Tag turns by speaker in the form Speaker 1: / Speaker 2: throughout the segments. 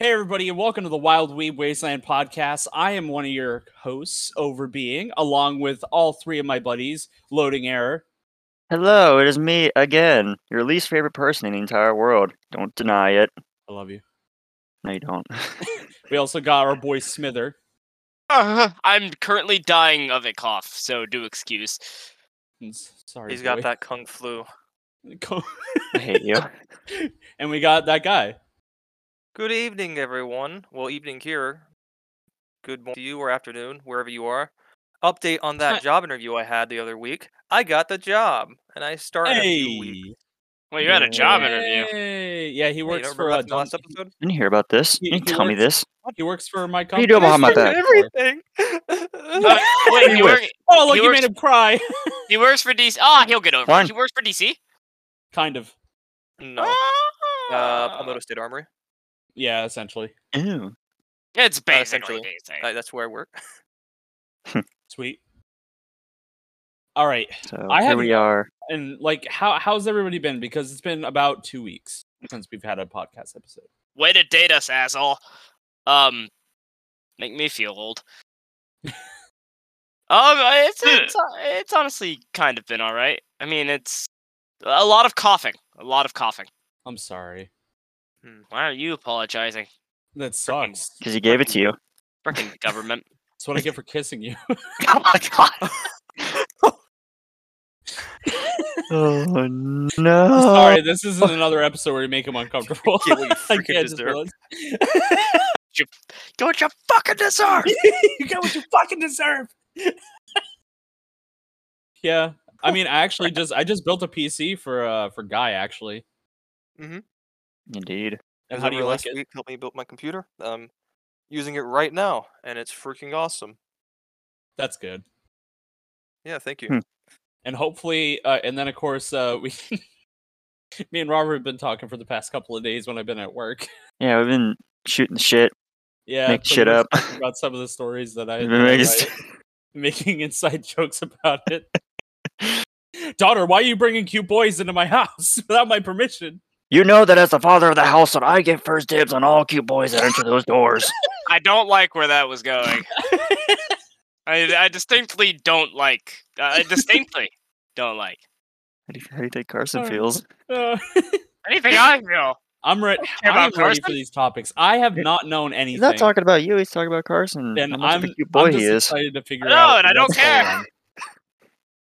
Speaker 1: everybody, and welcome to the Wild Weeb Wasteland podcast. I am one of your hosts, Overbeing, along with all three of my buddies, Loading Error.
Speaker 2: Hello, it is me again, your least favorite person in the entire world. Don't deny it.
Speaker 1: I love you.
Speaker 2: No, you don't.
Speaker 1: We also got our boy Smither.
Speaker 3: Uh, I'm currently dying of a cough, so do excuse.
Speaker 1: And s- Sorry,
Speaker 3: He's got
Speaker 1: boy.
Speaker 3: that kung flu.
Speaker 2: I hate you.
Speaker 1: and we got that guy.
Speaker 4: Good evening, everyone. Well, evening here. Good morning to you or afternoon, wherever you are. Update on that job interview I had the other week. I got the job, and I start in a few weeks.
Speaker 1: Hey,
Speaker 3: Well, you had a job interview.
Speaker 1: Hey. Yeah, he
Speaker 4: Hey, you
Speaker 1: works
Speaker 4: don't
Speaker 1: for
Speaker 4: remember
Speaker 1: uh,
Speaker 4: that from last
Speaker 1: Dun-
Speaker 4: episode.
Speaker 2: Didn't hear about this.
Speaker 1: He-
Speaker 2: You didn't
Speaker 1: he
Speaker 2: tell me this.
Speaker 1: he works for my
Speaker 2: are you
Speaker 1: company.
Speaker 2: doing behind my
Speaker 4: Said
Speaker 2: back?
Speaker 4: Everything.
Speaker 3: Uh, wait, he,
Speaker 2: He
Speaker 3: work,
Speaker 1: Oh, look,
Speaker 3: He
Speaker 1: you
Speaker 3: works-
Speaker 1: made him cry.
Speaker 3: he works for DC. Ah, he'll get over
Speaker 2: Fine.
Speaker 3: it. He works for DC.
Speaker 1: kind of.
Speaker 4: no. Uh,
Speaker 1: Ah.
Speaker 4: Palmetto State Armory.
Speaker 1: Yeah, essentially.
Speaker 2: Ew.
Speaker 3: Ah. it's basically
Speaker 4: essentially.
Speaker 3: basic.
Speaker 4: Uh, that's where I work.
Speaker 1: Sweet. All right.
Speaker 2: So
Speaker 1: I
Speaker 2: here
Speaker 1: haven't-
Speaker 2: we are.
Speaker 1: and like how how's everybody been because it's been about two weeks since we've had a podcast episode
Speaker 3: Way to date us, asshole. Um, make me feel old. um, it's it's uh, it's honestly kind of been all right. I mean, it's a lot of coughing. A lot of coughing.
Speaker 1: i'm sorry
Speaker 3: Why are you apologizing?
Speaker 1: that sucks
Speaker 2: Because he gave it to you.
Speaker 3: Freaking government.
Speaker 1: that's what i get for kissing you
Speaker 3: oh my god.
Speaker 2: Oh,
Speaker 1: I'm
Speaker 2: no.
Speaker 1: sorry this isn't another episode where you make him uncomfortable
Speaker 4: Get what you
Speaker 1: I
Speaker 4: freaking
Speaker 1: can't just
Speaker 4: deserve.
Speaker 1: realize-
Speaker 3: Get what you fucking deserve.
Speaker 1: you get what you fucking deserve yeah i mean i actually just i just built a pc for uh for guy actually
Speaker 2: Indeed.
Speaker 1: and
Speaker 4: As
Speaker 1: how do
Speaker 4: over
Speaker 1: you
Speaker 4: last
Speaker 1: like it
Speaker 4: Week, helped me build my computer. Um, using it right now, and it's freaking awesome.
Speaker 1: that's good
Speaker 4: Yeah, thank you.
Speaker 2: Hmm.
Speaker 1: and hopefully uh, and then of course uh we me and robert have been talking for the past couple of days when i've been at work
Speaker 2: Yeah, we've been shooting the shit.
Speaker 1: yeah
Speaker 2: Make
Speaker 1: pretty
Speaker 2: shit
Speaker 1: much
Speaker 2: up.
Speaker 1: talking about some of the stories that i
Speaker 2: We've
Speaker 1: that
Speaker 2: been
Speaker 1: I
Speaker 2: making
Speaker 1: write, making inside jokes about it daughter why are you bringing cute boys into my house without my permission
Speaker 2: You know that as the father of the household, I get first dibs on all cute boys that enter those doors.
Speaker 3: I don't like where that was going. I, I distinctly don't like. uh, I distinctly don't like
Speaker 2: How do you, how do you think Carson
Speaker 1: Sorry.
Speaker 2: feels?
Speaker 1: Uh,
Speaker 3: anything I feel.
Speaker 1: i'm re-
Speaker 3: care
Speaker 1: I'm
Speaker 3: about
Speaker 1: ready for
Speaker 3: Carson.
Speaker 1: these topics i have not known
Speaker 2: He's
Speaker 1: anything
Speaker 2: not talking about you. He's talking about Carson.
Speaker 1: and
Speaker 2: how much
Speaker 1: i'm,
Speaker 2: of a cute
Speaker 1: I'm
Speaker 2: boy
Speaker 1: just
Speaker 2: he is. Oh
Speaker 1: excited to figure
Speaker 3: I know,
Speaker 1: out
Speaker 3: and I don't
Speaker 1: what's going
Speaker 3: care.
Speaker 1: on.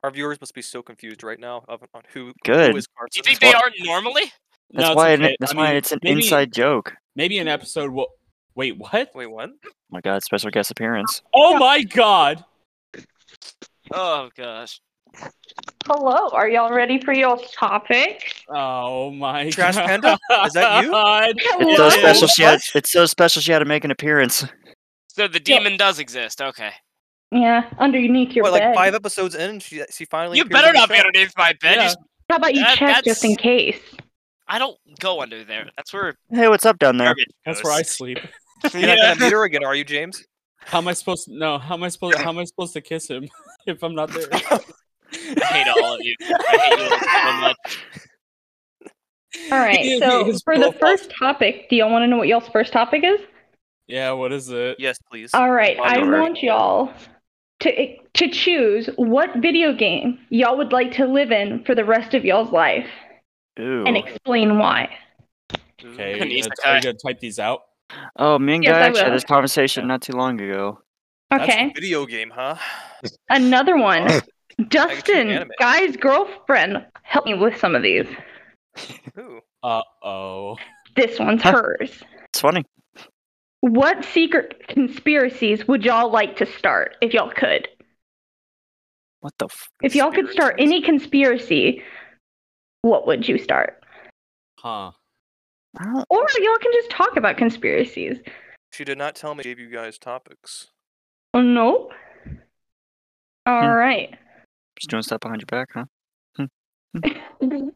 Speaker 4: Our viewers must be so confused right now of- on who,
Speaker 2: Good.
Speaker 4: who is
Speaker 3: Do you
Speaker 4: Carson.
Speaker 3: think they are normally?
Speaker 1: No,
Speaker 2: That's
Speaker 1: it's
Speaker 2: why.
Speaker 1: okay.
Speaker 2: It, that's
Speaker 1: I
Speaker 2: why
Speaker 1: mean,
Speaker 2: it's an
Speaker 1: maybe-
Speaker 2: inside joke.
Speaker 1: maybe an episode will wait what
Speaker 4: Wait, what?
Speaker 2: Oh my god! Special guest appearance.
Speaker 1: oh my god
Speaker 3: Oh gosh.
Speaker 5: Hello, are y'all ready for your topic?
Speaker 1: Oh my
Speaker 4: Trash
Speaker 1: god.
Speaker 4: Panda? Is that you?
Speaker 1: God.
Speaker 2: It's so
Speaker 5: Hello?
Speaker 2: special. She had. It's so special. She had to make an appearance.
Speaker 3: So the
Speaker 1: Yeah.
Speaker 3: demon does exist. Okay.
Speaker 5: Yeah, underneath your
Speaker 4: What,
Speaker 5: bed.
Speaker 4: like five episodes in, she she finally.
Speaker 3: You
Speaker 4: appears
Speaker 3: better
Speaker 4: on the
Speaker 3: not be
Speaker 4: show?
Speaker 3: underneath my bed.
Speaker 1: Yeah.
Speaker 3: you s-
Speaker 5: How about you
Speaker 3: That-
Speaker 5: check just in
Speaker 3: that's-
Speaker 5: case?
Speaker 3: I don't go under there. That's where.
Speaker 2: Hey, what's up down there?
Speaker 3: garbage
Speaker 1: That's
Speaker 3: goes.
Speaker 1: where I sleep.
Speaker 4: You're not gonna meet her again, are you, James?
Speaker 1: How am I supposed to no, how am I supposed how am I supposed to kiss him if I'm not there?
Speaker 3: I hate all of you. I hate you all so much.
Speaker 5: All right, so
Speaker 1: His
Speaker 5: for the
Speaker 1: profile-
Speaker 5: first topic, do y'all want to know what y'all's first topic is?
Speaker 1: Yeah, what is it?
Speaker 4: Yes, please.
Speaker 5: All right,
Speaker 2: My
Speaker 5: I
Speaker 2: lord.
Speaker 5: want y'all to eh, to choose what video game y'all would like to live in for the rest of y'all's life
Speaker 2: Ooh.
Speaker 5: and explain why.
Speaker 1: Okay,
Speaker 3: An
Speaker 1: that's-
Speaker 3: isekai.
Speaker 1: are you gonna type these out?
Speaker 2: Oh, me and
Speaker 5: Yes,
Speaker 2: Guy
Speaker 5: I
Speaker 2: actually had
Speaker 5: will.
Speaker 2: this conversation not too long ago.
Speaker 4: That's a
Speaker 5: Okay,
Speaker 4: video game, huh?
Speaker 5: another one.
Speaker 4: anime.
Speaker 5: Dustin, guy's girlfriend, help me with some of these.
Speaker 4: Ooh.
Speaker 1: Uh oh.
Speaker 5: This one's
Speaker 2: Huh.
Speaker 5: hers.
Speaker 2: It's funny.
Speaker 5: What secret conspiracies would y'all like to start if y'all could?
Speaker 2: What the? F-
Speaker 5: If y'all could start any conspiracy, what would you start?
Speaker 1: Huh.
Speaker 2: I don't.
Speaker 5: Or y'all can just talk about conspiracies.
Speaker 4: She did not tell me. Gave you guys topics.
Speaker 5: Oh, no. All
Speaker 2: Hmm.
Speaker 5: right.
Speaker 2: She's doing stuff behind your back, huh?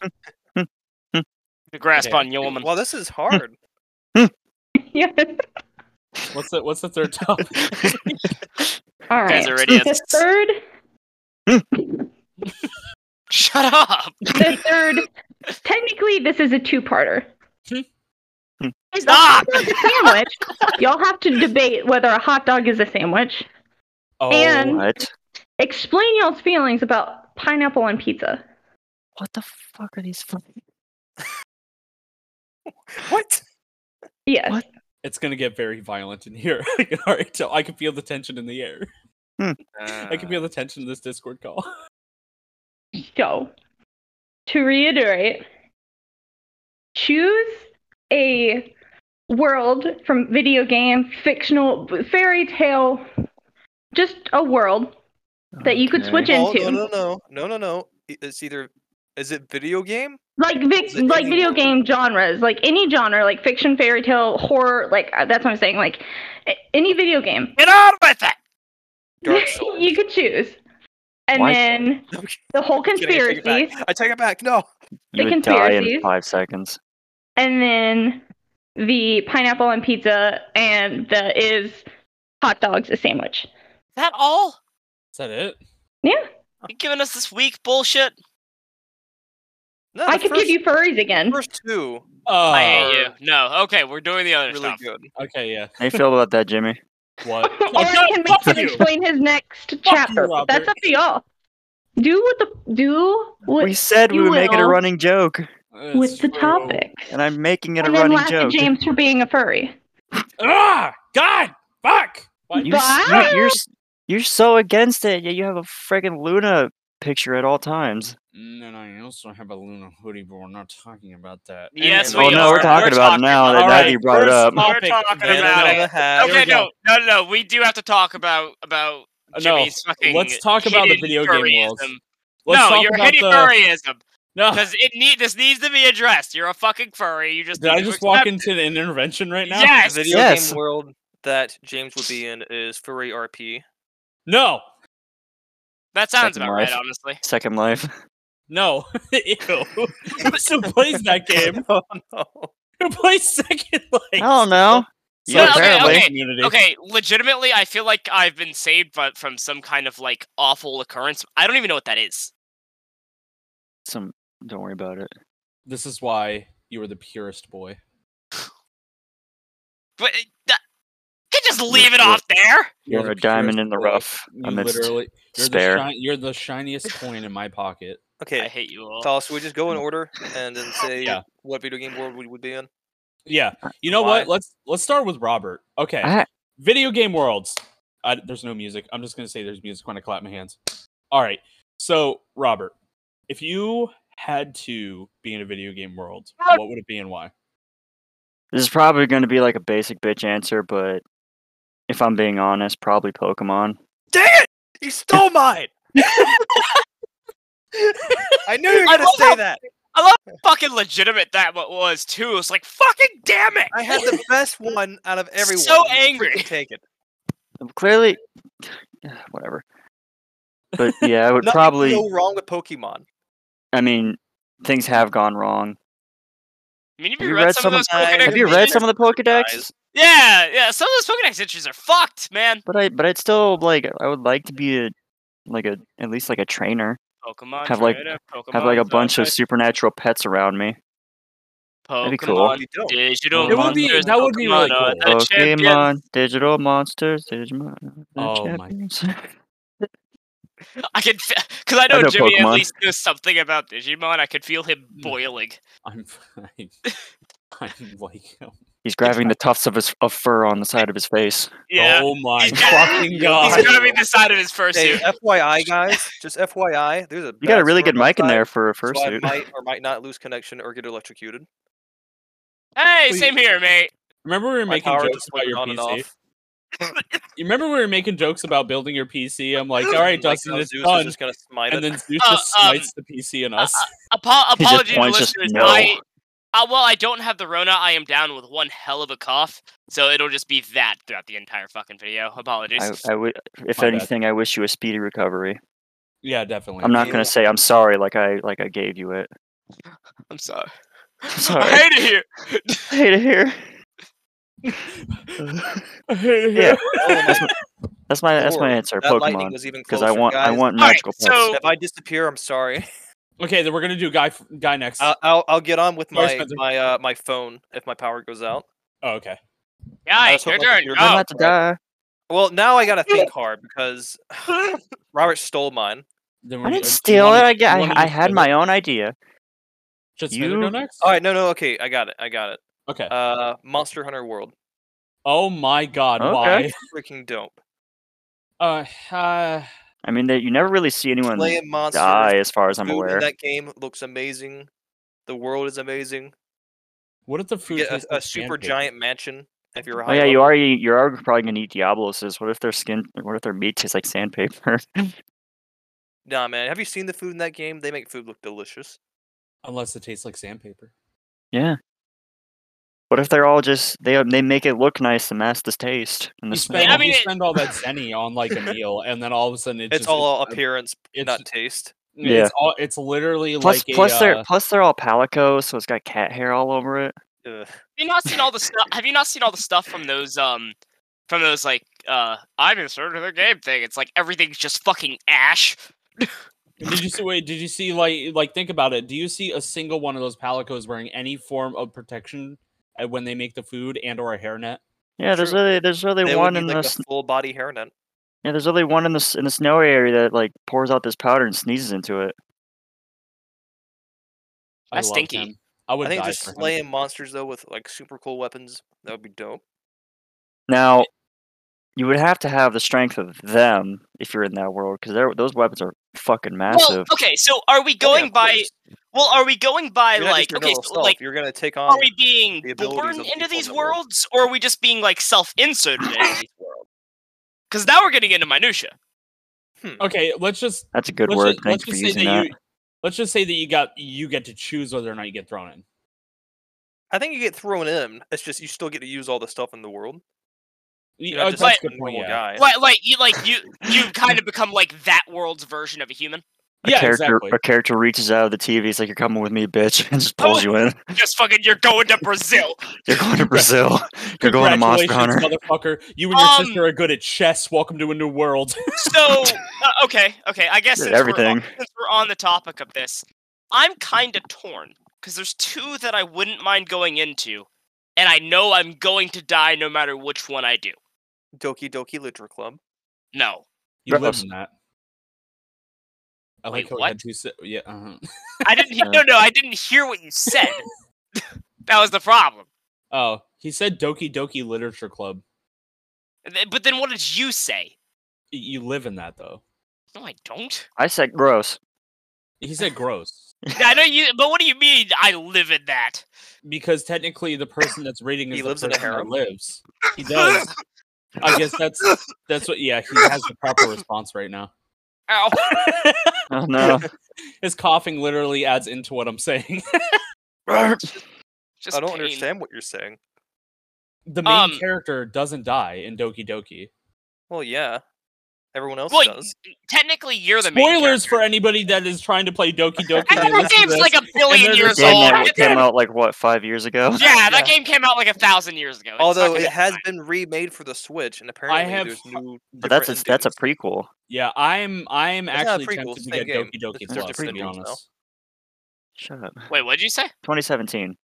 Speaker 3: The grasp
Speaker 1: Okay.
Speaker 3: on your woman.
Speaker 4: Well, this is hard.
Speaker 5: yeah.
Speaker 1: What's the what's the third topic?
Speaker 5: All
Speaker 3: guys
Speaker 5: right.
Speaker 3: are idiots.
Speaker 5: The third,
Speaker 3: Shut up.
Speaker 5: the third. Technically, this is a two-parter.
Speaker 1: Hmm.
Speaker 2: Hmm.
Speaker 5: Is
Speaker 3: Stop!
Speaker 5: a sandwich. Y'all have to debate whether a hot dog is a sandwich.
Speaker 1: Oh,
Speaker 5: And-
Speaker 2: What?
Speaker 5: Explain y'all's feelings about pineapple on pizza.
Speaker 2: What the fuck are these? Fu-
Speaker 4: What?
Speaker 5: Yes.
Speaker 2: What?
Speaker 1: it's gonna get very violent in here. I can already tell. I can feel the tension in the air. I can feel the tension in this Discord call.
Speaker 5: So, to reiterate, choose a world from video game, fictional, fairy tale, just a world. That you could
Speaker 2: Okay.
Speaker 5: switch it.
Speaker 4: Oh,
Speaker 5: Gentoo.
Speaker 4: no, no, no, no, no, no. I- It's either is it video game?
Speaker 5: Like vic-
Speaker 4: Is it
Speaker 5: like
Speaker 4: any
Speaker 5: video
Speaker 4: world?
Speaker 5: game genres, like any genre, like fiction, fairy tale, horror, like uh, that's what I'm saying, like a- any video game.
Speaker 3: Get on with it!
Speaker 4: Dark Souls.
Speaker 5: you could choose. And
Speaker 2: Why-
Speaker 5: then
Speaker 4: I'm kidding,
Speaker 5: the whole
Speaker 4: I take
Speaker 5: conspiracy.
Speaker 4: it back. I take it back. No.
Speaker 2: You
Speaker 5: the
Speaker 2: would die in
Speaker 5: conspiracies.
Speaker 2: five seconds.
Speaker 5: and then the pineapple and pizza, and the is hot dogs a sandwich.
Speaker 3: Is that all?
Speaker 1: Is that it?
Speaker 3: You giving us this weak bullshit?
Speaker 4: No.
Speaker 5: I
Speaker 4: the
Speaker 5: could
Speaker 4: first,
Speaker 5: give you furries
Speaker 4: the
Speaker 5: again.
Speaker 4: first two.
Speaker 1: Oh,
Speaker 3: I hate you. No. Okay, we're doing the other
Speaker 4: Really
Speaker 3: stuff.
Speaker 4: good.
Speaker 1: Okay, yeah.
Speaker 2: How you feel about that, Jimmy?
Speaker 1: What?
Speaker 5: or I can make him explain his next chapter.
Speaker 1: Robert.
Speaker 5: That's up to y'all. Do what the do what
Speaker 2: we said we
Speaker 5: you
Speaker 2: would make it a
Speaker 5: will
Speaker 2: running joke,
Speaker 1: That's
Speaker 5: with the
Speaker 1: true.
Speaker 5: topic.
Speaker 2: and I'm making it
Speaker 5: and
Speaker 2: a
Speaker 5: then
Speaker 2: running
Speaker 5: laugh
Speaker 2: joke.
Speaker 5: at James for being a furry.
Speaker 1: Ah, God, fuck. What?
Speaker 2: You, s- you, you're s- you're so against it. Yet you have a friggin' Luna picture at all times.
Speaker 1: Mm, and I also have a Luna hoodie, but we're not talking about that.
Speaker 3: Yes,
Speaker 2: oh
Speaker 3: we
Speaker 2: no,
Speaker 3: are.
Speaker 2: we're talking about it now. That
Speaker 1: All
Speaker 2: now
Speaker 1: right,
Speaker 2: you brought it
Speaker 1: first
Speaker 2: up.
Speaker 1: off-
Speaker 3: We're
Speaker 1: Topic,
Speaker 3: talking
Speaker 1: man,
Speaker 3: about
Speaker 1: no.
Speaker 3: it. Okay, no, no, no. We do have to talk about about
Speaker 1: Uh, no,
Speaker 3: Jimmy's fucking.
Speaker 1: let's talk about the
Speaker 3: hidden
Speaker 1: video game world.
Speaker 3: furryism.
Speaker 1: Let's
Speaker 3: no,
Speaker 1: talk
Speaker 3: you're
Speaker 1: about
Speaker 3: hitting
Speaker 1: the-
Speaker 3: furryism
Speaker 1: No,
Speaker 3: because it need this needs to be addressed. You're a fucking furry. You just
Speaker 1: did I
Speaker 3: need to
Speaker 1: just walk
Speaker 3: accept
Speaker 1: into an intervention right
Speaker 3: it.
Speaker 1: now?
Speaker 4: The
Speaker 3: Yes.
Speaker 4: video
Speaker 2: Yes.
Speaker 4: game world that James would be in is furry RP.
Speaker 1: No,
Speaker 3: That sounds
Speaker 2: Second
Speaker 3: about right,
Speaker 2: life.
Speaker 3: honestly.
Speaker 2: Second Life.
Speaker 1: no. Ew. Who still plays that game?
Speaker 4: Oh no.
Speaker 1: Who plays Second Life?
Speaker 2: I don't know.
Speaker 1: So
Speaker 2: Yeah,
Speaker 3: okay,
Speaker 2: apparently.
Speaker 3: okay.
Speaker 1: community.
Speaker 3: Okay, legitimately, I feel like I've been saved by, from some kind of like awful occurrence. I don't even know what that is.
Speaker 2: Some. Don't worry about it.
Speaker 1: This is why you were the purest boy.
Speaker 3: But it- that, you can just leave it
Speaker 2: look.
Speaker 3: off there.
Speaker 1: You're
Speaker 2: You're,
Speaker 1: the
Speaker 2: a diamond in the
Speaker 1: purest
Speaker 2: rough
Speaker 1: You
Speaker 2: amidst
Speaker 1: literally, you're
Speaker 2: despair.
Speaker 1: The shi- you're the shiniest coin in my pocket.
Speaker 3: I
Speaker 4: Okay.
Speaker 3: hate you
Speaker 2: Oh.
Speaker 3: all.
Speaker 4: Tall, should we just go
Speaker 2: Mm.
Speaker 4: in order and then say
Speaker 1: Yeah.
Speaker 4: what video game world we would be in?
Speaker 1: Yeah, you know
Speaker 4: Why?
Speaker 1: what? Let's let's start with Robert. Okay,
Speaker 2: I-
Speaker 1: video game worlds. I, there's no music. I'm just gonna say there's music when I clap my hands. All right. So Robert, if you had to be in a video game world, what would it be and why?
Speaker 2: This is probably going to be like a basic bitch answer, but if I'm being honest, probably Pokemon.
Speaker 4: Dang it! You stole mine! I knew you were
Speaker 3: I
Speaker 4: gonna
Speaker 3: love
Speaker 4: say
Speaker 3: how-
Speaker 4: that.
Speaker 3: Fucking legitimate that what was too. It's like fucking damn it.
Speaker 4: I had the best one out of everyone.
Speaker 3: So
Speaker 4: You
Speaker 3: angry.
Speaker 4: freaking Take it.
Speaker 2: Clearly, whatever. But yeah, I would
Speaker 4: Nothing could
Speaker 2: probably.
Speaker 4: go wrong with Pokemon.
Speaker 2: I mean, things have gone wrong.
Speaker 3: I mean, have
Speaker 2: Have
Speaker 3: you read, some, of those
Speaker 4: I-
Speaker 3: Pokedex
Speaker 2: Have you read
Speaker 3: entries?
Speaker 2: some of the Pokedex?
Speaker 3: Yeah, yeah. Some of those Pokedex entries are fucked, man.
Speaker 2: But I, but I'd still like. I would like to be a, like a at least like a trainer.
Speaker 3: Pokemon
Speaker 2: Have, like-
Speaker 3: Trainer, Pokemon
Speaker 2: have like a bunch of
Speaker 3: Zodiac,
Speaker 2: supernatural pets around me.
Speaker 3: Pokemon
Speaker 2: be cool.
Speaker 4: You don't.
Speaker 3: Digital
Speaker 2: It would
Speaker 1: be-
Speaker 3: monsters,
Speaker 1: that would be
Speaker 3: Pokemon,
Speaker 1: really
Speaker 3: uh,
Speaker 1: cool.
Speaker 3: the champions.
Speaker 2: Pokemon, digital monsters, Digimon. uh,
Speaker 1: Oh my-
Speaker 2: champions.
Speaker 3: I could, because I know,
Speaker 2: know
Speaker 3: Jimmy at
Speaker 2: Pokemon.
Speaker 3: least knows something about Digimon. I could feel him boiling.
Speaker 1: I'm I'm, I'm like,
Speaker 2: He's grabbing the tufts of his of fur on the side of his face.
Speaker 3: Yeah,
Speaker 1: oh my
Speaker 3: He's-
Speaker 1: fucking
Speaker 3: he's
Speaker 1: god!
Speaker 3: grabbing the side of his
Speaker 4: Hey,
Speaker 3: fursuit.
Speaker 4: FYI, guys, just FYI, there's a.
Speaker 2: You got a
Speaker 4: bad
Speaker 2: really
Speaker 4: storm
Speaker 2: good mic in
Speaker 4: outside,
Speaker 2: there for a
Speaker 4: so I
Speaker 2: fursuit.
Speaker 4: might or might not lose connection or get electrocuted.
Speaker 3: Hey,
Speaker 1: Please.
Speaker 3: same here, mate.
Speaker 1: Remember we were
Speaker 4: My
Speaker 1: making
Speaker 4: power
Speaker 1: jokes
Speaker 4: just
Speaker 1: about
Speaker 4: flipped
Speaker 1: your
Speaker 4: on and
Speaker 1: PC.
Speaker 4: off.
Speaker 1: You remember we were making jokes about building your PC. I'm like, all right,
Speaker 4: Like,
Speaker 1: Dustin,
Speaker 4: how
Speaker 1: it's
Speaker 4: Zeus is
Speaker 1: done.
Speaker 4: just gonna smite
Speaker 1: And
Speaker 4: it.
Speaker 1: then Zeus
Speaker 3: Uh,
Speaker 1: just
Speaker 3: um,
Speaker 1: smites the PC
Speaker 4: uh,
Speaker 1: and us.
Speaker 3: Apo-
Speaker 2: He just
Speaker 3: apology to
Speaker 2: points, just
Speaker 3: listeners.
Speaker 2: no.
Speaker 3: I, uh, well, I don't have the Rona. I am down with one hell of a cough, so it'll just be that throughout the entire fucking video. Apologies.
Speaker 2: I, I would, if
Speaker 1: My bad.
Speaker 2: anything, I wish you a speedy recovery.
Speaker 1: Yeah, definitely.
Speaker 2: I'm not
Speaker 4: you.
Speaker 2: gonna say I'm sorry, like I like I gave you it.
Speaker 3: I'm sorry.
Speaker 2: sorry.
Speaker 3: I hate it here.
Speaker 2: I hate it here. Yeah,
Speaker 1: Oh,
Speaker 2: that's my that's my, that's my
Speaker 4: Lord,
Speaker 2: answer.
Speaker 4: that lightning
Speaker 2: Pokemon,
Speaker 4: was even
Speaker 2: because
Speaker 4: closer.
Speaker 2: I want I
Speaker 4: guys.
Speaker 2: want
Speaker 3: Alright,
Speaker 2: magical pets.
Speaker 3: so-
Speaker 4: If I disappear, I'm sorry.
Speaker 1: Okay, then we're gonna do guy f- guy next.
Speaker 4: Uh, I'll I'll, I'll get on with
Speaker 1: Sorry,
Speaker 4: my
Speaker 1: Spencer.
Speaker 4: my uh, my phone if my power goes out.
Speaker 1: Oh, okay.
Speaker 3: Guy,
Speaker 4: That's what
Speaker 3: your
Speaker 4: my
Speaker 3: turn.
Speaker 4: computer-
Speaker 2: I'm
Speaker 3: Go.
Speaker 2: about to die.
Speaker 4: Well, now I gotta think hard because Robert stole mine.
Speaker 1: Then
Speaker 2: I
Speaker 1: gonna-
Speaker 2: didn't
Speaker 1: do you
Speaker 2: steal it.
Speaker 1: wanna-
Speaker 2: I,
Speaker 1: do you
Speaker 2: got,
Speaker 1: wanna
Speaker 2: I
Speaker 1: just
Speaker 2: had
Speaker 1: Smither-
Speaker 2: my own idea.
Speaker 1: Should Smither go
Speaker 2: you-
Speaker 1: next?
Speaker 4: All right, no, no, okay, I got it, I got it.
Speaker 1: Okay.
Speaker 4: Uh, Monster Hunter World,
Speaker 1: oh my God! Why?
Speaker 2: Okay.
Speaker 4: freaking dope.
Speaker 1: Uh, uh,
Speaker 2: I mean, that you never really see anyone
Speaker 4: Slaying monsters.
Speaker 2: die, as far as I'm
Speaker 4: food in
Speaker 2: aware.
Speaker 4: that game looks amazing. The world is amazing.
Speaker 1: what if the food?
Speaker 4: Get
Speaker 1: tastes
Speaker 4: a, a
Speaker 1: like
Speaker 4: super
Speaker 1: pancakes?
Speaker 4: giant mansion if you're.
Speaker 2: Oh
Speaker 4: high
Speaker 2: yeah, you
Speaker 4: level.
Speaker 2: are. You are probably gonna eat Diabloses. What if their skin? What if their meat tastes like sandpaper?
Speaker 4: Nah, man. Have you seen the food in that game? They make food look delicious.
Speaker 1: Unless it tastes like sandpaper.
Speaker 2: yeah. What if they're all just they they make it look nice to mask this taste and the
Speaker 1: You
Speaker 2: smell?
Speaker 1: spend,
Speaker 3: I mean,
Speaker 1: you
Speaker 3: it-
Speaker 1: spend all that zenny on like a meal, and then all of a sudden it's,
Speaker 4: It's,
Speaker 1: just,
Speaker 4: all
Speaker 1: it's,
Speaker 4: appearance,
Speaker 1: it's-
Speaker 4: not taste.
Speaker 2: Yeah.
Speaker 1: It's all. It's literally
Speaker 2: Plus,
Speaker 1: like
Speaker 2: plus
Speaker 1: a,
Speaker 2: they're
Speaker 1: uh,
Speaker 2: plus they're all palico, so it's got cat hair all over it.
Speaker 4: Ugh.
Speaker 3: Have you not seen all the stuff? Have you not seen all the stuff from those um from those like uh I'm inserted in the game thing? It's like everything's just fucking ash.
Speaker 1: Did you see? Wait, did you see? Like, like, think about it. Do you see a single one of those palicos wearing any form of protection uh, when they make the food and or a hairnet?
Speaker 2: Yeah, there's
Speaker 4: True.
Speaker 2: really there's really
Speaker 4: They would
Speaker 2: one
Speaker 4: need,
Speaker 2: in
Speaker 4: like
Speaker 2: the
Speaker 4: a
Speaker 2: s-
Speaker 4: full body hairnet.
Speaker 2: yeah there's really one in the s- in the snowy area that like pours out this powder and sneezes into it.
Speaker 1: I
Speaker 3: That's
Speaker 1: love
Speaker 3: stinky.
Speaker 1: him. I would
Speaker 4: I think
Speaker 1: die
Speaker 4: just
Speaker 1: for him.
Speaker 4: slaying monsters though with like super cool weapons that would be dope.
Speaker 2: Now, you would have to have the strength of them if you're in that world because those weapons are fucking massive.
Speaker 3: Well, okay, so are we
Speaker 4: Oh, yeah,
Speaker 3: going
Speaker 4: of
Speaker 3: by?
Speaker 4: course.
Speaker 3: Well, are we going by
Speaker 4: You're not
Speaker 3: like
Speaker 4: just your
Speaker 3: okay,
Speaker 4: normal
Speaker 3: so,
Speaker 4: self,
Speaker 3: like
Speaker 4: you're gonna take on.
Speaker 3: are we being
Speaker 4: um, the abilities
Speaker 3: born
Speaker 4: of
Speaker 3: into
Speaker 4: people in
Speaker 3: these
Speaker 4: the world.
Speaker 3: worlds, or are we just being like self-inserted into these worlds? Because now we're getting into minutia.
Speaker 1: Okay, let's just
Speaker 2: That's a good
Speaker 1: let's
Speaker 2: word.
Speaker 1: Just, let's
Speaker 2: Thank you for
Speaker 1: just say
Speaker 2: using
Speaker 1: that
Speaker 2: that.
Speaker 1: you. Let's just say that you got you get to choose whether or not you get thrown in.
Speaker 4: I think you get thrown in. It's just you still get to use all the stuff in the world.
Speaker 1: You
Speaker 4: You're not
Speaker 1: know,
Speaker 4: just
Speaker 1: uh, that's
Speaker 4: like
Speaker 1: a
Speaker 4: a
Speaker 1: good point,
Speaker 4: normal
Speaker 1: yeah.
Speaker 4: guy.
Speaker 3: Like, like you, like you, you kind of become like that world's version of a human,
Speaker 2: A
Speaker 1: Yeah,
Speaker 2: character
Speaker 1: exactly.
Speaker 2: a character reaches out of the TV. He's like, "You're coming with me, bitch," and just
Speaker 1: Oh.
Speaker 2: pulls you in.
Speaker 3: just fucking you're going to Brazil.
Speaker 2: You're going to Brazil. You're going to Monster Hunter.
Speaker 1: Congratulations, motherfucker. You and your
Speaker 3: Um,
Speaker 1: sister are good at chess. Welcome to a new world.
Speaker 3: So uh, okay, okay, I guess
Speaker 2: You're
Speaker 3: since
Speaker 2: at everything.
Speaker 3: We're on, since we're on the topic of this, I'm kind of torn because there's two that I wouldn't mind going into, and I know I'm going to die no matter which one I do.
Speaker 4: Doki Doki Literature Club.
Speaker 3: No,
Speaker 1: You live
Speaker 2: Gross.
Speaker 1: in that. I
Speaker 3: Wait,
Speaker 1: like how we
Speaker 3: what?
Speaker 1: had two. Si- yeah. uh
Speaker 3: I didn't. He-
Speaker 2: Yeah.
Speaker 3: no, no, I didn't hear what you said. that was the problem.
Speaker 1: Oh, he said Doki Doki Literature Club.
Speaker 3: And then- But then, what did you say?
Speaker 1: Y- You live in that though.
Speaker 3: No, I don't.
Speaker 2: I said, "Gross."
Speaker 1: He said gross
Speaker 3: Yeah, I know you, but what do you mean? I live in that.
Speaker 1: because technically the person that's reading is
Speaker 4: He
Speaker 1: the
Speaker 4: lives in a
Speaker 1: person that
Speaker 4: harem?
Speaker 1: lives. He does. I guess that's that's what. Yeah, he has the proper response right now.
Speaker 3: Ow.
Speaker 2: Oh no.
Speaker 1: His coughing literally adds into what I'm saying.
Speaker 3: Just
Speaker 4: I don't
Speaker 3: pain.
Speaker 4: understand what you're saying.
Speaker 1: the main
Speaker 3: Um,
Speaker 1: character doesn't die in Doki Doki.
Speaker 4: Well, yeah, everyone else
Speaker 3: Well,
Speaker 4: does.
Speaker 3: Technically, you're the main
Speaker 1: Spoilers
Speaker 3: character.
Speaker 1: for anybody that is trying to play Doki Doki.
Speaker 3: I
Speaker 1: and
Speaker 3: thought that
Speaker 1: listen to
Speaker 3: game's
Speaker 1: this.
Speaker 3: like a
Speaker 1: they're
Speaker 3: billion years
Speaker 1: just
Speaker 2: Game
Speaker 3: old.
Speaker 1: saying
Speaker 2: that
Speaker 1: that
Speaker 2: came out like what five years ago.
Speaker 3: Yeah, that
Speaker 4: Yeah.
Speaker 3: game came out like a thousand years ago. It's
Speaker 4: Although
Speaker 3: fucking-
Speaker 4: it has been remade for the Switch, and apparently
Speaker 1: have
Speaker 4: there's
Speaker 1: fu-
Speaker 4: new.
Speaker 2: But that's a,
Speaker 4: different
Speaker 2: that's a
Speaker 4: endings.
Speaker 2: prequel.
Speaker 1: Yeah, I'm I'm
Speaker 4: It's not a
Speaker 1: actually
Speaker 4: prequel,
Speaker 1: tempted
Speaker 4: it's
Speaker 1: to
Speaker 4: the
Speaker 1: get
Speaker 4: same game.
Speaker 1: Doki Doki
Speaker 4: It's
Speaker 2: just a
Speaker 1: Plus. To be
Speaker 4: prequel now.
Speaker 1: honest,
Speaker 2: Shut up.
Speaker 3: wait, what'd you say,
Speaker 2: 2017.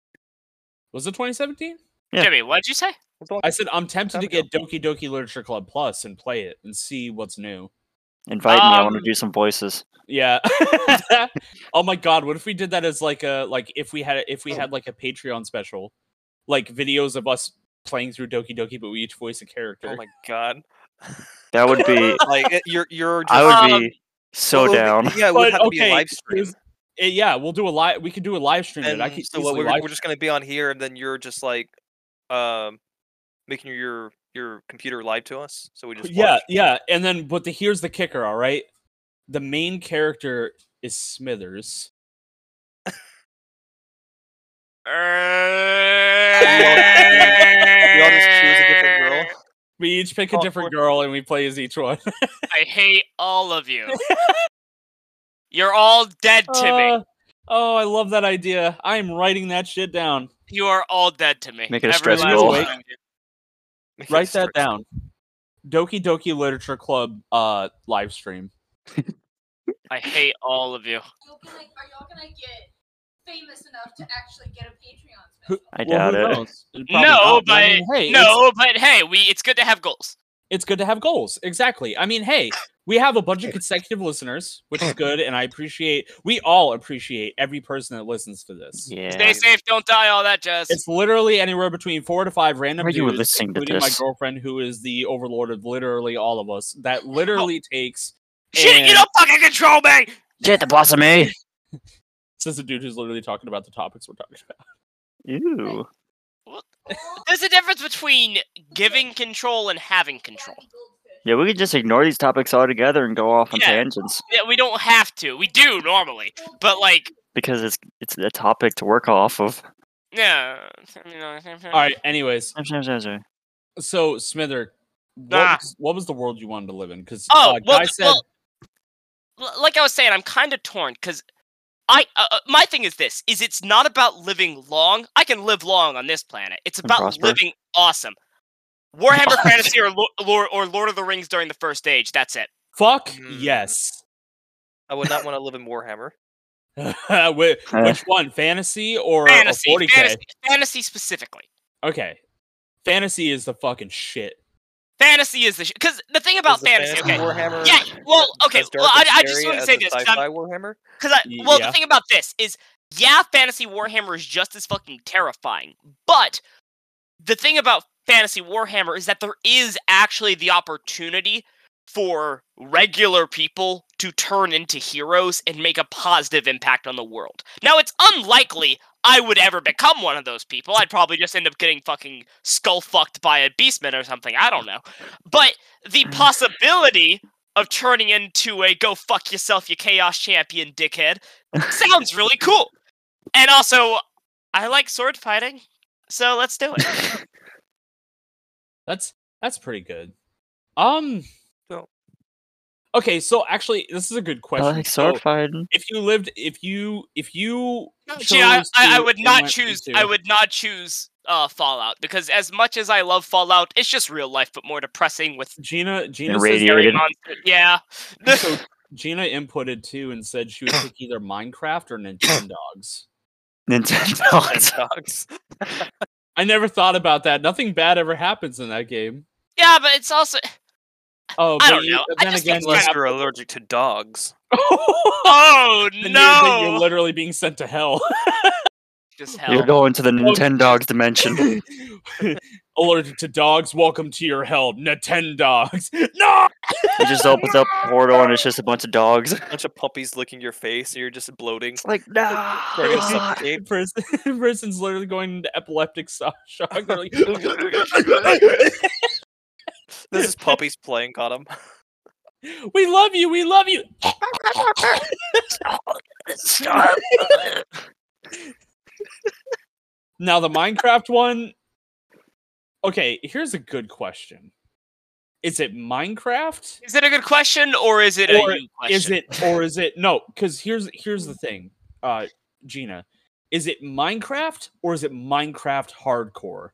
Speaker 1: was it 2017?
Speaker 2: Yeah.
Speaker 3: Jimmy? What'd you say?
Speaker 4: It's all-
Speaker 1: I said I'm tempted to
Speaker 4: Time ago.
Speaker 1: get Doki Doki Literature Club Plus and play it and see what's new.
Speaker 2: Invite me. I want to
Speaker 3: Um,
Speaker 2: do some voices.
Speaker 1: Yeah. oh my god, what if we did that as like a like if we had
Speaker 4: Oh.
Speaker 1: if we had like a Patreon special, like videos of us playing through Doki Doki, but we each voice a character.
Speaker 4: Oh my god!
Speaker 2: That would be.
Speaker 4: Like it, you're you're just
Speaker 2: I would
Speaker 3: Um,
Speaker 2: be so
Speaker 4: Well, it would
Speaker 2: down.
Speaker 4: be- Yeah, it would
Speaker 1: But,
Speaker 4: have to be
Speaker 1: okay,
Speaker 4: a live stream.
Speaker 1: here's- Eh, yeah, we'll do a live. We could do a live stream. of it. I
Speaker 4: And
Speaker 1: could
Speaker 4: so what,
Speaker 1: easily
Speaker 4: we're,
Speaker 1: live
Speaker 4: we're just gonna be on here, and then you're just like, um, making your your computer live to us. So we just
Speaker 1: yeah,
Speaker 4: watch.
Speaker 1: yeah. And then, but the, here's the kicker. All right, the main character is Smithers.
Speaker 4: We all just choose a different girl.
Speaker 1: We each pick a
Speaker 4: Oh,
Speaker 1: different girl and we play as each one.
Speaker 3: I hate all of you. You're all dead to me.
Speaker 1: Uh, oh, I love that idea. I am writing that shit down.
Speaker 3: You are all dead to me.
Speaker 2: Make it a
Speaker 3: Every
Speaker 2: stress
Speaker 3: last
Speaker 2: goal.
Speaker 3: one of you.
Speaker 4: Make it
Speaker 1: Write
Speaker 4: straight.
Speaker 1: that down. Doki Doki Literature Club uh live stream.
Speaker 3: I hate all of you.
Speaker 6: He'll be like, "Are y'all gonna get famous enough to actually get a Patreon
Speaker 1: Who-
Speaker 6: special.
Speaker 2: I
Speaker 1: Well,
Speaker 2: doubt
Speaker 1: who
Speaker 2: it.
Speaker 1: knows? Probably
Speaker 3: No,
Speaker 1: not, I mean,
Speaker 3: but-
Speaker 1: hey, it's-
Speaker 3: No, but hey, we it's good to have goals.
Speaker 1: it's good to have goals. Exactly. I mean, hey, we have a bunch of consecutive listeners, which is good, and I appreciate. We all appreciate every person that listens to this.
Speaker 2: Yeah.
Speaker 3: Stay safe, don't die, all that jazz.
Speaker 1: It's literally anywhere between four to five random
Speaker 2: Are you
Speaker 1: dudes,
Speaker 2: listening to
Speaker 1: including my
Speaker 2: this?
Speaker 1: girlfriend, who is the overlord of literally all of us. That literally takes
Speaker 3: Shit, you
Speaker 1: and-
Speaker 3: don't fucking control me.
Speaker 2: Get the boss of me.
Speaker 1: since the dude who's literally talking about the topics we're talking about.
Speaker 2: Ew.
Speaker 3: There's a difference between giving control and having control.
Speaker 2: Yeah, we could just ignore these topics altogether and go off on
Speaker 3: Yeah.
Speaker 2: tangents
Speaker 3: Yeah, we don't have to. We do normally, but like,
Speaker 2: because it's it's a topic to work off of.
Speaker 3: yeah. You know,
Speaker 1: All right. Anyways,
Speaker 2: Well,
Speaker 1: so Smither, what,
Speaker 3: Ah.
Speaker 1: was, what was the world you wanted to live in? Because
Speaker 3: Oh,
Speaker 1: uh,
Speaker 3: well,
Speaker 1: Guy
Speaker 3: th-
Speaker 1: said
Speaker 3: well, l- like I was saying, I'm kind of torn because I uh, uh, my thing is this: is it's not about living long. I can live long on this planet. It's about
Speaker 2: prosper.
Speaker 3: living awesome. Warhammer Fantasy or, Lo- Lord, or Lord of the Rings during the first age. That's it.
Speaker 1: fuck
Speaker 4: Hmm.
Speaker 1: yes.
Speaker 4: I would not want to live in Warhammer.
Speaker 1: Whi- Which one, fantasy or
Speaker 3: Fantasy,
Speaker 1: forty k?
Speaker 3: fantasy, fantasy specifically.
Speaker 1: Okay, fantasy is the fucking shit.
Speaker 3: Fantasy is the because the thing about
Speaker 4: Is the
Speaker 3: fantasy,
Speaker 4: fantasy
Speaker 3: okay,
Speaker 4: Warhammer
Speaker 3: yeah, well, okay,
Speaker 4: as dark
Speaker 3: well, I,
Speaker 4: and
Speaker 3: I just
Speaker 4: scary
Speaker 3: want to
Speaker 4: as
Speaker 3: say
Speaker 4: the
Speaker 3: this
Speaker 4: Sci-fi Warhammer.
Speaker 3: because I
Speaker 1: Y-
Speaker 3: well,
Speaker 1: yeah.
Speaker 3: the thing about this is, yeah, fantasy Warhammer is just as fucking terrifying, but the thing about fantasy Warhammer is that there is actually the opportunity for regular people to turn into heroes and make a positive impact on the world. Now, it's unlikely I would ever become one of those people. I'd probably just end up getting fucking skull fucked by a beastman or something. I don't know. But the
Speaker 1: Mm-hmm.
Speaker 3: possibility of turning into a go fuck yourself, you chaos champion dickhead sounds really cool. And also, I like sword fighting, so let's do it.
Speaker 1: That's that's pretty good. Um.
Speaker 4: So-
Speaker 1: Okay, so actually, this is a good question.
Speaker 2: like sword
Speaker 1: So,
Speaker 2: fighting.
Speaker 1: if you lived, if you, if you,
Speaker 3: Gee, I,
Speaker 1: chose
Speaker 3: I, I
Speaker 1: to
Speaker 3: would
Speaker 1: and
Speaker 3: not
Speaker 1: went
Speaker 3: choose. I
Speaker 1: into-
Speaker 3: would not choose uh, Fallout because as much as I love Fallout, it's just real life, but more depressing with
Speaker 1: Gina, Gina, says-
Speaker 2: radio-
Speaker 3: scary
Speaker 2: Dude.
Speaker 3: monsters. Yeah,
Speaker 1: so Gina inputted too and said she would pick either Minecraft or Nintendogs.
Speaker 2: Nintendo.
Speaker 4: Dogs.
Speaker 1: I never thought about that. Nothing bad ever happens in that game.
Speaker 3: yeah, but it's also.
Speaker 1: Oh, but
Speaker 3: I don't
Speaker 1: you-
Speaker 3: know.
Speaker 1: but
Speaker 3: I
Speaker 1: Then
Speaker 3: just
Speaker 1: again,
Speaker 3: think
Speaker 4: Unless
Speaker 1: like,
Speaker 3: kinda-
Speaker 4: you're allergic to dogs.
Speaker 3: Oh
Speaker 1: then you're, then you're
Speaker 3: no!
Speaker 1: literally being sent to hell.
Speaker 3: Just
Speaker 2: You're
Speaker 3: hell.
Speaker 2: going to the Nintendogs dimension.
Speaker 1: Allergic to dogs, welcome to your hell. Nintendogs. No.
Speaker 2: It just opens up a portal and it's just a bunch of dogs.
Speaker 4: A bunch of puppies licking your face, and you're just bloating.
Speaker 2: It's like,
Speaker 4: Trying to
Speaker 2: nah.
Speaker 4: suffocate.
Speaker 1: Person, person's literally going into epileptic so- shock. They're like,
Speaker 4: This is puppies playing on them.
Speaker 1: we love you. We love you.
Speaker 2: Stop.
Speaker 1: Now the Minecraft one. Okay, here's a good question. Is it Minecraft?
Speaker 3: Is it a good question or is it
Speaker 1: Or
Speaker 3: a you question?
Speaker 1: Is it or is it no? Because here's here's the thing, uh, Gina. Is it Minecraft or is it Minecraft hardcore?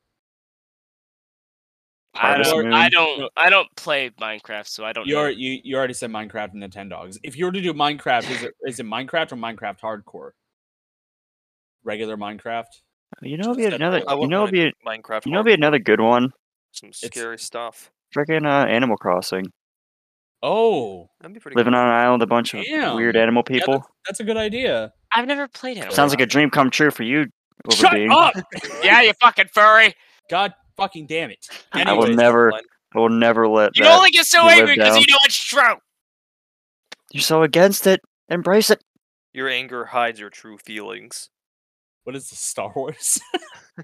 Speaker 3: I
Speaker 2: Harvest
Speaker 3: don't,
Speaker 2: Moon?
Speaker 3: I don't. I don't play Minecraft, so I don't.
Speaker 1: You,
Speaker 3: know.
Speaker 1: are, you you already said Minecraft and Nintendogs. If you were to do Minecraft, is it is it Minecraft or Minecraft hardcore? Regular Minecraft.
Speaker 2: You know,
Speaker 4: Just
Speaker 2: be
Speaker 4: that
Speaker 2: another.
Speaker 4: I
Speaker 2: You
Speaker 4: wouldn't
Speaker 2: know,
Speaker 4: wanna
Speaker 2: be
Speaker 4: do Minecraft.
Speaker 2: you know,
Speaker 4: hardcore.
Speaker 2: be another good one.
Speaker 4: some
Speaker 1: it's-
Speaker 4: scary stuff.
Speaker 2: Freaking uh, Animal Crossing.
Speaker 1: Oh,
Speaker 4: That'd be pretty.
Speaker 2: Living
Speaker 4: cool.
Speaker 2: on an island, with a bunch of weird
Speaker 1: Damn.
Speaker 2: animal
Speaker 1: yeah,
Speaker 2: people.
Speaker 1: that's, that's a good idea.
Speaker 3: I've never played it.
Speaker 2: Sounds like a dream come true for you. Over
Speaker 1: Shut
Speaker 2: being.
Speaker 1: up!
Speaker 3: yeah, you fucking furry.
Speaker 1: God fucking damn it!
Speaker 2: I will
Speaker 1: Anyways,
Speaker 2: never. I will never let.
Speaker 3: You
Speaker 2: that-
Speaker 3: only get so
Speaker 2: you live
Speaker 3: angry because you
Speaker 2: down.
Speaker 3: know it's true.
Speaker 2: You're so against it. Embrace it.
Speaker 4: Your anger hides your true feelings.
Speaker 1: What is this Star Wars?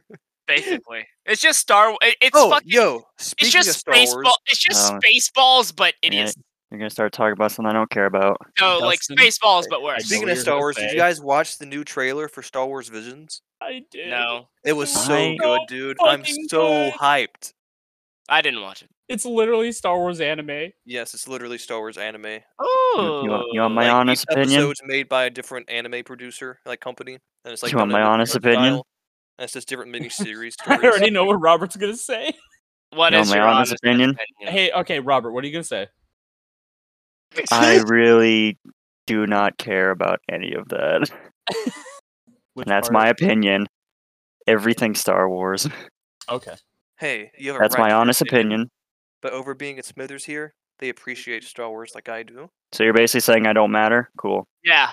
Speaker 3: Basically, it's just Star. Wa- it- It's fucking.
Speaker 4: Oh, yo!
Speaker 3: It's
Speaker 4: Speaking of
Speaker 3: just
Speaker 4: Star Wars,
Speaker 3: Spaceball. It's just
Speaker 2: No.
Speaker 3: Spaceballs, but it
Speaker 2: Yeah,
Speaker 3: is
Speaker 2: You're gonna start talking about something I don't care about.
Speaker 3: no like
Speaker 1: Dustin,
Speaker 3: Spaceballs, but worse.
Speaker 1: know
Speaker 4: speaking
Speaker 1: what
Speaker 4: of
Speaker 1: you're
Speaker 4: Star
Speaker 1: gonna
Speaker 4: Wars, did
Speaker 1: say.
Speaker 4: you guys watch the new trailer for Star Wars Visions?
Speaker 1: I did.
Speaker 3: No,
Speaker 4: It was so
Speaker 2: I-
Speaker 4: good, dude. I'm
Speaker 1: Fucking
Speaker 4: so
Speaker 1: good.
Speaker 4: hyped.
Speaker 3: I didn't watch it.
Speaker 1: it's literally Star Wars anime.
Speaker 4: Yes, it's literally Star Wars anime.
Speaker 3: Oh,
Speaker 2: You want, you want my
Speaker 4: like,
Speaker 2: honest
Speaker 4: each
Speaker 2: opinion?
Speaker 4: Episode's made by a different anime producer, like company, and it's like
Speaker 2: You want
Speaker 4: done in
Speaker 2: my
Speaker 4: a
Speaker 2: honest
Speaker 4: different
Speaker 2: opinion?
Speaker 4: style, And it's just different mini series.
Speaker 1: I
Speaker 4: stories.
Speaker 1: already know what Robert's gonna say.
Speaker 3: what
Speaker 2: You
Speaker 3: is
Speaker 2: want my
Speaker 3: your
Speaker 2: honest
Speaker 3: honest
Speaker 2: opinion?
Speaker 1: Hey, okay, Robert, what are you gonna say?
Speaker 2: I really do not care about any of that.
Speaker 1: Which
Speaker 2: and that's
Speaker 1: part-
Speaker 2: my opinion. Everything Star Wars.
Speaker 1: Okay.
Speaker 4: Hey, you have a
Speaker 2: That's
Speaker 4: right
Speaker 2: my
Speaker 4: to your
Speaker 2: honest opinion.
Speaker 4: But over being at Smithers here, they appreciate Star Wars like I do.
Speaker 2: So you're basically saying I don't matter? Cool.
Speaker 3: Yeah.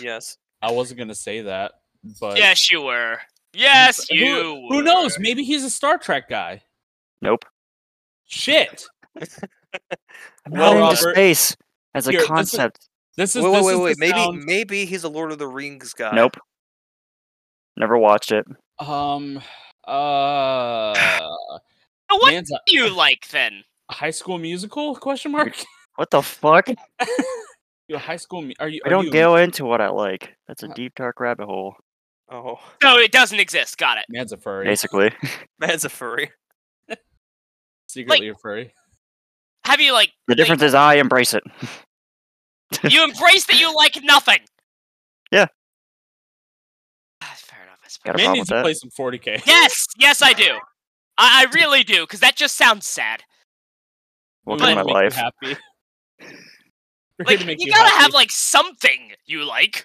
Speaker 4: Yes.
Speaker 1: I wasn't gonna say that, but
Speaker 3: yes, you were. Yes,
Speaker 1: Who-
Speaker 3: you.
Speaker 1: who
Speaker 3: were.
Speaker 1: knows? Maybe he's a Star Trek guy.
Speaker 2: Nope.
Speaker 1: Shit.
Speaker 2: I'm
Speaker 1: Well,
Speaker 2: not into
Speaker 1: Robert,
Speaker 2: space as a
Speaker 1: here, this is-
Speaker 2: concept.
Speaker 1: This is
Speaker 4: wait,
Speaker 1: this
Speaker 4: wait, wait,
Speaker 1: is the
Speaker 4: wait. Maybe,
Speaker 1: sound-
Speaker 4: maybe he's a Lord of the Rings guy.
Speaker 2: Nope. Never watched it.
Speaker 1: um uh
Speaker 3: So What
Speaker 1: man's a-
Speaker 3: do you like then?
Speaker 1: High School Musical question mark.
Speaker 2: What the fuck?
Speaker 1: You a high school? mu- Are you?
Speaker 2: I
Speaker 1: are
Speaker 2: don't
Speaker 1: you,
Speaker 2: go into what I like. That's a
Speaker 1: Uh,
Speaker 2: deep dark rabbit hole,
Speaker 4: Oh,
Speaker 3: No, it doesn't exist. Got it.
Speaker 1: Man's a furry.
Speaker 2: basically.
Speaker 4: man's a furry.
Speaker 1: Secretly a furry.
Speaker 3: Have you like
Speaker 2: The difference is I embrace it.
Speaker 3: you embrace that you like nothing?
Speaker 2: Yeah.
Speaker 3: Ah, Fair enough.
Speaker 2: Got a
Speaker 3: I suppose.
Speaker 1: Man
Speaker 2: problem
Speaker 1: needs
Speaker 2: with
Speaker 1: to
Speaker 2: that.
Speaker 1: play some 40k.
Speaker 3: Yes, yes, I do. I, I really do, because that just sounds sad.
Speaker 2: Welcome to
Speaker 1: We're here make
Speaker 2: my
Speaker 1: you
Speaker 2: life.
Speaker 1: Happy. We're here
Speaker 3: Like
Speaker 1: to make
Speaker 3: you, gotta
Speaker 1: happy.
Speaker 3: have like something you like.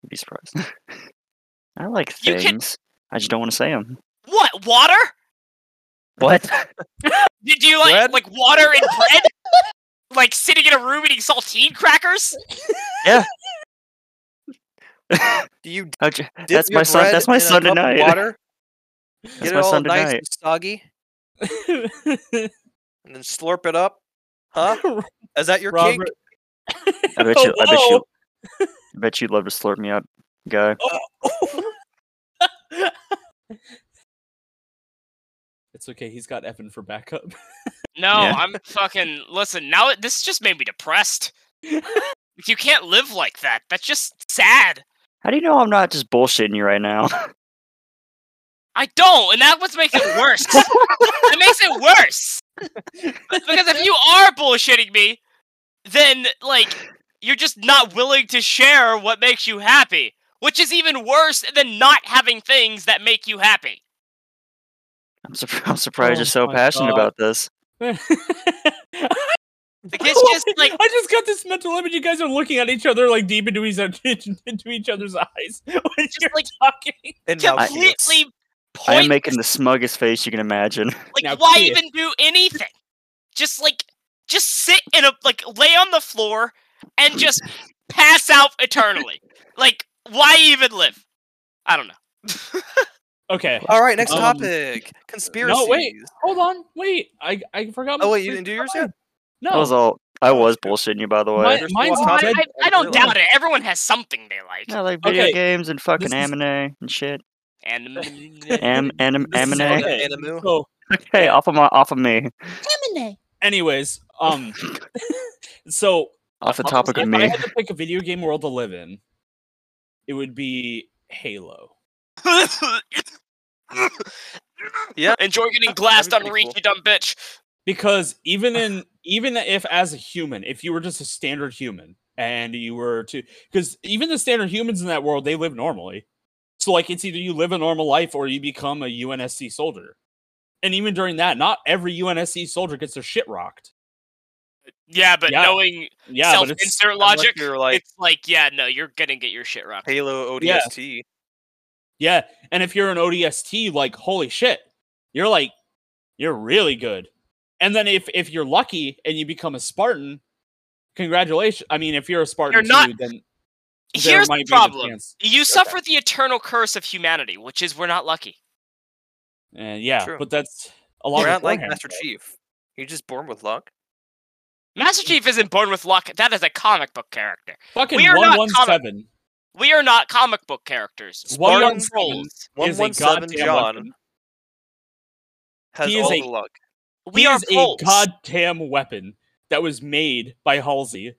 Speaker 2: You'd be surprised. I like
Speaker 3: You
Speaker 2: things.
Speaker 3: can-
Speaker 2: I just don't want to say them.
Speaker 3: What water?
Speaker 2: What?
Speaker 3: Do do you like
Speaker 4: Bread?
Speaker 3: like water and bread? like sitting in a room eating saltine crackers?
Speaker 4: Do you?
Speaker 2: How'd you-
Speaker 4: dip
Speaker 2: That's
Speaker 4: your
Speaker 2: my son-
Speaker 4: bread
Speaker 2: that's my
Speaker 4: in a
Speaker 2: son
Speaker 4: cup of
Speaker 2: tonight.
Speaker 4: Water,
Speaker 2: That's
Speaker 4: get
Speaker 2: my
Speaker 4: it all
Speaker 2: son
Speaker 4: nice
Speaker 2: tonight.
Speaker 4: and soggy, and then slurp it up. Huh?
Speaker 1: Robert,
Speaker 4: Is that your cake?
Speaker 2: I bet you. I bet
Speaker 1: Hello?
Speaker 2: you. I bet you'd love to slurp me up, guy.
Speaker 1: It's okay. He's got Evan for backup.
Speaker 3: No,
Speaker 2: Yeah.
Speaker 3: I'm fucking listen, now it, this just made me depressed. Like, you can't live like that. That's just sad.
Speaker 2: How do you know I'm not just bullshitting you right now?
Speaker 3: I don't, and that what's making it worse. that makes it worse. because if you are bullshitting me, then like you're just not willing to share what makes you happy, which is even worse than not having things that make you happy.
Speaker 2: I'm, surp- I'm surprised
Speaker 1: Oh
Speaker 2: you're so
Speaker 1: my
Speaker 2: passionate
Speaker 1: God.
Speaker 2: about this.
Speaker 3: it's just like-
Speaker 1: I just got this mental image. You guys are looking at each other like deep into each into each other's eyes when you're
Speaker 3: like-
Speaker 1: talking.
Speaker 4: And now kiss.
Speaker 3: Completely
Speaker 2: I am
Speaker 3: pointless.
Speaker 2: making the smuggest face you can imagine.
Speaker 3: like
Speaker 1: now
Speaker 3: why
Speaker 1: kiss.
Speaker 3: even do anything? Just like just sit in a like lay on the floor and just pass out eternally. Like why even live? I don't know.
Speaker 1: Okay,
Speaker 4: All right, next
Speaker 1: Um,
Speaker 4: topic. Conspiracies.
Speaker 1: wait. hold on, wait. I I forgot.
Speaker 4: Oh
Speaker 1: my
Speaker 4: wait, you
Speaker 1: freaking
Speaker 4: didn't do yours
Speaker 1: mind.
Speaker 4: yet.
Speaker 2: That
Speaker 1: No,
Speaker 2: was all. I was bullshitting you, by the way.
Speaker 1: Oh my,
Speaker 4: There's
Speaker 1: mine's
Speaker 4: one
Speaker 3: I,
Speaker 4: topic.
Speaker 1: dead.
Speaker 3: I, I don't
Speaker 4: Really?
Speaker 3: doubt it. Everyone has something they like.
Speaker 2: Yeah, like video
Speaker 1: Okay,
Speaker 2: games and fucking
Speaker 1: is-
Speaker 2: anime and shit.
Speaker 3: And
Speaker 2: Am anim,
Speaker 1: This is
Speaker 2: anime.
Speaker 1: okay.
Speaker 4: Animu.
Speaker 1: So,
Speaker 2: Okay, off of my, off of me,
Speaker 1: anyways, um, so
Speaker 2: off
Speaker 1: honestly,
Speaker 2: the topic of
Speaker 1: if I
Speaker 2: me.
Speaker 1: had to pick a video game world to live in, it would be Halo.
Speaker 4: Yeah.
Speaker 3: Enjoy getting glassed on
Speaker 4: pretty
Speaker 3: reach,
Speaker 4: cool.
Speaker 3: you dumb bitch.
Speaker 1: because even in even if as a human if you were just a standard human and you were to because even the standard humans in that world they live normally so like it's either you live a normal life or you become a unsc soldier and even during that not every unsc soldier gets their shit rocked
Speaker 3: Yeah, but
Speaker 1: Yeah.
Speaker 3: knowing
Speaker 1: yeah but it's,
Speaker 3: self-insert
Speaker 4: Unless
Speaker 3: logic,
Speaker 4: You're like
Speaker 3: it's like, yeah, no, you're gonna get your shit rocked.
Speaker 4: Halo
Speaker 1: Yeah.
Speaker 4: ODST.
Speaker 1: yeah and if you're an odst like holy shit you're like you're really good and then if if you're lucky and you become a spartan congratulations i mean if you're a spartan
Speaker 3: You're not-
Speaker 1: too, then there
Speaker 3: Here's
Speaker 1: might
Speaker 3: the
Speaker 1: be
Speaker 3: problem:
Speaker 1: chance.
Speaker 3: you suffer the eternal curse of humanity, which is we're not lucky.
Speaker 1: And yeah,
Speaker 4: True.
Speaker 1: but that's a lot
Speaker 4: You're not like
Speaker 1: beforehand,
Speaker 4: Master
Speaker 1: though.
Speaker 4: Chief. You're just born with luck.
Speaker 3: Master Chief isn't born with luck. That is a comic book character. We
Speaker 1: Fucking
Speaker 3: are
Speaker 1: one
Speaker 3: not
Speaker 1: one seven.
Speaker 3: We are not comic book characters. We are
Speaker 4: Spartans-
Speaker 3: trolls.
Speaker 1: One one
Speaker 4: 117
Speaker 1: seven
Speaker 4: John
Speaker 1: John.
Speaker 4: Has
Speaker 1: He is
Speaker 4: all
Speaker 1: a-
Speaker 4: the luck.
Speaker 3: We are
Speaker 1: is a
Speaker 3: trolls.
Speaker 1: goddamn weapon that was made by Halsey,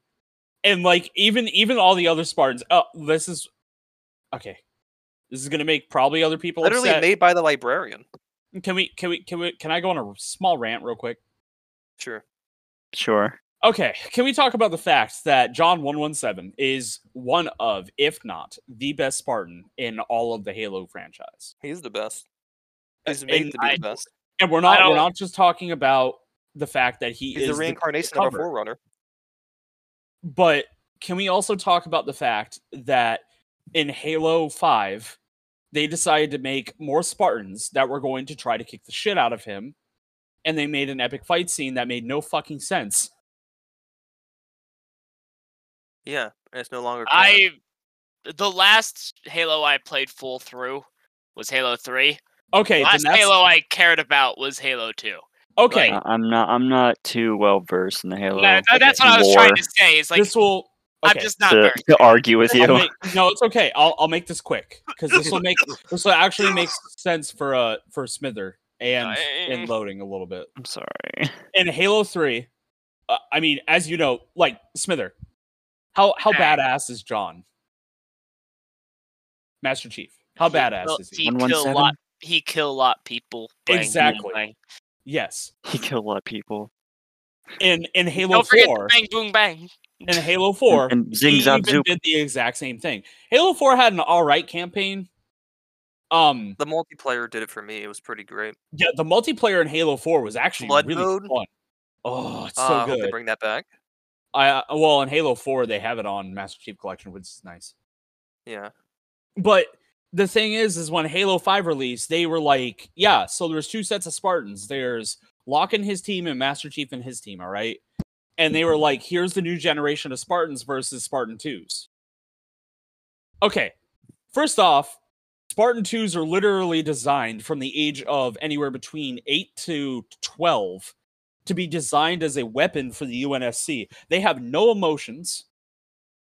Speaker 1: and like even even all the other Spartans. Oh, this is okay. This is gonna make probably other people
Speaker 4: Literally
Speaker 1: upset.
Speaker 4: made by the librarian.
Speaker 1: can we can we can we can I go on a small rant real quick?
Speaker 4: Sure.
Speaker 2: Sure.
Speaker 1: Okay, can we talk about the fact that John 117 is one of, if not the best Spartan in all of the Halo franchise?
Speaker 4: He's the best. He's
Speaker 1: And
Speaker 4: made to be
Speaker 3: I-
Speaker 4: the best.
Speaker 1: and we're
Speaker 3: I
Speaker 1: not we're
Speaker 3: don't-
Speaker 1: not just talking about the fact that he
Speaker 4: He's
Speaker 1: is
Speaker 4: the
Speaker 1: the-
Speaker 4: reincarnation of
Speaker 1: cover.
Speaker 4: a forerunner.
Speaker 1: but can we also talk about the fact that in Halo 5, they decided to make more Spartans that were going to try to kick the shit out of him. And they made an epic fight scene that made no fucking sense.
Speaker 4: Yeah, and it's no longer. canon.
Speaker 3: I the last Halo I played full through was Halo 3.
Speaker 1: Okay, then
Speaker 3: last
Speaker 1: that's,
Speaker 3: Halo I cared about was Halo 2.
Speaker 1: okay,
Speaker 2: I- I'm not. I'm not too well versed in the Halo.
Speaker 3: That- that- that's what I was trying
Speaker 2: lore
Speaker 3: to say. Is like
Speaker 1: this will.
Speaker 3: I'm
Speaker 1: Okay.
Speaker 3: just not
Speaker 2: to,
Speaker 3: very.
Speaker 2: to argue with
Speaker 1: I'll
Speaker 2: you.
Speaker 1: make- no, it's okay. I'll I'll make this quick because this will make this will actually make sense for uh for Smither and and
Speaker 3: I-
Speaker 1: loading a little bit
Speaker 2: I'm sorry.
Speaker 1: in Halo Three. Uh, I mean, as you know, like Smither, how how
Speaker 3: Alright.
Speaker 1: badass is John? Master Chief, how
Speaker 3: He
Speaker 1: badass
Speaker 3: kill-
Speaker 1: is he?
Speaker 3: He kill a
Speaker 2: 117?
Speaker 3: lot. He kill a lot people. playing Halo
Speaker 1: Exactly.
Speaker 3: Bang.
Speaker 1: Yes,
Speaker 2: He killed a lot of people.
Speaker 1: in in Halo
Speaker 3: Don't forget
Speaker 1: Four,
Speaker 3: the bang boom bang.
Speaker 1: in Halo Four,
Speaker 2: and, and
Speaker 1: he
Speaker 2: zing zap
Speaker 1: even
Speaker 2: zoop.
Speaker 1: did the exact same thing. Halo Four had an all right campaign. Um,
Speaker 4: the multiplayer did it for me. It was pretty great.
Speaker 1: Yeah, the multiplayer in Halo Four was actually
Speaker 4: Blood
Speaker 1: really
Speaker 4: mode?
Speaker 1: fun. Oh, it's so
Speaker 4: Uh,
Speaker 3: Ah,
Speaker 4: I hope
Speaker 1: good.
Speaker 4: they bring that back.
Speaker 1: I uh, well in Halo Four they have it on Master Chief Collection, which is nice.
Speaker 4: Yeah.
Speaker 1: But the thing is, is when Halo Five released, they were like, yeah, so there's two sets of Spartans. There's Locke and his team, and Master Chief and his team. All right, and they were like, here's the new generation of Spartans versus Spartan Twos. Okay, first off, Spartan Twos are literally designed from the age of anywhere between eight to twelve to be designed as a weapon for the UNSC. They have no emotions.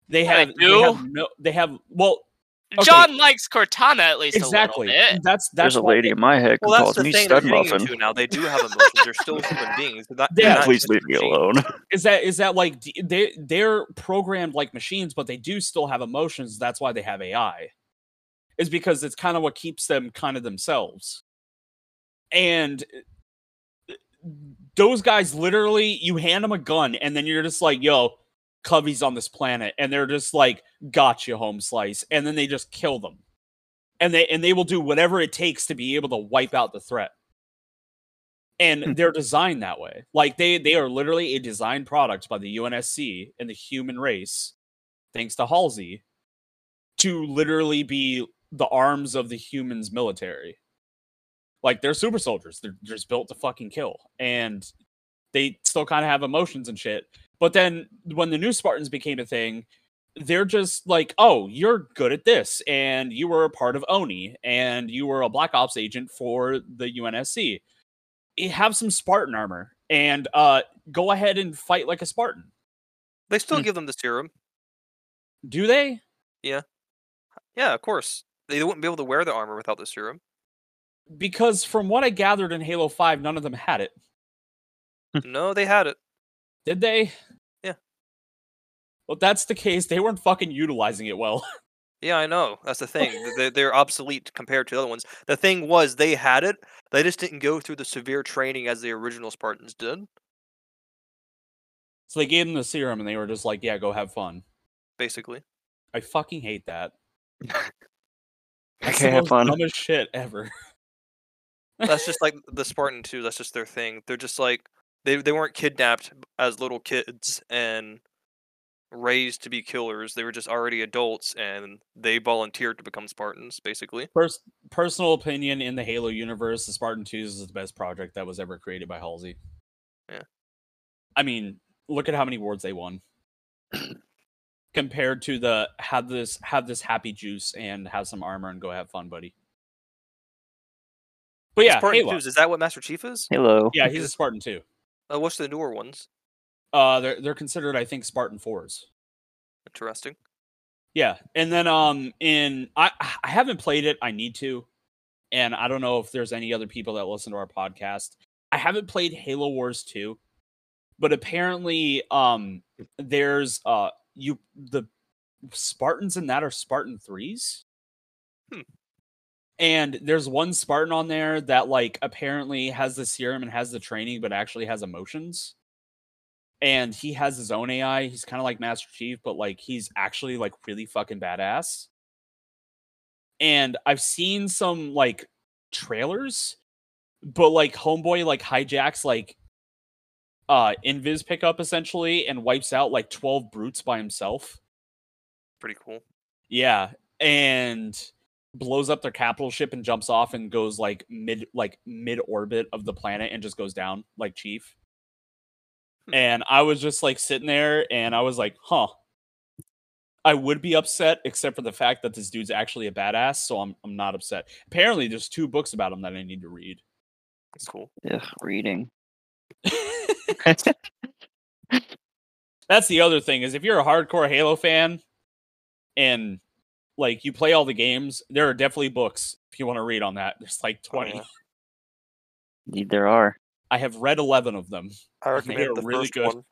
Speaker 1: They
Speaker 3: Yeah,
Speaker 1: have,
Speaker 3: they
Speaker 1: they have no. They have well, Okay.
Speaker 3: John likes Cortana at least
Speaker 1: exactly.
Speaker 3: a little bit.
Speaker 1: That's that's
Speaker 2: There's a
Speaker 1: why
Speaker 2: lady
Speaker 1: they-
Speaker 2: in my head who
Speaker 4: Well, that's
Speaker 2: calls
Speaker 4: the
Speaker 2: me
Speaker 4: thing they're
Speaker 2: stud
Speaker 4: getting
Speaker 2: muffin.
Speaker 4: into now. They do have emotions. They're still human beings. They're not, they're
Speaker 1: Yeah,
Speaker 4: not
Speaker 2: Please
Speaker 4: just
Speaker 2: leave me
Speaker 4: machines.
Speaker 2: alone.
Speaker 1: Is that is that like d- they they're programmed like machines, but they do still have emotions. That's why they have AI. Is because it's kind of what keeps them kind of themselves. And uh, those guys literally, you hand them a gun, and then you're just like, "Yo, Covey's on this planet," and they're just like, "Gotcha, home slice," and then they just kill them. And they and they will do whatever it takes to be able to wipe out the threat
Speaker 2: Hmm.
Speaker 1: and they're designed that way. Like they they are literally a design product by the UNSC and the human race, thanks to Halsey, to literally be the arms of the humans military. Like they're super soldiers. They're just built to fucking kill, and they still kind of have emotions and shit. But then when the new Spartans became a thing, they're just like, oh, you're good at this, and you were a part of Oni, and you were a Black Ops agent for the UNSC eh, have some Spartan armor and uh, go ahead and fight like a Spartan.
Speaker 4: They still
Speaker 2: Hmm.
Speaker 4: give them the serum.
Speaker 1: Do they?
Speaker 4: Yeah, of course. They wouldn't be able to wear the armor without the serum.
Speaker 1: Because from what I gathered in Halo 5, none of them had it. Hmm.
Speaker 4: no, they had it.
Speaker 1: Did they?
Speaker 4: Yeah.
Speaker 1: Well, if that's the case. They weren't fucking utilizing it well.
Speaker 4: Yeah, I know. That's the thing. th- They're, they're obsolete compared to the other ones. The thing was, they had it. They just didn't go through the severe training as the original Spartans did,
Speaker 1: so they gave them the serum and they were just like, yeah, go have fun.
Speaker 4: basically.
Speaker 1: I fucking hate that. That's the
Speaker 2: okay, have
Speaker 1: most
Speaker 2: fun.
Speaker 1: Dumbest shit ever.
Speaker 4: That's just like the Spartan 2. That's just their thing. They're just like, they, they weren't kidnapped as little kids and raised to be killers. They were just already adults and they volunteered to become Spartans, basically.
Speaker 1: First personal opinion in the Halo universe, the Spartan 2s is the best project that was ever created by Halsey.
Speaker 4: Yeah.
Speaker 1: I mean, look at how many awards they won. Compared to the have this have this happy juice and have some armor and go have fun, buddy. But
Speaker 4: The
Speaker 1: yeah,
Speaker 4: Spartan
Speaker 1: Halo.
Speaker 4: 2s, is that what Master Chief is?
Speaker 2: Hello.
Speaker 1: Yeah, he's a Spartan too.
Speaker 4: Uh, what's the newer ones?
Speaker 1: Uh they're they're considered, I think, Spartan fours.
Speaker 4: Interesting.
Speaker 1: Yeah, and then um in I I haven't played it. I need to, and I don't know if there's any other people that listen to our podcast. I haven't played Halo Wars two, but apparently um there's uh you the Spartans in that are Spartan threes.
Speaker 4: Hmm.
Speaker 1: And there's one Spartan on there that like apparently has the serum and has the training, but actually has emotions and he has his own AI. He's kind of like Master Chief, but like he's actually like really fucking badass. And I've seen some like trailers, but like Homeboy like hijacks like uh Invis pickup essentially and wipes out like 12 brutes by himself.
Speaker 4: Pretty cool.
Speaker 1: Yeah. and blows up their capital ship and jumps off and goes like mid like mid orbit of the planet and just goes down like chief. And I was just like sitting there and I was like, huh. I would be upset except for the fact that this dude's actually a badass, so I'm I'm not upset. Apparently there's two books about him that I need to read.
Speaker 4: It's cool.
Speaker 2: Ugh, reading.
Speaker 1: That's the other thing is if you're a hardcore Halo fan and like you play all the games, there are definitely books if you want to read on that. There's like 20.
Speaker 4: yeah.
Speaker 2: Indeed, there are.
Speaker 1: I have read 11 of them.
Speaker 4: I
Speaker 1: They
Speaker 4: recommend
Speaker 1: are
Speaker 4: the
Speaker 1: really
Speaker 4: first
Speaker 1: good.
Speaker 4: one.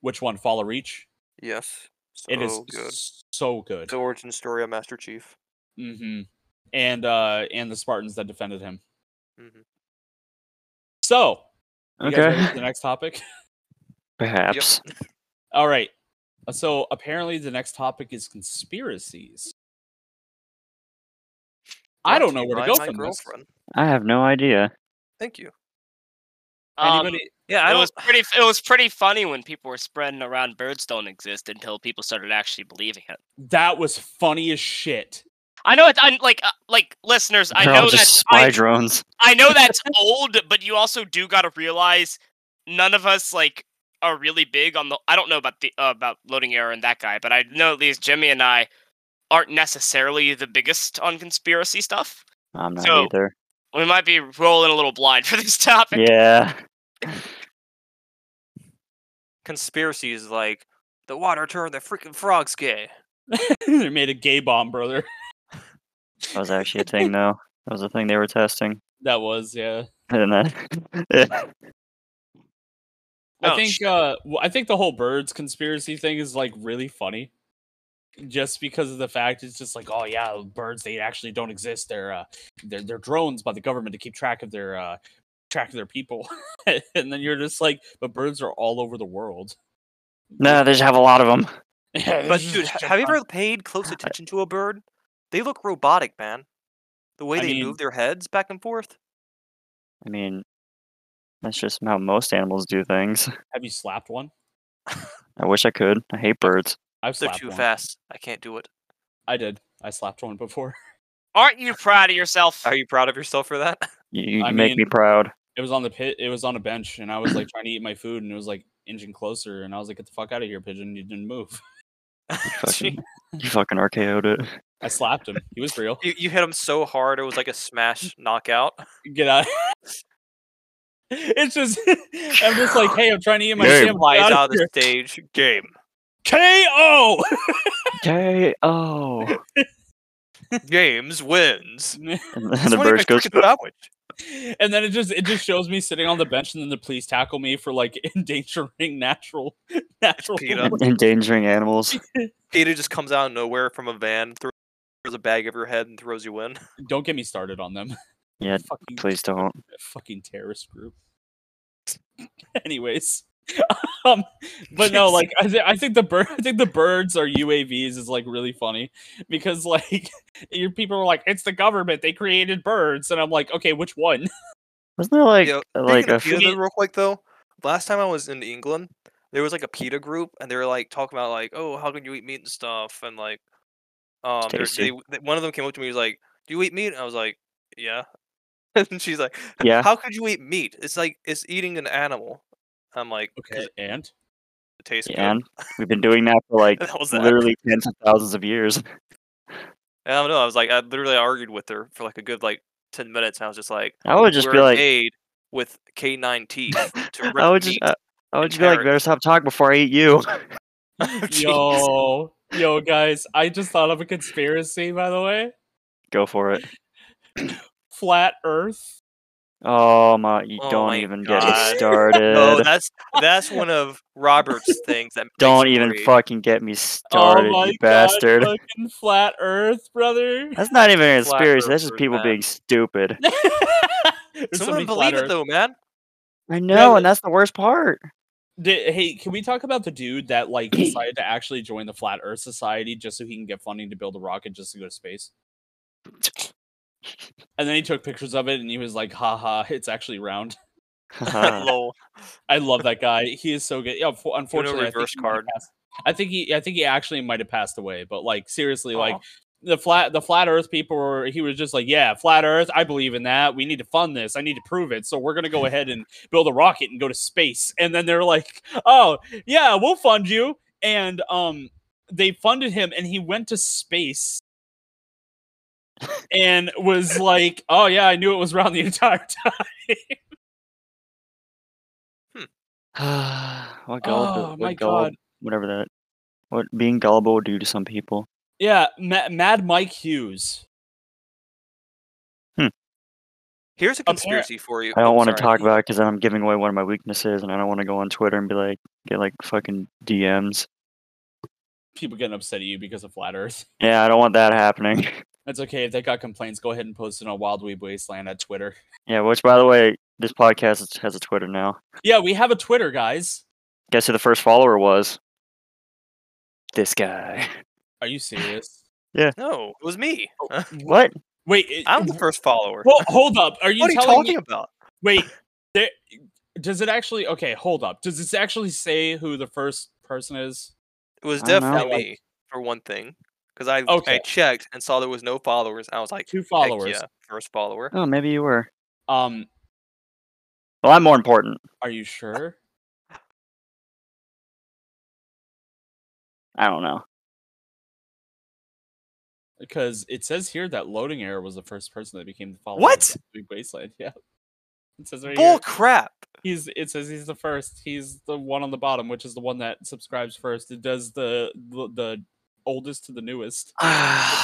Speaker 1: Which one? Follow Reach?
Speaker 4: Yes. So
Speaker 1: It is
Speaker 4: Oh, good.
Speaker 1: s- so good.
Speaker 4: The origin story of Master Chief.
Speaker 1: hmm And uh and the Spartans that defended him.
Speaker 4: Mhm.
Speaker 1: So, you guys ready
Speaker 2: Okay.
Speaker 1: for the next topic?
Speaker 2: Perhaps.
Speaker 1: All right. Uh, So apparently the next topic is conspiracies. I
Speaker 4: Brought
Speaker 1: don't
Speaker 4: to
Speaker 1: know
Speaker 4: you
Speaker 1: where to
Speaker 4: by
Speaker 1: go
Speaker 4: my
Speaker 1: from this.
Speaker 4: girlfriend.
Speaker 2: I have no idea.
Speaker 4: Thank you.
Speaker 3: Um,
Speaker 1: Anybody-
Speaker 4: Yeah,
Speaker 3: it
Speaker 4: I don't.
Speaker 3: was pretty. It was pretty funny when people were spreading around birds don't exist until people started actually believing it.
Speaker 1: That was funny as shit.
Speaker 3: I know it's I'm like uh, like listeners. I
Speaker 2: They're all
Speaker 3: know
Speaker 2: just
Speaker 3: that's
Speaker 2: spy
Speaker 3: I,
Speaker 2: drones.
Speaker 3: I know that's old, but you also do gotta realize none of us like are really big on the. I don't know about the uh, about loading error and that guy, but I know at least Jimmy and I aren't necessarily the biggest on conspiracy stuff.
Speaker 2: I'm not
Speaker 3: So-
Speaker 2: either.
Speaker 3: We might be rolling a little blind for this topic.
Speaker 2: Yeah.
Speaker 4: Conspiracies like the water turned the freaking frogs gay.
Speaker 1: they made a gay bomb, brother.
Speaker 2: That was actually a thing, though. That was a thing they were testing.
Speaker 1: That was, yeah.
Speaker 2: And that,
Speaker 1: I
Speaker 4: Oh,
Speaker 3: No,
Speaker 1: think
Speaker 3: sh-
Speaker 1: uh w- I think the whole birds conspiracy thing is like really funny. Just because of the fact it's just like, oh yeah, birds they actually don't exist. They're uh they're they're drones by the government to keep track of their uh track of their people. and then you're just like, but birds are all over the world.
Speaker 2: no, they just have a lot of them.
Speaker 4: But dude, ha- have you ever paid close attention to a bird? They look robotic, man. The way
Speaker 1: I
Speaker 4: they
Speaker 1: mean-
Speaker 4: move their heads back and forth.
Speaker 2: I mean, that's just how most animals do things.
Speaker 1: have you slapped one?
Speaker 2: I wish I could. I hate birds.
Speaker 1: I've
Speaker 4: They're
Speaker 1: slapped
Speaker 4: too
Speaker 1: one.
Speaker 4: fast. I can't do it.
Speaker 1: I did. I slapped one before.
Speaker 3: aren't you proud of yourself?
Speaker 4: Are you proud of yourself for that?
Speaker 2: You, you
Speaker 1: I
Speaker 2: make me
Speaker 1: mean-
Speaker 2: proud.
Speaker 1: It was on the pit it was on a bench and I was like trying to eat my food and it was like inching closer and I was like, Get the fuck out of here, pigeon, you didn't move.
Speaker 2: Fucking, you fucking RKO'd it.
Speaker 1: I slapped him. He was real.
Speaker 4: You, you hit him so hard it was like a smash knockout.
Speaker 1: get out. it's just I'm just like, hey, I'm trying to eat my
Speaker 2: Game.
Speaker 1: sandwich.
Speaker 4: Flies
Speaker 1: Get
Speaker 4: out
Speaker 1: out
Speaker 4: of the stage. Game.
Speaker 1: KO.
Speaker 2: K.O.
Speaker 4: James wins.
Speaker 2: And then the bird goes,
Speaker 1: and then it just it just shows me sitting on the bench, and then the police tackle me for like endangering natural natural.
Speaker 4: PETA.
Speaker 2: endangering animals.
Speaker 4: Peter just comes out of nowhere from a van, throws a bag over your head, and throws you in.
Speaker 1: Don't get me started on them.
Speaker 2: Yeah,
Speaker 1: fucking,
Speaker 2: Please don't.
Speaker 1: fucking terrorist group. Anyways. um but no like I, th- I think the bird i think the birds are uavs is like really funny because like your people are like it's the government they created birds and i'm like okay which one
Speaker 2: Wasn't there like
Speaker 4: Yo,
Speaker 2: uh, like
Speaker 4: speaking
Speaker 2: a
Speaker 4: of
Speaker 2: f-
Speaker 4: PETA real quick though, last time I was in England, there was like a PETA group, and they were like talking about like, oh, how can you eat meat and stuff, and like, um, they, were-
Speaker 2: tasty.
Speaker 4: they, they- one of them came up to me, he was like, do you eat meat? I was like, yeah. and she's like,
Speaker 2: yeah?
Speaker 4: how could you eat meat? It's like it's eating an animal. I'm like, okay,
Speaker 1: okay and
Speaker 4: it tastes
Speaker 2: yeah,
Speaker 4: good.
Speaker 2: and we've been doing that for like
Speaker 4: That was that.
Speaker 2: literally tens of thousands of years.
Speaker 4: And I don't know. I was like, I literally argued with her for like a good like ten minutes. And I was just like,
Speaker 2: I would just be
Speaker 4: "We're
Speaker 2: like,
Speaker 4: made with canine teeth. to rip
Speaker 2: I would just, uh,
Speaker 4: meat."
Speaker 2: I, I would
Speaker 4: and
Speaker 2: just be like, better
Speaker 4: carrots.
Speaker 2: stop talking before I eat you.
Speaker 4: Jeez.
Speaker 1: Yo, yo, guys! I just thought of a conspiracy. By the way,
Speaker 2: Go for it.
Speaker 1: flat Earth.
Speaker 2: Oh my! You
Speaker 4: Oh
Speaker 2: don't
Speaker 4: my
Speaker 2: even get
Speaker 4: God.
Speaker 2: me started.
Speaker 4: No, Oh, that's that's one of Robert's things that makes
Speaker 2: don't
Speaker 4: me
Speaker 2: even
Speaker 4: rage.
Speaker 2: fucking get me started,
Speaker 1: oh my
Speaker 2: you bastard.
Speaker 1: God, fucking flat Earth, brother!
Speaker 2: That's not even a
Speaker 4: Flat
Speaker 2: conspiracy. That's just
Speaker 4: earthers,
Speaker 2: people
Speaker 4: man.
Speaker 2: being stupid.
Speaker 1: There's so
Speaker 4: Someone
Speaker 1: many
Speaker 4: believe
Speaker 1: flat
Speaker 4: it
Speaker 1: Earth-
Speaker 4: though, man.
Speaker 2: I know,
Speaker 1: but-
Speaker 2: and that's the worst part.
Speaker 1: Di- hey, can we talk about the dude that like decided to actually join the Flat Earth Society just so he can get funding to build a rocket just to go to space? And then he took pictures of it, and he was like, "Ha ha, it's actually round."
Speaker 2: Haha.
Speaker 4: Lol.
Speaker 1: I love that guy. He is so good. Yeah, unfo- unfortunately, I think
Speaker 4: reverse
Speaker 1: he might have
Speaker 4: card.
Speaker 1: passed- I think he, I think he actually might have passed away. But like, seriously, like
Speaker 4: Aw.
Speaker 1: the flat the flat Earth people were. He was just like, yeah, flat Earth. I believe in that. We need to fund this. I need to prove it. So we're gonna go ahead and build a rocket and go to space. And then they're like, oh yeah, we'll fund you. And um, they funded him, and he went to space. and was like, "Oh yeah, I knew it was wrong the entire time."
Speaker 2: what gullible,
Speaker 1: Oh,
Speaker 2: what
Speaker 1: my
Speaker 2: gull-
Speaker 1: God.
Speaker 2: whatever that, what being gullible will do to some people.
Speaker 1: Yeah, Ma- Mad Mike Hughes.
Speaker 4: Here's a
Speaker 1: Appar-
Speaker 4: conspiracy for you.
Speaker 2: I don't
Speaker 4: Oh,
Speaker 2: want to
Speaker 4: sorry.
Speaker 2: talk about it because I'm giving away one of my weaknesses, and I don't want to go on Twitter and be like, get like fucking DMs.
Speaker 1: People getting upset at you because of flat Earth.
Speaker 2: Yeah, I don't want that happening.
Speaker 1: That's okay. If they got complaints, go ahead and post it on Wild Weeb Wasteland at Twitter.
Speaker 2: yeah, which by the way, this podcast is- has a Twitter now.
Speaker 1: Yeah, we have a Twitter, guys.
Speaker 2: Guess who the first follower was? This guy.
Speaker 1: Are you serious?
Speaker 4: No, it was me.
Speaker 1: Oh,
Speaker 2: What?
Speaker 1: Wait, it,
Speaker 4: I'm the first follower.
Speaker 1: well, hold up. Are you
Speaker 4: what are you
Speaker 1: telling me?
Speaker 4: talking about?
Speaker 1: Wait, there, does it actually? Okay, hold up. Does this actually say who the first person is?
Speaker 4: It was
Speaker 2: I don't know.
Speaker 4: definitely me for one thing, because I I
Speaker 1: Okay.
Speaker 4: checked and saw there was no followers. I was like,
Speaker 1: Two
Speaker 4: heck
Speaker 1: followers.
Speaker 4: yeah, first follower.
Speaker 2: Oh, maybe you were.
Speaker 1: Um,
Speaker 2: Well, I'm more important.
Speaker 1: are you sure?
Speaker 2: I don't know.
Speaker 1: Because it says here that Loading Error was the first person that became the follower.
Speaker 4: What?
Speaker 1: of Wild Weeb Wasteland. Yeah. It says right here.
Speaker 4: Bull crap.
Speaker 1: he's it says he's the first he's the one on the bottom which is the one that subscribes first it does the the, the oldest to the newest
Speaker 2: Ah,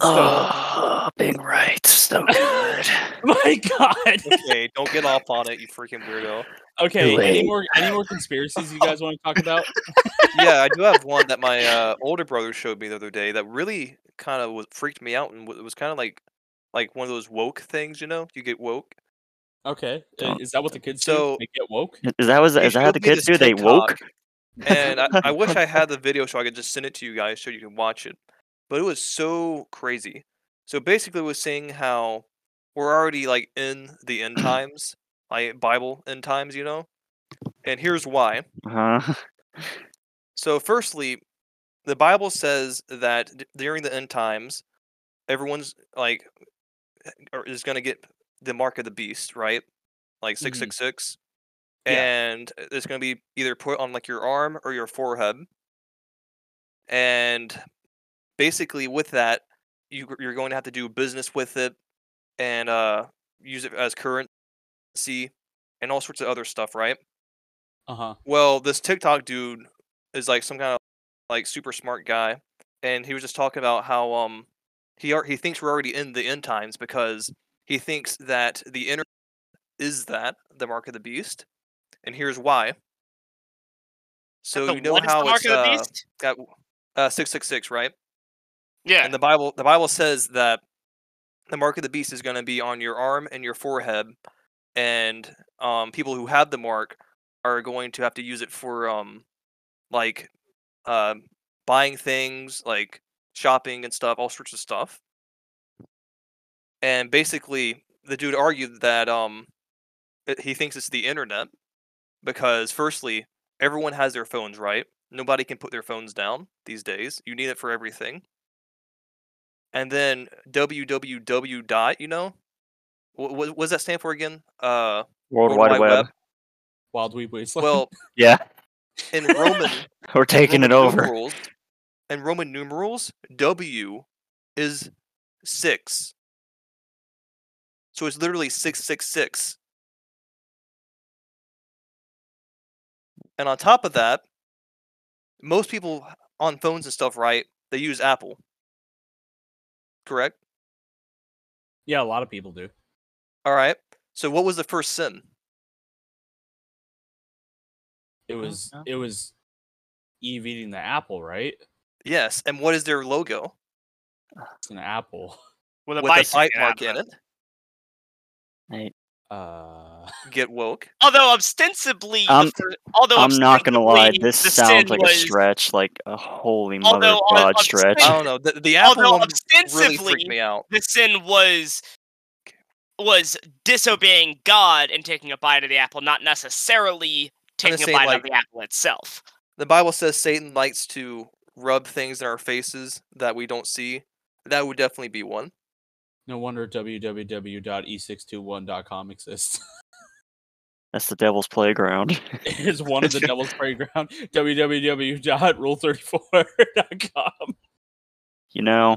Speaker 1: so,
Speaker 2: being right, so good.
Speaker 1: my god
Speaker 4: Okay, don't get off on it, you freaking weirdo.
Speaker 1: okay any
Speaker 2: late.
Speaker 1: more any more conspiracies you guys want to talk about
Speaker 4: yeah, I do have one that my uh, older brother showed me the other day that really kind of was freaked me out, and w- it was kind of like like one of those woke things, you know? You get woke.
Speaker 1: okay uh,
Speaker 2: Don't.
Speaker 1: is that what the kids
Speaker 4: So-
Speaker 1: do they get woke
Speaker 2: is that was
Speaker 4: He
Speaker 2: is that how
Speaker 4: showed
Speaker 2: the
Speaker 4: me
Speaker 2: kids do?
Speaker 4: this
Speaker 2: They woke.
Speaker 4: TikTok, And I, I wish I had the video so I could just send it to you guys so you can watch it. But it was so crazy. So basically, it was saying how we're already like in the end times, like Bible end times, you know. And here's why.
Speaker 2: Huh?
Speaker 4: So, firstly, the Bible says that d- during the end times, everyone's like eh, or is going to get the mark of the beast, right? Like
Speaker 1: Mhm.
Speaker 4: six six six,
Speaker 1: Yeah.
Speaker 4: and eh, it's going to be either put on like your arm or your forehead. And basically, with that, you g- you're going to have to do business with it and uh, use it as currency and all sorts of other stuff, right?
Speaker 1: uh-huh
Speaker 4: Well, this TikTok dude is like some kind of like super smart guy, and he was just talking about how um he ar- he thinks we're already in the end times because he thinks that the inner is that the mark of the beast, and here's why. So
Speaker 3: the
Speaker 4: you know
Speaker 3: what is
Speaker 4: how
Speaker 3: the mark
Speaker 4: it's
Speaker 3: of the
Speaker 4: uh,
Speaker 3: beast?
Speaker 4: got uh six six six right,
Speaker 3: Yeah.
Speaker 4: and the Bible the Bible says that the mark of the beast is going to be on your arm and your forehead, and um, people who have the mark are going to have to use it for um, like uh, buying things, like shopping and stuff, all sorts of stuff. And basically, the dude argued that um, it- he thinks it's the internet because, firstly, everyone has their phones, right? Nobody can put their phones down these days. You need it for everything. And then www dot, you know, what, what does that stand for again? Uh,
Speaker 2: World Wide, Web.
Speaker 1: wild weeb wasteland
Speaker 4: Well,
Speaker 2: Yeah,
Speaker 4: in Roman,
Speaker 2: we're taking
Speaker 4: Roman
Speaker 2: it over.
Speaker 4: numerals, in Roman numerals, W is six. So it's literally six six six. And on top of that, most people on phones and stuff, right? They use Apple. Correct.
Speaker 1: yeah a lot of people do
Speaker 4: All right. So what was the first sin?
Speaker 1: it was
Speaker 2: know.
Speaker 1: it was eve eating the apple right
Speaker 4: Yes. And what is their logo?
Speaker 1: it's an apple
Speaker 3: with a
Speaker 4: With the
Speaker 3: bicycle
Speaker 4: bite mark
Speaker 3: after
Speaker 4: in it.
Speaker 1: uh
Speaker 4: Get woke.
Speaker 3: Although ostensibly, the
Speaker 2: I'm-
Speaker 3: fir- although
Speaker 2: I'm not gonna lie.
Speaker 3: ostensibly
Speaker 2: This
Speaker 3: the
Speaker 2: sounds
Speaker 3: sin
Speaker 2: like a
Speaker 3: was-
Speaker 2: stretch, like a holy mother
Speaker 3: Although
Speaker 2: of
Speaker 3: on-
Speaker 2: God
Speaker 3: on
Speaker 2: stretch.
Speaker 4: I
Speaker 3: Hey,
Speaker 4: don't know. The, the
Speaker 2: Oh,
Speaker 4: Apple
Speaker 3: Although
Speaker 4: one really
Speaker 3: ostensibly,
Speaker 4: freaked me out.
Speaker 3: the sin was was disobeying God and taking a bite of the apple, not necessarily taking a
Speaker 4: saying,
Speaker 3: bite
Speaker 4: like-
Speaker 3: of the apple itself.
Speaker 4: The Bible says Satan likes to rub things in our faces that we don't see, that would definitely be one.
Speaker 1: No wonder E www.e621.com exists.
Speaker 2: That's the devil's playground.
Speaker 1: It is one of the devil's playground. www.rule34.com.
Speaker 2: You know,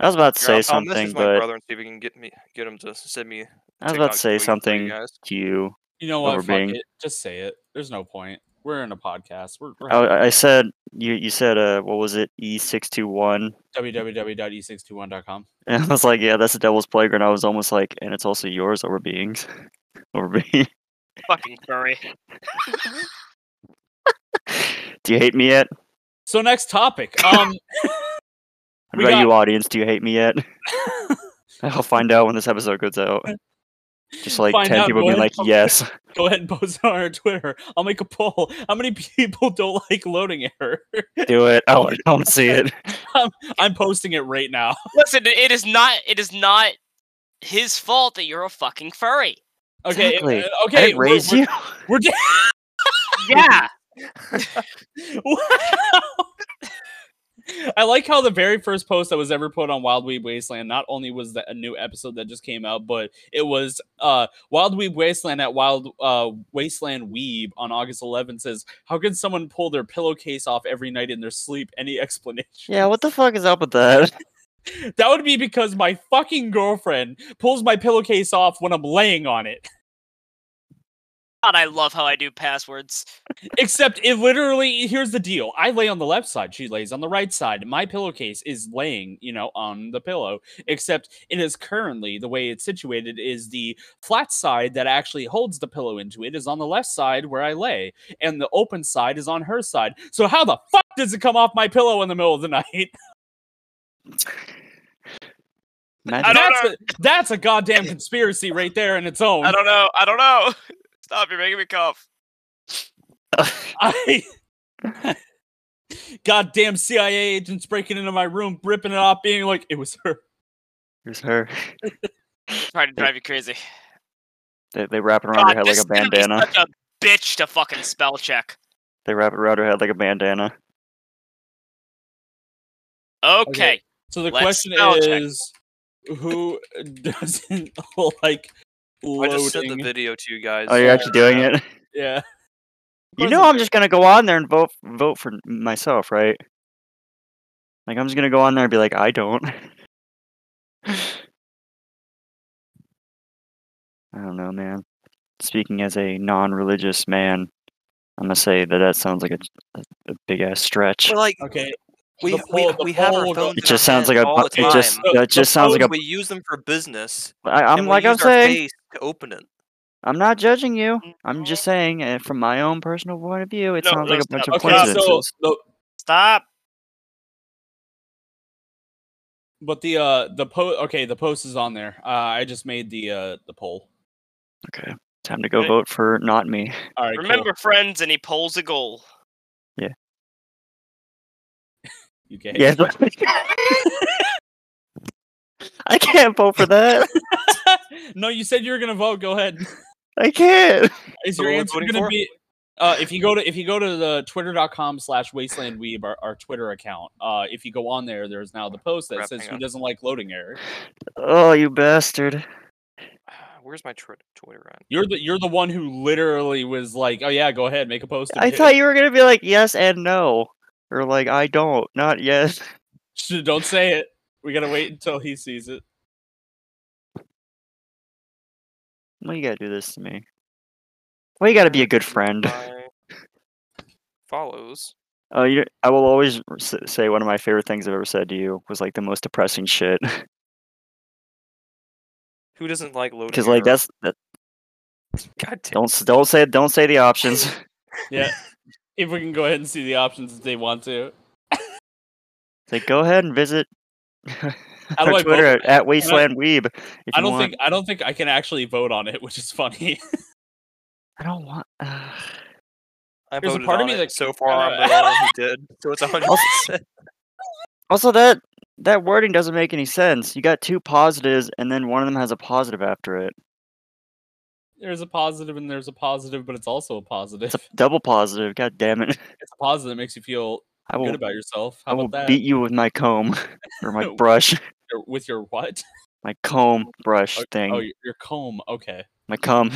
Speaker 2: I was about to
Speaker 4: Here,
Speaker 2: say
Speaker 4: I'll- I'll
Speaker 2: something,
Speaker 4: message my
Speaker 2: but
Speaker 4: brother and see if we can get me get him to send me.
Speaker 2: I was about to say something
Speaker 4: Guys.
Speaker 2: to you.
Speaker 1: You know what?
Speaker 2: Over
Speaker 1: Fuck
Speaker 2: being-
Speaker 1: it. Just say it. There's no point. We're in a podcast. We're, we're
Speaker 2: I, I said you. You said uh, what was it? E six two one.
Speaker 1: www.e621.com.
Speaker 2: And I was like, yeah, that's the devil's playground. I was almost like, and it's also yours over beings, over being.
Speaker 3: Fucking furry.
Speaker 2: Do you hate me yet?
Speaker 1: So next topic. Um,
Speaker 2: What
Speaker 1: We
Speaker 2: about
Speaker 1: got-
Speaker 2: you, audience? Do you hate me yet? I'll find out when this episode goes out. Just like
Speaker 1: Find
Speaker 2: ten
Speaker 1: out,
Speaker 2: people being
Speaker 1: boy.
Speaker 2: like, yes.
Speaker 1: go ahead and post it on our Twitter. I'll make a poll. How many people don't like loading error?
Speaker 2: Do it. Oh, I don't see it.
Speaker 1: I'm posting it right now.
Speaker 3: Listen, it is not. It is not his fault that you're a fucking furry.
Speaker 1: Okay.
Speaker 2: Exactly.
Speaker 1: uh,
Speaker 2: I
Speaker 1: Okay.
Speaker 2: didn't raise you.
Speaker 1: We're, we
Speaker 3: Yeah.
Speaker 1: I like how the very first post that was ever put on Wild Weeb Wasteland not only was that a new episode that just came out, but it was uh, Wild Weeb Wasteland at Wild uh, Wasteland Weeb on August 11th says, "How can someone pull their pillowcase off every night in their sleep? Any explanation?"
Speaker 2: Yeah, what the fuck is up with that?
Speaker 1: That would be because my fucking girlfriend pulls my pillowcase off when I'm laying on it.
Speaker 3: God, I love how I do passwords.
Speaker 1: Except it literally here's the deal. I lay on the left side, she lays on the right side. My pillowcase is laying, you know, on the pillow. Except it is currently the way it's situated is the flat side that actually holds the pillow into it is on the left side where I lay, and the open side is on her side. So how the fuck does it come off my pillow in the middle of the night?
Speaker 3: I don't
Speaker 1: that's a, that's a goddamn conspiracy right there in its own.
Speaker 3: I don't know. I don't know. Stop! You're making me cough.
Speaker 1: I goddamn CIA agents breaking into my room, ripping it off, being like, it was her.
Speaker 2: Here's her.
Speaker 3: Trying to drive you crazy.
Speaker 2: They, they wrap it around her head like
Speaker 3: this
Speaker 2: a
Speaker 3: is gonna be
Speaker 2: bandana.
Speaker 3: such a bitch to fucking spell check.
Speaker 2: They wrap it around her head like a bandana.
Speaker 3: Okay.
Speaker 1: So the
Speaker 3: Let's
Speaker 1: question
Speaker 3: spell check.
Speaker 1: is, who doesn't like
Speaker 4: I
Speaker 1: loading?
Speaker 4: just sent the video to you guys. uh,
Speaker 2: Oh, you're actually doing it.
Speaker 1: yeah.
Speaker 2: You
Speaker 1: Of
Speaker 2: know,
Speaker 1: course
Speaker 2: I'm just gonna go on there and vote vote for myself, right? Like, I'm just gonna go on there and be like, I don't. I don't know, man. Speaking as a non-religious man, I'm gonna say that that sounds like a, a, big ass stretch.
Speaker 4: Well, like
Speaker 1: Okay.
Speaker 4: we,
Speaker 1: the
Speaker 4: we,
Speaker 1: poll- the
Speaker 4: we have
Speaker 1: poll
Speaker 4: our
Speaker 1: go-
Speaker 2: it
Speaker 4: phones. in our
Speaker 2: just sounds like
Speaker 4: hands
Speaker 2: a.
Speaker 4: all the
Speaker 2: bu- It just
Speaker 4: time.
Speaker 2: that just sounds like a.
Speaker 4: We use them for business.
Speaker 2: I, I'm
Speaker 4: and
Speaker 2: like
Speaker 4: we
Speaker 2: I'm
Speaker 4: use our
Speaker 2: saying.
Speaker 4: face to open it.
Speaker 2: I'm not judging you. I'm just
Speaker 4: Mm-hmm.
Speaker 2: saying, uh, from my own personal point of view, it
Speaker 3: No,
Speaker 2: sounds like
Speaker 3: no,
Speaker 2: a bunch
Speaker 3: stop.
Speaker 2: of
Speaker 1: Okay. So
Speaker 2: coincidences.
Speaker 1: the,
Speaker 3: Stop.
Speaker 1: but the uh the post okay the post is on there. Uh, I just made the uh the poll.
Speaker 2: Okay, time to go
Speaker 4: eh
Speaker 1: Okay.
Speaker 2: vote for not me.
Speaker 1: All right. cool.
Speaker 3: Remember, friends, and he pulls a goal.
Speaker 1: You gay.
Speaker 2: Yeah. I can't vote for that.
Speaker 1: no, you said you were gonna vote. Go ahead.
Speaker 2: I can't.
Speaker 1: Is
Speaker 4: So
Speaker 1: your
Speaker 4: what we're
Speaker 1: answer
Speaker 4: voting
Speaker 1: going to
Speaker 4: for?
Speaker 1: be? Uh, if you go to if you go to the twitter.com slash wasteland weeb our, our twitter account uh, if you go on there there's now the post that
Speaker 4: Crap,
Speaker 1: says
Speaker 4: hang
Speaker 1: who
Speaker 4: on.
Speaker 1: doesn't like loading error
Speaker 2: Oh, you bastard.
Speaker 4: Where's my tw- Twitter at?
Speaker 1: you're the you're the one who literally was like oh yeah go ahead make a post
Speaker 2: I thought you were going to be like, yes and no. Or like, I don't. Not yes.
Speaker 1: you don't say it we gotta wait until he sees it
Speaker 2: Why you got to do this to me? Why you got to be a good friend?
Speaker 4: My follows.
Speaker 2: Oh, you I will always r- s- say one of my favorite things I've ever said to you was like the most depressing shit.
Speaker 1: Oh,
Speaker 4: Who doesn't like loading?
Speaker 2: Because like,
Speaker 4: error?
Speaker 2: that's. That,
Speaker 4: God damn.
Speaker 2: don't s- don't say don't say the options.
Speaker 1: yeah if we can go ahead and see the options if they want to
Speaker 2: It's like, go ahead and visit
Speaker 1: do I
Speaker 2: our
Speaker 1: vote
Speaker 2: Twitter
Speaker 1: for
Speaker 2: at, at Wasteland Weeb. If you
Speaker 1: i don't
Speaker 2: want.
Speaker 1: think i don't think i can actually vote on it which is funny
Speaker 2: I don't want.
Speaker 4: I
Speaker 1: There's a
Speaker 4: voted
Speaker 1: part of
Speaker 4: on
Speaker 1: me
Speaker 4: it.
Speaker 1: that
Speaker 4: so
Speaker 1: keeps
Speaker 4: far
Speaker 1: kinda-
Speaker 4: I'm the only one who did. So it's 100. percent
Speaker 2: Also, that that wording doesn't make any sense. You got two positives, and then one of them has a positive after it.
Speaker 1: there's a positive and there's a positive but it's also a positive
Speaker 2: It's a double positive. God damn it!
Speaker 1: it's a positive that makes you feel
Speaker 2: I
Speaker 1: Good
Speaker 2: will.
Speaker 1: about yourself. How
Speaker 2: I will
Speaker 1: about that?
Speaker 2: beat you with my comb or my brush,
Speaker 1: Your- With your what?
Speaker 2: my comb brush
Speaker 1: Oh,
Speaker 2: thing,
Speaker 1: Oh, your, your comb. Okay.
Speaker 2: my comb.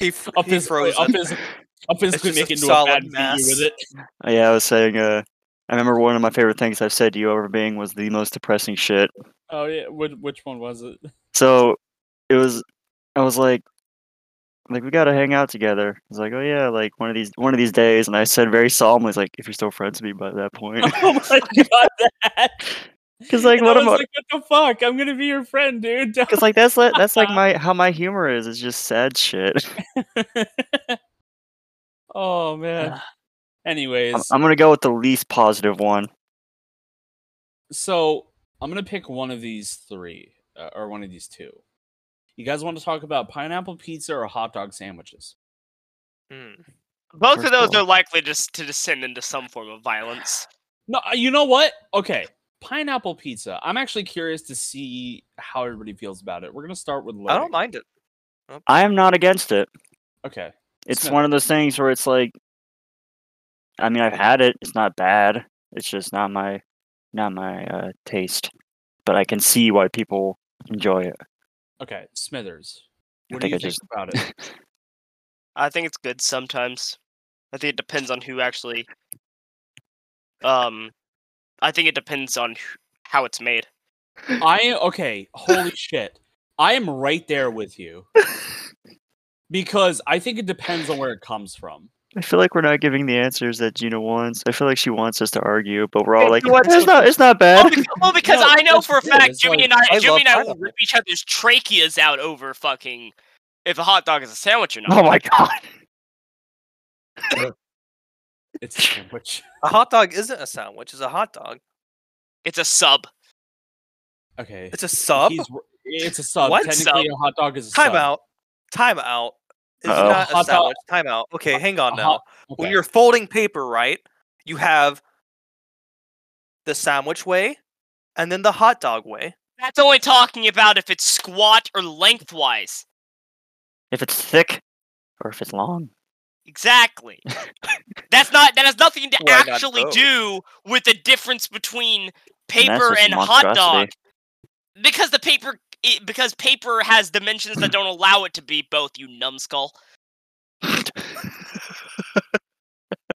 Speaker 4: He, f-
Speaker 1: I'll
Speaker 4: he
Speaker 1: physically, I'll
Speaker 4: frozen.
Speaker 1: physically, I'll physically
Speaker 4: just
Speaker 1: make
Speaker 4: a
Speaker 1: it into a
Speaker 4: solid
Speaker 1: bad mass.
Speaker 4: mass.
Speaker 1: with it.
Speaker 2: Uh, Yeah, I was saying. Uh, I remember one of my favorite things I've said to you over being was the most depressing shit.
Speaker 1: Oh yeah. Which, which one was it?
Speaker 2: So it was. I was like, like we gotta hang out together. I was like, oh yeah, like one of these one of these days. And I said very solemnly, like, if you're still friends with me by that point,
Speaker 1: Oh my god, that.
Speaker 2: because like,
Speaker 1: And
Speaker 2: what
Speaker 1: I was
Speaker 2: am I?
Speaker 1: like, what the fuck? I'm gonna be your friend, dude. Don't-
Speaker 2: Because like that's li- that's like my how my humor is. It's just sad shit.
Speaker 1: oh man. Anyways,
Speaker 2: I'm, I'm gonna go with the least positive one.
Speaker 1: so I'm gonna pick one of these three uh, or one of these two. You guys want to talk about pineapple pizza or hot dog sandwiches?
Speaker 4: Mm.
Speaker 3: Both
Speaker 2: First
Speaker 3: of those
Speaker 2: one.
Speaker 3: are likely to, s- to descend into some form of violence.
Speaker 1: No, uh, you know what? Okay, pineapple pizza. I'm actually curious to see how everybody feels about it. We're gonna start with.
Speaker 4: I
Speaker 1: Larry.
Speaker 4: don't mind it.
Speaker 2: I am not against it.
Speaker 1: Okay.
Speaker 2: It's
Speaker 1: Smith.
Speaker 2: one of those things where it's like, I mean, I've had it. It's not bad. It's just not my not my uh, taste. But I can see why people enjoy it.
Speaker 1: Okay, Smithers.
Speaker 2: I
Speaker 1: What do
Speaker 2: think
Speaker 1: you
Speaker 2: I
Speaker 1: think
Speaker 2: just-
Speaker 1: about it?
Speaker 3: I think it's good sometimes. I think it depends on who actually. Um, I think it depends on wh- how it's made.
Speaker 1: I okay, holy shit. I am right there with you. Because I think it depends on where it comes from.
Speaker 2: I feel like we're not giving the answers that Gina wants. I feel like she wants us to argue, but we're all
Speaker 3: Hey,
Speaker 2: like,
Speaker 3: you know what?
Speaker 2: it's not, it's not
Speaker 3: Well,
Speaker 2: bad.
Speaker 3: because, well, because
Speaker 1: No,
Speaker 3: I know
Speaker 1: that's
Speaker 3: for a
Speaker 1: good.
Speaker 3: fact
Speaker 1: It's
Speaker 3: Jimmy
Speaker 1: like,
Speaker 3: and I,
Speaker 4: I
Speaker 3: Jimmy
Speaker 4: love
Speaker 3: and I will
Speaker 4: pineapple.
Speaker 3: rip each other's tracheas out over fucking if a hot dog is a sandwich or not.
Speaker 2: Oh my god!
Speaker 1: It's a sandwich.
Speaker 4: A hot dog isn't a sandwich. It's a hot dog.
Speaker 3: It's a sub.
Speaker 1: Okay.
Speaker 4: It's a sub.
Speaker 1: He's r- it's a sub.
Speaker 4: What
Speaker 1: Technically a hot dog is a
Speaker 4: Time
Speaker 1: sub.
Speaker 4: out. Time out. It's
Speaker 2: Uh-oh.
Speaker 4: not a
Speaker 1: Hot dog-
Speaker 4: sandwich. Time out. Okay, hang on
Speaker 1: a
Speaker 4: now.
Speaker 1: hot-
Speaker 4: When
Speaker 1: Okay.
Speaker 4: you're folding paper, right, you have the sandwich way and then the hot dog way.
Speaker 3: That's only talking about if it's squat or lengthwise.
Speaker 2: If it's thick, or if it's long,
Speaker 3: Exactly. That's not that has nothing to
Speaker 4: Well, I got
Speaker 3: actually
Speaker 4: both.
Speaker 3: do with the difference between
Speaker 2: And that's
Speaker 3: paper
Speaker 2: just
Speaker 3: and hot dog.
Speaker 2: monstrosity.
Speaker 3: Because the paper i because paper has dimensions that don't allow it to be both, you numbskull.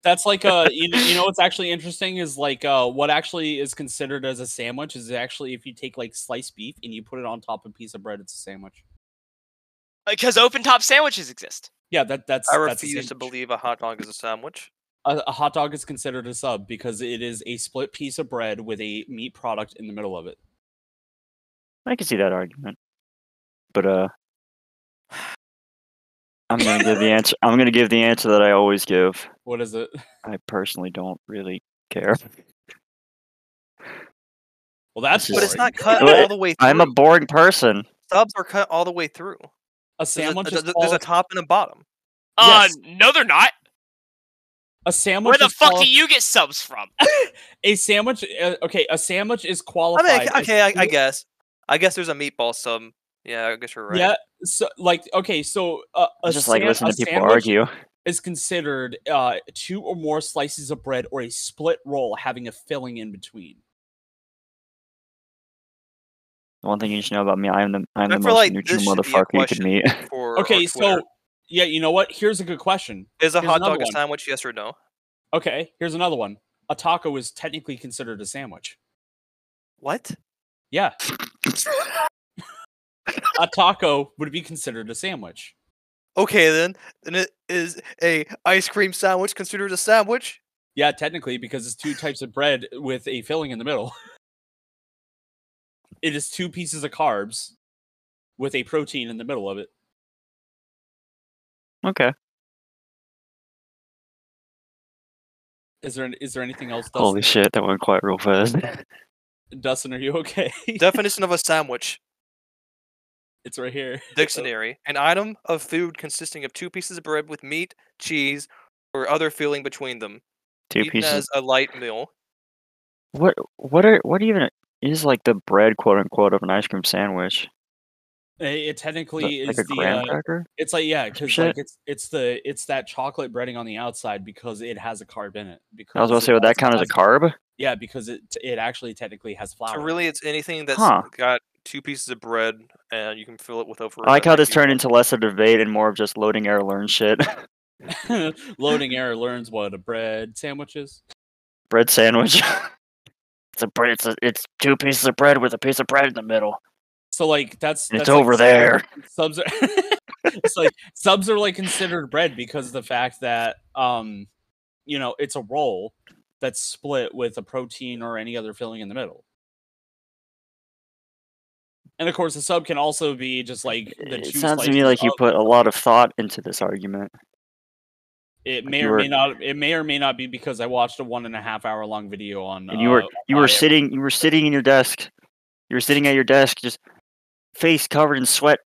Speaker 1: That's like uh you know, you know what's actually interesting is like uh what actually is considered as a sandwich is actually if you take like sliced beef and you put it on top of a piece of bread, it's a sandwich.
Speaker 3: Because open top sandwiches exist.
Speaker 1: Yeah, that that's
Speaker 4: I
Speaker 1: that's a
Speaker 4: refuse to
Speaker 1: sandwich.
Speaker 4: believe a hot dog is a sandwich.
Speaker 1: a, a hot dog is considered a sub because it is a split piece of bread with a meat product in the middle of it.
Speaker 2: I can see that argument. But uh, I'm gonna give the answer. I'm gonna give the answer that I always give.
Speaker 1: What is it?
Speaker 2: I personally don't really care.
Speaker 1: Well, that's
Speaker 2: This
Speaker 4: But it's
Speaker 2: Sorry.
Speaker 4: not cut
Speaker 2: Well,
Speaker 4: all the way through.
Speaker 2: I'm a boring person.
Speaker 4: Subs are cut all the way through.
Speaker 1: a
Speaker 4: There's a,
Speaker 1: sandwich.
Speaker 4: there's
Speaker 1: is
Speaker 4: a- there's a
Speaker 1: called-
Speaker 4: top and a bottom.
Speaker 3: Uh
Speaker 1: Yes.
Speaker 3: no they're not.
Speaker 1: a sandwich.
Speaker 3: Where the
Speaker 1: is
Speaker 3: fuck
Speaker 1: quali-
Speaker 3: do you get subs from?
Speaker 1: a sandwich? Uh, okay, a sandwich is
Speaker 4: I
Speaker 1: qualified.
Speaker 4: mean, okay,
Speaker 1: as
Speaker 4: okay I, I
Speaker 1: two-
Speaker 4: guess. I guess there's a meatball sub. Yeah, I guess you're right.
Speaker 1: Yeah. So, like, okay, so uh,
Speaker 2: I
Speaker 1: a
Speaker 2: just like
Speaker 1: san-
Speaker 2: listening
Speaker 1: a
Speaker 2: to people
Speaker 1: sandwich
Speaker 2: argue.
Speaker 1: Is considered uh, two or more slices of bread or a split roll having a filling in between.
Speaker 2: One thing you should know about me, I'm the I'm
Speaker 4: I
Speaker 2: the
Speaker 4: feel
Speaker 2: most
Speaker 4: like
Speaker 2: neutral
Speaker 4: this should be a
Speaker 2: motherfucker you could
Speaker 4: question.
Speaker 2: meet.
Speaker 4: For our
Speaker 1: Okay,
Speaker 4: Twitter.
Speaker 1: so yeah, you know what? Here's a good question.
Speaker 4: is a
Speaker 1: here's
Speaker 4: hot
Speaker 1: another
Speaker 4: dog a
Speaker 1: one.
Speaker 4: sandwich? Yes or no?
Speaker 1: Okay, here's another one. A taco is technically considered a sandwich.
Speaker 4: What?
Speaker 1: Yeah. a taco would be considered a sandwich.
Speaker 4: Okay then. Then it is a ice cream sandwich considered a sandwich?
Speaker 1: Yeah, technically, because it's two types of bread with a filling in the middle. It is two pieces of carbs with a protein in the middle of it.
Speaker 2: Okay.
Speaker 1: Is there is there anything else, Dustin?
Speaker 2: Holy shit, that went quite real fast.
Speaker 1: Dustin, are you okay?
Speaker 4: Definition of a sandwich.
Speaker 1: it's right here.
Speaker 4: Dictionary, an item of food consisting of two pieces of bread with meat, cheese, or other filling between them.
Speaker 2: Two
Speaker 4: eaten
Speaker 2: pieces.
Speaker 4: as a light meal.
Speaker 2: What what are what even is like the bread quote unquote of an ice cream sandwich?
Speaker 1: It, it technically
Speaker 2: Li-
Speaker 1: is
Speaker 2: like a
Speaker 1: the
Speaker 2: graham
Speaker 1: uh,
Speaker 2: cracker.
Speaker 1: it's like yeah, because
Speaker 2: Shit.
Speaker 1: like it's it's the it's that chocolate breading on the outside because it has a carb in it. Because
Speaker 2: I was about to say,
Speaker 1: it
Speaker 2: would that
Speaker 1: also
Speaker 2: count as a
Speaker 1: has-
Speaker 2: carb?
Speaker 1: Yeah, because it it actually technically has flour.
Speaker 4: So really, it's anything that's
Speaker 2: Huh.
Speaker 4: got two pieces of bread, and you can fill it with over.
Speaker 2: I like how this turned into less a debate and more of just loading air learn shit.
Speaker 1: Loading error learns what a bread sandwiches.
Speaker 2: bread sandwich. it's a bread. It's, a, it's two pieces of bread with a piece of bread in the middle.
Speaker 1: So like that's,
Speaker 2: And
Speaker 1: that's
Speaker 2: it's
Speaker 1: like,
Speaker 2: over
Speaker 1: subs-
Speaker 2: there.
Speaker 1: Subs are it's like subs are like considered bread because of the fact that um you know it's a roll that's split with a protein or any other filling in the middle. And of course, the sub can also be just like the
Speaker 2: It
Speaker 1: two
Speaker 2: sounds to me
Speaker 1: slices
Speaker 2: like you
Speaker 1: of-
Speaker 2: put a lot of thought into this argument.
Speaker 1: It may
Speaker 2: you
Speaker 1: or
Speaker 2: were-
Speaker 1: may not. It may or may not be because I watched a one and a half hour long video on.
Speaker 2: And you were
Speaker 1: uh,
Speaker 2: you were
Speaker 1: why-
Speaker 2: sitting you were sitting in your desk. You were sitting at your desk, just face covered in sweat,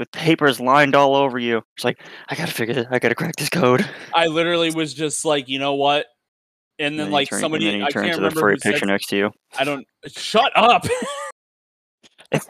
Speaker 2: with papers lined all over you. It's like I gotta figure. This, I gotta crack this code.
Speaker 1: I literally was just like, you know what? And then
Speaker 2: you
Speaker 1: like
Speaker 2: turn-
Speaker 1: somebody,
Speaker 2: and then you
Speaker 1: I
Speaker 2: turn
Speaker 1: can't
Speaker 2: to the
Speaker 1: remember
Speaker 2: furry
Speaker 1: who said
Speaker 2: picture next to you.
Speaker 1: I don't. Shut up.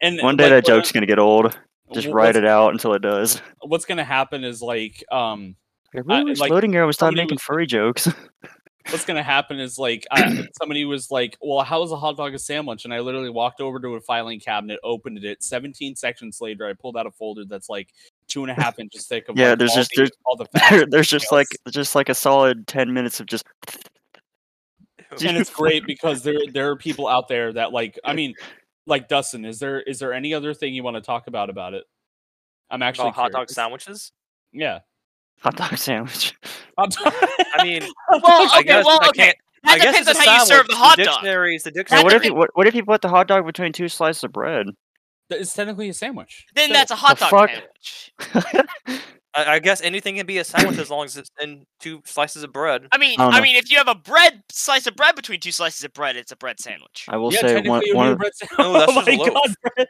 Speaker 1: and
Speaker 2: One day
Speaker 1: like,
Speaker 2: that
Speaker 1: what-
Speaker 2: joke's gonna get old. Just
Speaker 1: wh-
Speaker 2: write
Speaker 1: what's,
Speaker 2: it out until it does.
Speaker 1: What's gonna happen is like, um,
Speaker 2: Like,
Speaker 1: I-
Speaker 2: "Ooh, it's
Speaker 1: like,
Speaker 2: floating arrow was time
Speaker 1: somebody
Speaker 2: making
Speaker 1: was-
Speaker 2: furry jokes.
Speaker 1: what's gonna happen is like, I, somebody was like, "Well, how is a hot dog a sandwich?" And I literally walked over to a filing cabinet, opened it. Seventeen sections later, I pulled out a folder that's like two and a half inches thick. Of
Speaker 2: Yeah,
Speaker 1: like,
Speaker 2: there's
Speaker 1: all
Speaker 2: just-
Speaker 1: the-
Speaker 2: there's-
Speaker 1: all the
Speaker 2: There-
Speaker 1: facts and
Speaker 2: there's just like
Speaker 1: details.
Speaker 2: just like a solid ten minutes of just
Speaker 1: and it's great because there there are people out there that like I mean like Dustin is there is there any other thing you want to talk about about it? I'm actually
Speaker 4: About hot dog
Speaker 1: curious.
Speaker 4: sandwiches.
Speaker 1: Yeah.
Speaker 2: hot dog sandwich.
Speaker 1: Hot dog-
Speaker 4: I mean,
Speaker 3: Well,
Speaker 4: I
Speaker 3: okay,
Speaker 4: guess
Speaker 3: well,
Speaker 4: I
Speaker 3: okay.
Speaker 4: can't- I
Speaker 3: That
Speaker 4: guess
Speaker 3: depends on
Speaker 4: it's a
Speaker 3: how you serve
Speaker 4: sandwich.
Speaker 3: the hot
Speaker 4: the
Speaker 3: dog.
Speaker 4: Dictionary is the dictionary.
Speaker 2: Now, what if
Speaker 3: the
Speaker 2: you what, what if you put the hot dog between two slices of bread?
Speaker 1: it's technically a sandwich.
Speaker 3: Then
Speaker 1: So,
Speaker 3: that's a hot
Speaker 2: the
Speaker 3: dog
Speaker 2: fuck?
Speaker 3: sandwich.
Speaker 4: I, I guess anything can be a sandwich as long as it's in two slices of bread.
Speaker 3: I mean,
Speaker 2: I don't
Speaker 3: I
Speaker 2: know.
Speaker 3: mean, if you have a bread slice of bread between two slices of bread, it's a bread sandwich.
Speaker 2: I will
Speaker 1: yeah,
Speaker 2: say
Speaker 1: technically
Speaker 2: one
Speaker 1: it would be
Speaker 2: one
Speaker 1: a
Speaker 2: of-
Speaker 1: bread sandwich.
Speaker 4: No, that's
Speaker 1: oh
Speaker 4: just
Speaker 1: my
Speaker 4: a loaf.
Speaker 1: god, bread-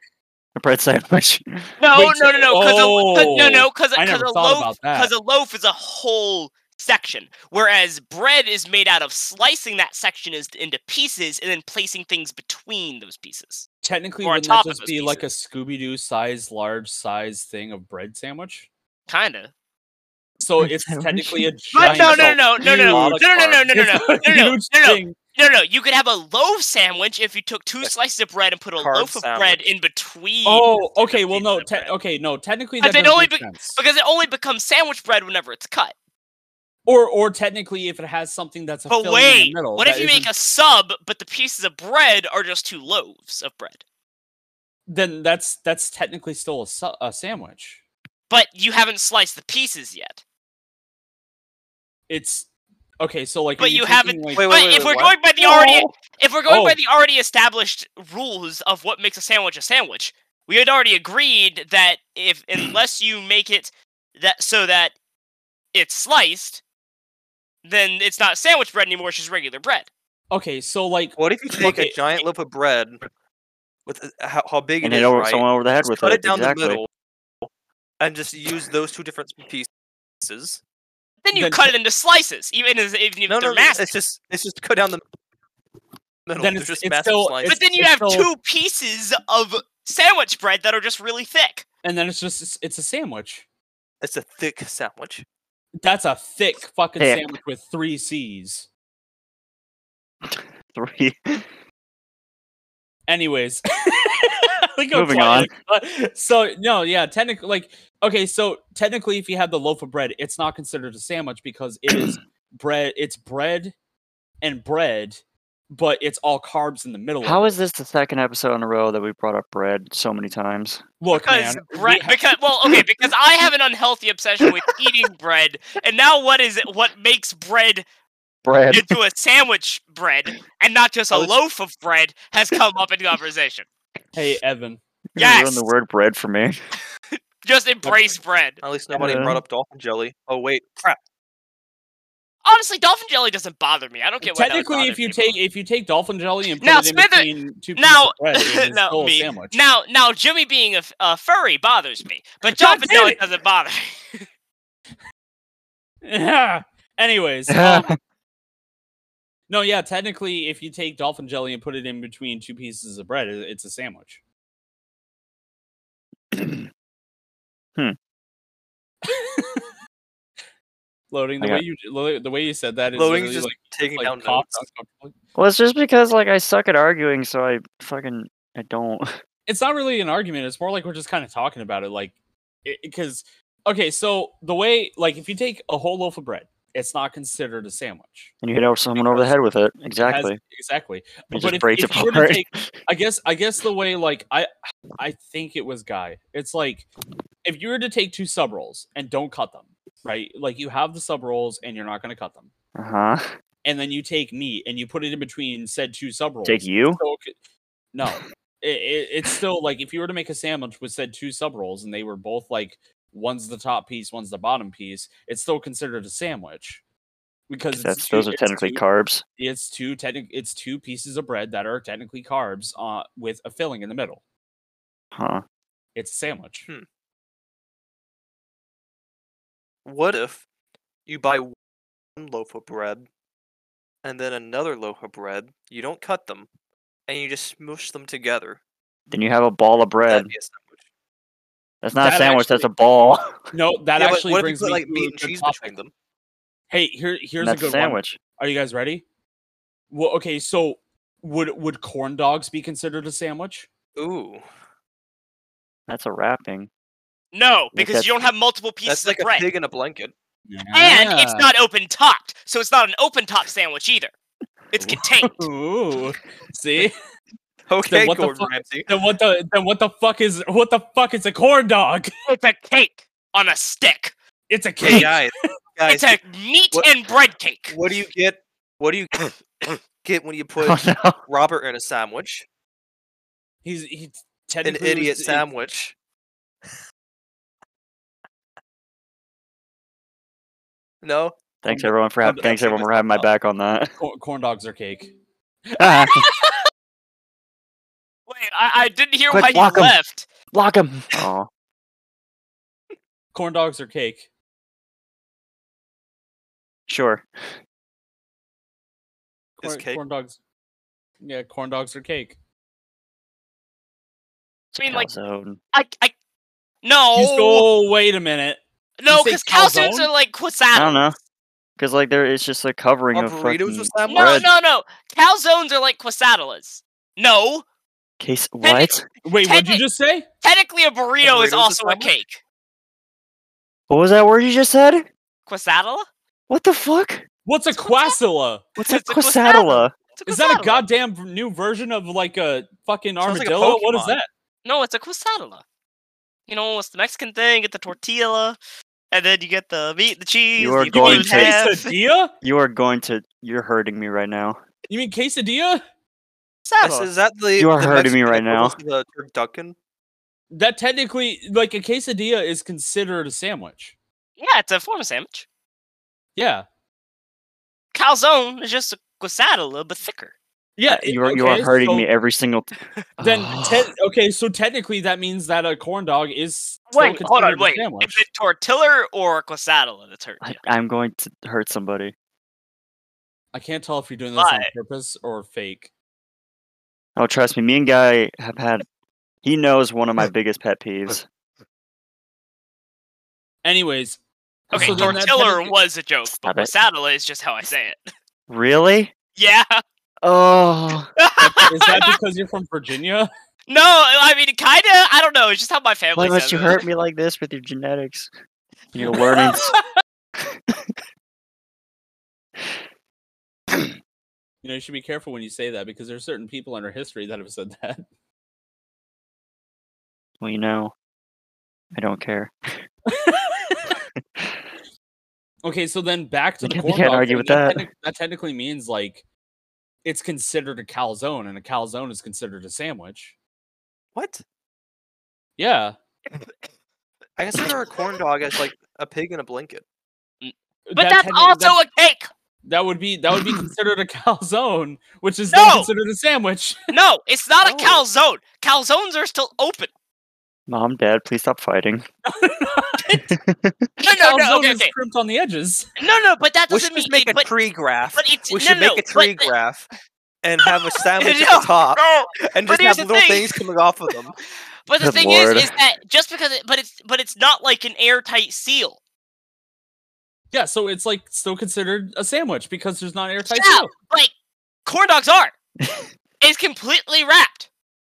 Speaker 2: a bread sandwich.
Speaker 3: No,
Speaker 1: Wait,
Speaker 3: no,
Speaker 1: so-
Speaker 3: no, no, because no, no,
Speaker 1: oh,
Speaker 3: because
Speaker 1: I
Speaker 3: because
Speaker 1: never
Speaker 3: a
Speaker 1: thought about
Speaker 3: loaf
Speaker 1: that.
Speaker 3: because a loaf is a whole section, whereas bread is made out of slicing that section is into pieces and then placing things between those pieces.
Speaker 1: technically
Speaker 3: or on
Speaker 1: wouldn't that
Speaker 3: top of
Speaker 1: just
Speaker 3: those
Speaker 1: be like a Scooby Doo size, large size thing of bread sandwich?
Speaker 3: Kinda.
Speaker 1: So
Speaker 2: Bread
Speaker 1: it's
Speaker 2: sandwich?
Speaker 1: technically a
Speaker 3: But
Speaker 1: giant.
Speaker 3: no, no, no, no, no, no, no,
Speaker 1: huge-
Speaker 3: no, no, no, no, no,
Speaker 1: it's
Speaker 3: no,
Speaker 1: a
Speaker 3: no, no,
Speaker 1: huge
Speaker 3: no, no,
Speaker 1: thing.
Speaker 3: no, no. You could have a loaf sandwich if you took two slices of bread and put a
Speaker 4: Carb
Speaker 3: loaf of bread in between.
Speaker 1: Oh,
Speaker 3: the
Speaker 1: okay. Well,
Speaker 3: pieces
Speaker 1: no.
Speaker 3: of
Speaker 1: Te-
Speaker 3: bread.
Speaker 1: okay, no. Technically,
Speaker 3: I
Speaker 1: that
Speaker 3: think
Speaker 1: doesn't
Speaker 3: only
Speaker 1: make
Speaker 3: bec-
Speaker 1: sense.
Speaker 3: Because it only becomes sandwich bread whenever it's cut.
Speaker 1: Or or technically, if it has something that's a
Speaker 3: But
Speaker 1: filling in the
Speaker 3: wait,
Speaker 1: middle.
Speaker 3: what if
Speaker 1: that
Speaker 3: you make
Speaker 1: isn't-
Speaker 3: a sub, but the pieces of bread are just two loaves of bread?
Speaker 1: Then that's that's technically still a, su- a sandwich.
Speaker 3: But you haven't sliced the pieces yet.
Speaker 1: It's okay. So like, are
Speaker 3: But you
Speaker 1: taking,
Speaker 3: haven't-
Speaker 1: Like,
Speaker 4: Wait,
Speaker 3: but if we're
Speaker 4: what?
Speaker 3: going by the already,
Speaker 1: Oh,
Speaker 3: if we're going by
Speaker 1: Oh.
Speaker 3: the already established rules of what makes a sandwich a sandwich, we had already agreed that if unless you make it that so that it's sliced, then it's not sandwich bread anymore. It's just regular bread.
Speaker 1: okay, so like,
Speaker 4: What if you take
Speaker 1: Okay.
Speaker 4: a giant loaf of bread with a- how, how big
Speaker 2: and
Speaker 4: it
Speaker 2: hit
Speaker 4: is,
Speaker 2: over,
Speaker 4: right?
Speaker 2: someone over the head with
Speaker 4: Cut
Speaker 2: it.
Speaker 4: it down
Speaker 2: exactly.
Speaker 4: the middle, and just use those two different pieces.
Speaker 3: Then you
Speaker 1: Then-
Speaker 3: cut it into slices, even, as, even if
Speaker 4: No,
Speaker 3: they're
Speaker 4: no, no,
Speaker 3: massive.
Speaker 4: it's just it's just cut down the middle.
Speaker 1: Then
Speaker 4: There's
Speaker 1: it's-
Speaker 4: just
Speaker 1: it's
Speaker 4: massive
Speaker 1: still-
Speaker 4: slices.
Speaker 3: But then you
Speaker 1: it's
Speaker 3: have
Speaker 1: still-
Speaker 3: two pieces of sandwich bread that are just really thick.
Speaker 1: and then it's just it's a sandwich.
Speaker 4: It's a thick sandwich.
Speaker 1: That's a thick fucking
Speaker 2: Thick.
Speaker 1: sandwich with three C's.
Speaker 2: Three.
Speaker 1: Anyways, we go
Speaker 2: Moving
Speaker 1: quiet. Uh, So no, yeah, technically, like okay, so technically, if you have the loaf of bread, it's not considered a sandwich because it is bread. It's bread and bread, but it's all carbs in the middle.
Speaker 2: How
Speaker 1: of
Speaker 2: is this the second episode in a row that we brought up bread so many times?
Speaker 1: it. look,
Speaker 3: Because
Speaker 1: man? we
Speaker 3: bread,
Speaker 1: ha-
Speaker 3: because well, okay, because I have an unhealthy obsession with eating bread, and now what is it? What makes bread
Speaker 2: Bread.
Speaker 3: into a sandwich bread and not just a
Speaker 4: Oh, it's-
Speaker 3: loaf of bread has come up in conversation.
Speaker 1: hey, Evan,
Speaker 2: You're gonna Ruin
Speaker 3: yes.
Speaker 2: the word bread for me.
Speaker 3: Just embrace bread.
Speaker 4: At least nobody
Speaker 2: Yeah.
Speaker 4: brought up dolphin jelly. Oh wait, crap.
Speaker 3: Honestly, dolphin jelly doesn't bother me. I don't get why that would
Speaker 1: technically,
Speaker 3: bother
Speaker 1: if you
Speaker 3: people.
Speaker 1: take if you take dolphin jelly and put
Speaker 3: Now,
Speaker 1: it in
Speaker 3: Smither-
Speaker 1: between two pieces
Speaker 3: now-
Speaker 1: of bread, it is
Speaker 3: now
Speaker 1: still a
Speaker 3: me.
Speaker 1: sandwich.
Speaker 3: now, now Jimmy being a, f- a furry bothers me, but
Speaker 1: God
Speaker 3: dolphin
Speaker 1: damn
Speaker 3: jelly
Speaker 1: it.
Speaker 3: doesn't bother. me.
Speaker 1: Yeah. Anyways, um, no, yeah. Technically, if you take dolphin jelly and put it in between two pieces of bread, it- it's a sandwich.
Speaker 2: Hmm.
Speaker 1: Loading the
Speaker 2: I
Speaker 1: way
Speaker 2: got-
Speaker 1: you lo- the way you said that is
Speaker 4: Loading's
Speaker 1: literally,
Speaker 4: just
Speaker 1: like,
Speaker 4: taking
Speaker 1: like
Speaker 4: down
Speaker 1: coughs
Speaker 4: notes.
Speaker 1: uncomfortably.
Speaker 2: well, it's just because like I suck at arguing, so I fucking I don't.
Speaker 1: It's not really an argument. It's more like we're just kind of talking about it, like because okay, so the way like if you take a whole loaf of bread, it's not considered a sandwich.
Speaker 2: And you hit over someone over the
Speaker 1: Because
Speaker 2: head with it.
Speaker 1: It has-
Speaker 2: Exactly.
Speaker 1: exactly.
Speaker 2: You
Speaker 1: but
Speaker 2: just
Speaker 1: if-
Speaker 2: breaks
Speaker 1: if you were to
Speaker 2: apart.
Speaker 1: take- I guess I guess the way like I I think it was guy. It's like if you were to take two sub rolls and don't cut them, right? Like you have the sub rolls and you're not going to cut them.
Speaker 2: uh huh.
Speaker 1: And then you take meat and you put it in between said two sub rolls.
Speaker 2: Take you.
Speaker 1: So it could- no. It, it, it's still like if you were to make a sandwich with said two sub rolls and they were both like one's the top piece, one's the bottom piece, it's still considered a sandwich. Because it's
Speaker 2: That's
Speaker 1: two-
Speaker 2: those are
Speaker 1: it's
Speaker 2: technically
Speaker 1: two-
Speaker 2: carbs.
Speaker 1: it's two technic it's two pieces of bread that are technically carbs uh, with a filling in the middle.
Speaker 2: Huh.
Speaker 1: It's a sandwich.
Speaker 4: Hmm. What if you buy one loaf of bread and then another loaf of bread? You don't cut them, and you just smush them together.
Speaker 2: Then you have a ball of bread.
Speaker 4: That'd be a sandwich.
Speaker 2: That's not
Speaker 1: That
Speaker 2: a sandwich. That's a ball.
Speaker 1: No, that
Speaker 4: Hmm. Yeah, but
Speaker 1: actually
Speaker 4: what
Speaker 1: brings
Speaker 4: if you put,
Speaker 1: me
Speaker 4: like
Speaker 1: to a
Speaker 4: meat and
Speaker 1: good
Speaker 4: cheese
Speaker 1: topic.
Speaker 4: between them?
Speaker 1: Hey, here here's
Speaker 2: and
Speaker 1: a
Speaker 2: that's a
Speaker 1: good one.
Speaker 2: sandwich.
Speaker 1: Are you guys ready? Well, okay, so would would corn dogs be considered a sandwich?
Speaker 4: Ooh,
Speaker 2: That's a wrapping.
Speaker 3: No,
Speaker 2: Like
Speaker 3: because you don't
Speaker 2: that's-
Speaker 3: have multiple pieces
Speaker 4: that's like
Speaker 3: of
Speaker 4: a
Speaker 3: bread.
Speaker 4: pig in a blanket.
Speaker 3: And it's not open topped, so it's not an open top sandwich either. It's contained.
Speaker 1: Ooh, see,
Speaker 4: Okay,
Speaker 1: what the
Speaker 4: Gordon
Speaker 1: fuck-
Speaker 4: Ramsay.
Speaker 1: then what the then what the fuck is what the fuck is a corn dog?
Speaker 3: it's a cake on a stick.
Speaker 1: It's a
Speaker 4: Hey
Speaker 1: cake.
Speaker 4: guys,
Speaker 3: It's
Speaker 4: guys,
Speaker 3: a meat
Speaker 4: what-
Speaker 3: and bread cake.
Speaker 4: what do you get? What do you get when you
Speaker 2: Oh,
Speaker 4: put
Speaker 2: no.
Speaker 4: Robert in a sandwich?
Speaker 1: He's he
Speaker 4: An
Speaker 1: technically was-
Speaker 4: idiot
Speaker 1: he-
Speaker 4: sandwich. No,
Speaker 2: Thanks
Speaker 1: Um,
Speaker 2: everyone for
Speaker 1: I'm-
Speaker 2: having.
Speaker 1: I'm
Speaker 2: Thanks
Speaker 1: taking
Speaker 2: everyone for
Speaker 1: myself
Speaker 2: having my
Speaker 1: out.
Speaker 2: back on that.
Speaker 1: Cor- corn dogs are cake.
Speaker 3: Wait, I, I didn't hear
Speaker 2: Quick,
Speaker 3: why
Speaker 2: block
Speaker 3: you
Speaker 2: 'em.
Speaker 3: left.
Speaker 2: Lock him. Oh,
Speaker 1: Corn dogs are cake.
Speaker 2: sure.
Speaker 4: Is
Speaker 1: Corn,
Speaker 4: cake-
Speaker 1: corn dogs. Yeah, corn dogs are cake.
Speaker 3: I mean, like,
Speaker 2: Calzone.
Speaker 3: I, I, no,
Speaker 1: You- oh, wait a minute.
Speaker 3: no,
Speaker 1: say
Speaker 3: because calzones
Speaker 1: calzone?
Speaker 3: are like
Speaker 2: I don't
Speaker 3: quizzadas.
Speaker 2: know. Because like there, it's just a covering
Speaker 4: Are
Speaker 2: of
Speaker 4: burritos
Speaker 2: fucking
Speaker 4: a sandwich?
Speaker 3: No,
Speaker 2: bread.
Speaker 3: no, no. Calzones are like quesadillas. No,
Speaker 2: Case what?
Speaker 1: Wait, what'd you
Speaker 3: Technic-
Speaker 1: just say?
Speaker 3: technically a burrito
Speaker 4: burrito's
Speaker 3: is
Speaker 4: a
Speaker 3: also a
Speaker 4: sandwich?
Speaker 3: cake.
Speaker 2: What was that word you just said?
Speaker 3: Quesadilla?
Speaker 2: What the fuck?
Speaker 1: What's a quasilla?
Speaker 2: What's a
Speaker 3: It's a
Speaker 2: quesadilla?
Speaker 3: It's
Speaker 1: Is that a
Speaker 3: quesadilla.
Speaker 1: goddamn v- new version of like a fucking
Speaker 4: Sounds like a
Speaker 1: armadillo? what is
Speaker 4: Pokemon.
Speaker 1: that?
Speaker 3: No, it's a quesadilla. You know, it's the Mexican thing. Get the tortilla, and then you get the meat, the cheese.
Speaker 2: are
Speaker 3: the
Speaker 2: going
Speaker 3: blue
Speaker 2: to-
Speaker 3: half.
Speaker 1: Quesadilla?
Speaker 2: You are going to. You're hurting me right now.
Speaker 1: You mean quesadilla?
Speaker 4: That's-
Speaker 3: Quesadilla.
Speaker 4: is that the
Speaker 2: You are
Speaker 4: the
Speaker 2: hurting me
Speaker 4: Mexican
Speaker 2: right now.
Speaker 4: equivalent to The turducken.
Speaker 1: That technically, like a quesadilla is considered a sandwich.
Speaker 3: Yeah, it's a form of sandwich.
Speaker 1: Yeah.
Speaker 3: Calzone is just a quesadilla, but thicker.
Speaker 1: Yeah. it-
Speaker 2: Uh, You are. you are
Speaker 1: okay,
Speaker 2: hurting
Speaker 1: so
Speaker 2: me every single. Oh. T-
Speaker 1: Then,
Speaker 2: Ugh.
Speaker 1: te- okay, so technically that means that a corn dog is. still
Speaker 3: Wait, hold on,
Speaker 1: considered a
Speaker 3: wait. Is
Speaker 1: Sandwich.
Speaker 3: it tortilla or a quesadilla that's hurt?
Speaker 2: I, I'm going to hurt somebody.
Speaker 1: I can't tell if you're doing this on purpose or fake.
Speaker 2: Oh, trust me. Me and Guy have had. He knows one of my biggest pet peeves.
Speaker 1: Anyways.
Speaker 3: Okay,
Speaker 1: so then that
Speaker 3: tortilla
Speaker 1: technically-
Speaker 3: was a joke, but
Speaker 2: Stop it.
Speaker 3: quesadilla is just how I say it.
Speaker 2: Really?
Speaker 3: Yeah.
Speaker 2: Oh.
Speaker 1: Is that because you're from Virginia?
Speaker 3: No, I mean, kinda. I don't know. It's just how my family
Speaker 2: Why
Speaker 3: says
Speaker 2: must you
Speaker 3: it.
Speaker 2: hurt me like this with your genetics? and Your learnings.
Speaker 1: You know, you should be careful when you say that because there are certain people in our history that have said that.
Speaker 2: well, you know, I don't care.
Speaker 1: Okay, so then back to
Speaker 2: You
Speaker 1: the
Speaker 2: can't- you
Speaker 1: corn
Speaker 2: can't
Speaker 1: dog
Speaker 2: argue
Speaker 1: thing,
Speaker 2: with
Speaker 1: that.
Speaker 2: that.
Speaker 1: technic- that technically means like it's considered a calzone, and a calzone is considered a sandwich.
Speaker 4: What?
Speaker 1: Yeah,
Speaker 4: I consider a corn dog as like a pig in a blanket.
Speaker 3: But
Speaker 1: that
Speaker 3: that's
Speaker 1: techni-
Speaker 3: also
Speaker 1: that,
Speaker 3: a cake.
Speaker 1: that would be that would be considered a calzone, which is
Speaker 3: No!
Speaker 1: not considered a sandwich.
Speaker 3: No, it's not a
Speaker 4: No.
Speaker 3: calzone. Calzones are still open.
Speaker 2: Mom, Dad, please stop fighting.
Speaker 3: No, no, no.
Speaker 1: calzone
Speaker 3: Okay,
Speaker 1: is
Speaker 3: okay.
Speaker 1: crimped on the edges.
Speaker 3: No, no. But that
Speaker 4: We
Speaker 3: doesn't
Speaker 4: should
Speaker 3: mean.
Speaker 4: just make
Speaker 3: it-
Speaker 4: a
Speaker 3: but,
Speaker 4: tree graph.
Speaker 3: but it's,
Speaker 4: We
Speaker 3: no,
Speaker 4: should
Speaker 3: no,
Speaker 4: make a
Speaker 3: but
Speaker 4: tree
Speaker 3: the-
Speaker 4: graph and have a sandwich at
Speaker 3: No,
Speaker 4: the top
Speaker 3: No,
Speaker 4: and
Speaker 3: but
Speaker 4: just
Speaker 3: here's
Speaker 4: have
Speaker 3: the
Speaker 4: little
Speaker 3: thing.
Speaker 4: things coming off of them.
Speaker 3: But the
Speaker 2: Good
Speaker 3: thing
Speaker 2: lord.
Speaker 3: is, is that just because, it, but it's but it's not like an airtight seal.
Speaker 1: Yeah, so it's like still considered a sandwich because there's not an airtight
Speaker 3: Yeah.
Speaker 1: seal.
Speaker 3: Like corn dogs are. it's completely wrapped.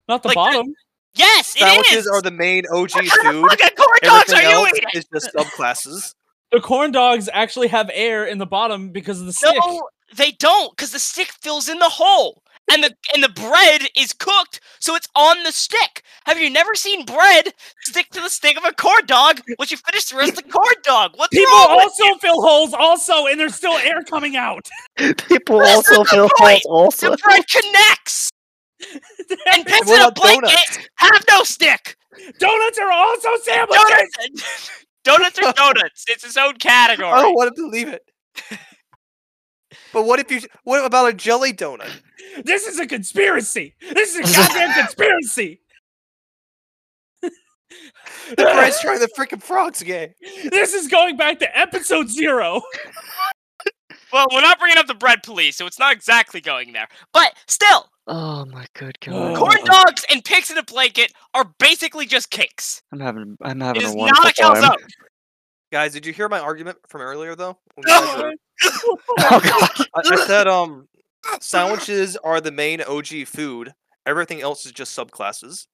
Speaker 1: Not the
Speaker 3: Like, there's-
Speaker 1: bottom.
Speaker 3: Yes, it
Speaker 4: Sandwiches
Speaker 3: is.
Speaker 4: are the main
Speaker 3: what
Speaker 4: OG
Speaker 3: kind
Speaker 4: food.
Speaker 3: of fucking corn dogs
Speaker 4: Everything
Speaker 3: are you
Speaker 4: else
Speaker 3: eating?
Speaker 4: is just subclasses.
Speaker 1: The corn dogs actually have air in the bottom because of the stick.
Speaker 3: No, they don't, because the stick fills in the hole, and the and the bread is cooked, so it's on the stick. Have you never seen bread stick to the stick of a corn dog once you finish the rest of the corn dog? What's
Speaker 1: People
Speaker 3: wrong with
Speaker 1: also fill holes, also, and there's still air coming out.
Speaker 2: People
Speaker 3: That's
Speaker 2: also
Speaker 3: not the
Speaker 2: feel
Speaker 3: point.
Speaker 2: fault. Also,
Speaker 3: the bread connects and pins in
Speaker 4: What
Speaker 3: a
Speaker 4: about
Speaker 3: blanket? Have no stick.
Speaker 1: Donuts are also sandwiches.
Speaker 3: Donuts. donuts are donuts. It's its own category.
Speaker 4: I don't
Speaker 2: Oh.
Speaker 4: want to believe it. but what if you? What about a jelly donut?
Speaker 1: This is a conspiracy. This is a goddamn conspiracy.
Speaker 4: The French trying the freaking frogs game.
Speaker 1: this is going back to episode zero.
Speaker 3: Well, we're not bringing up the bread police, so it's not exactly going there. But still,
Speaker 2: oh my good
Speaker 1: God.
Speaker 2: god!
Speaker 3: corn dogs and pigs in a blanket are basically just cakes.
Speaker 2: I'm having I'm
Speaker 3: It
Speaker 2: having
Speaker 3: is
Speaker 2: a
Speaker 3: not
Speaker 2: wonderful
Speaker 3: a calzone.
Speaker 2: time.
Speaker 4: Guys, did you hear my argument from earlier though? When you guys
Speaker 1: Oh,
Speaker 4: were-
Speaker 2: Oh god!
Speaker 4: I, I said um, sandwiches are the main OG food. Everything else is just subclasses.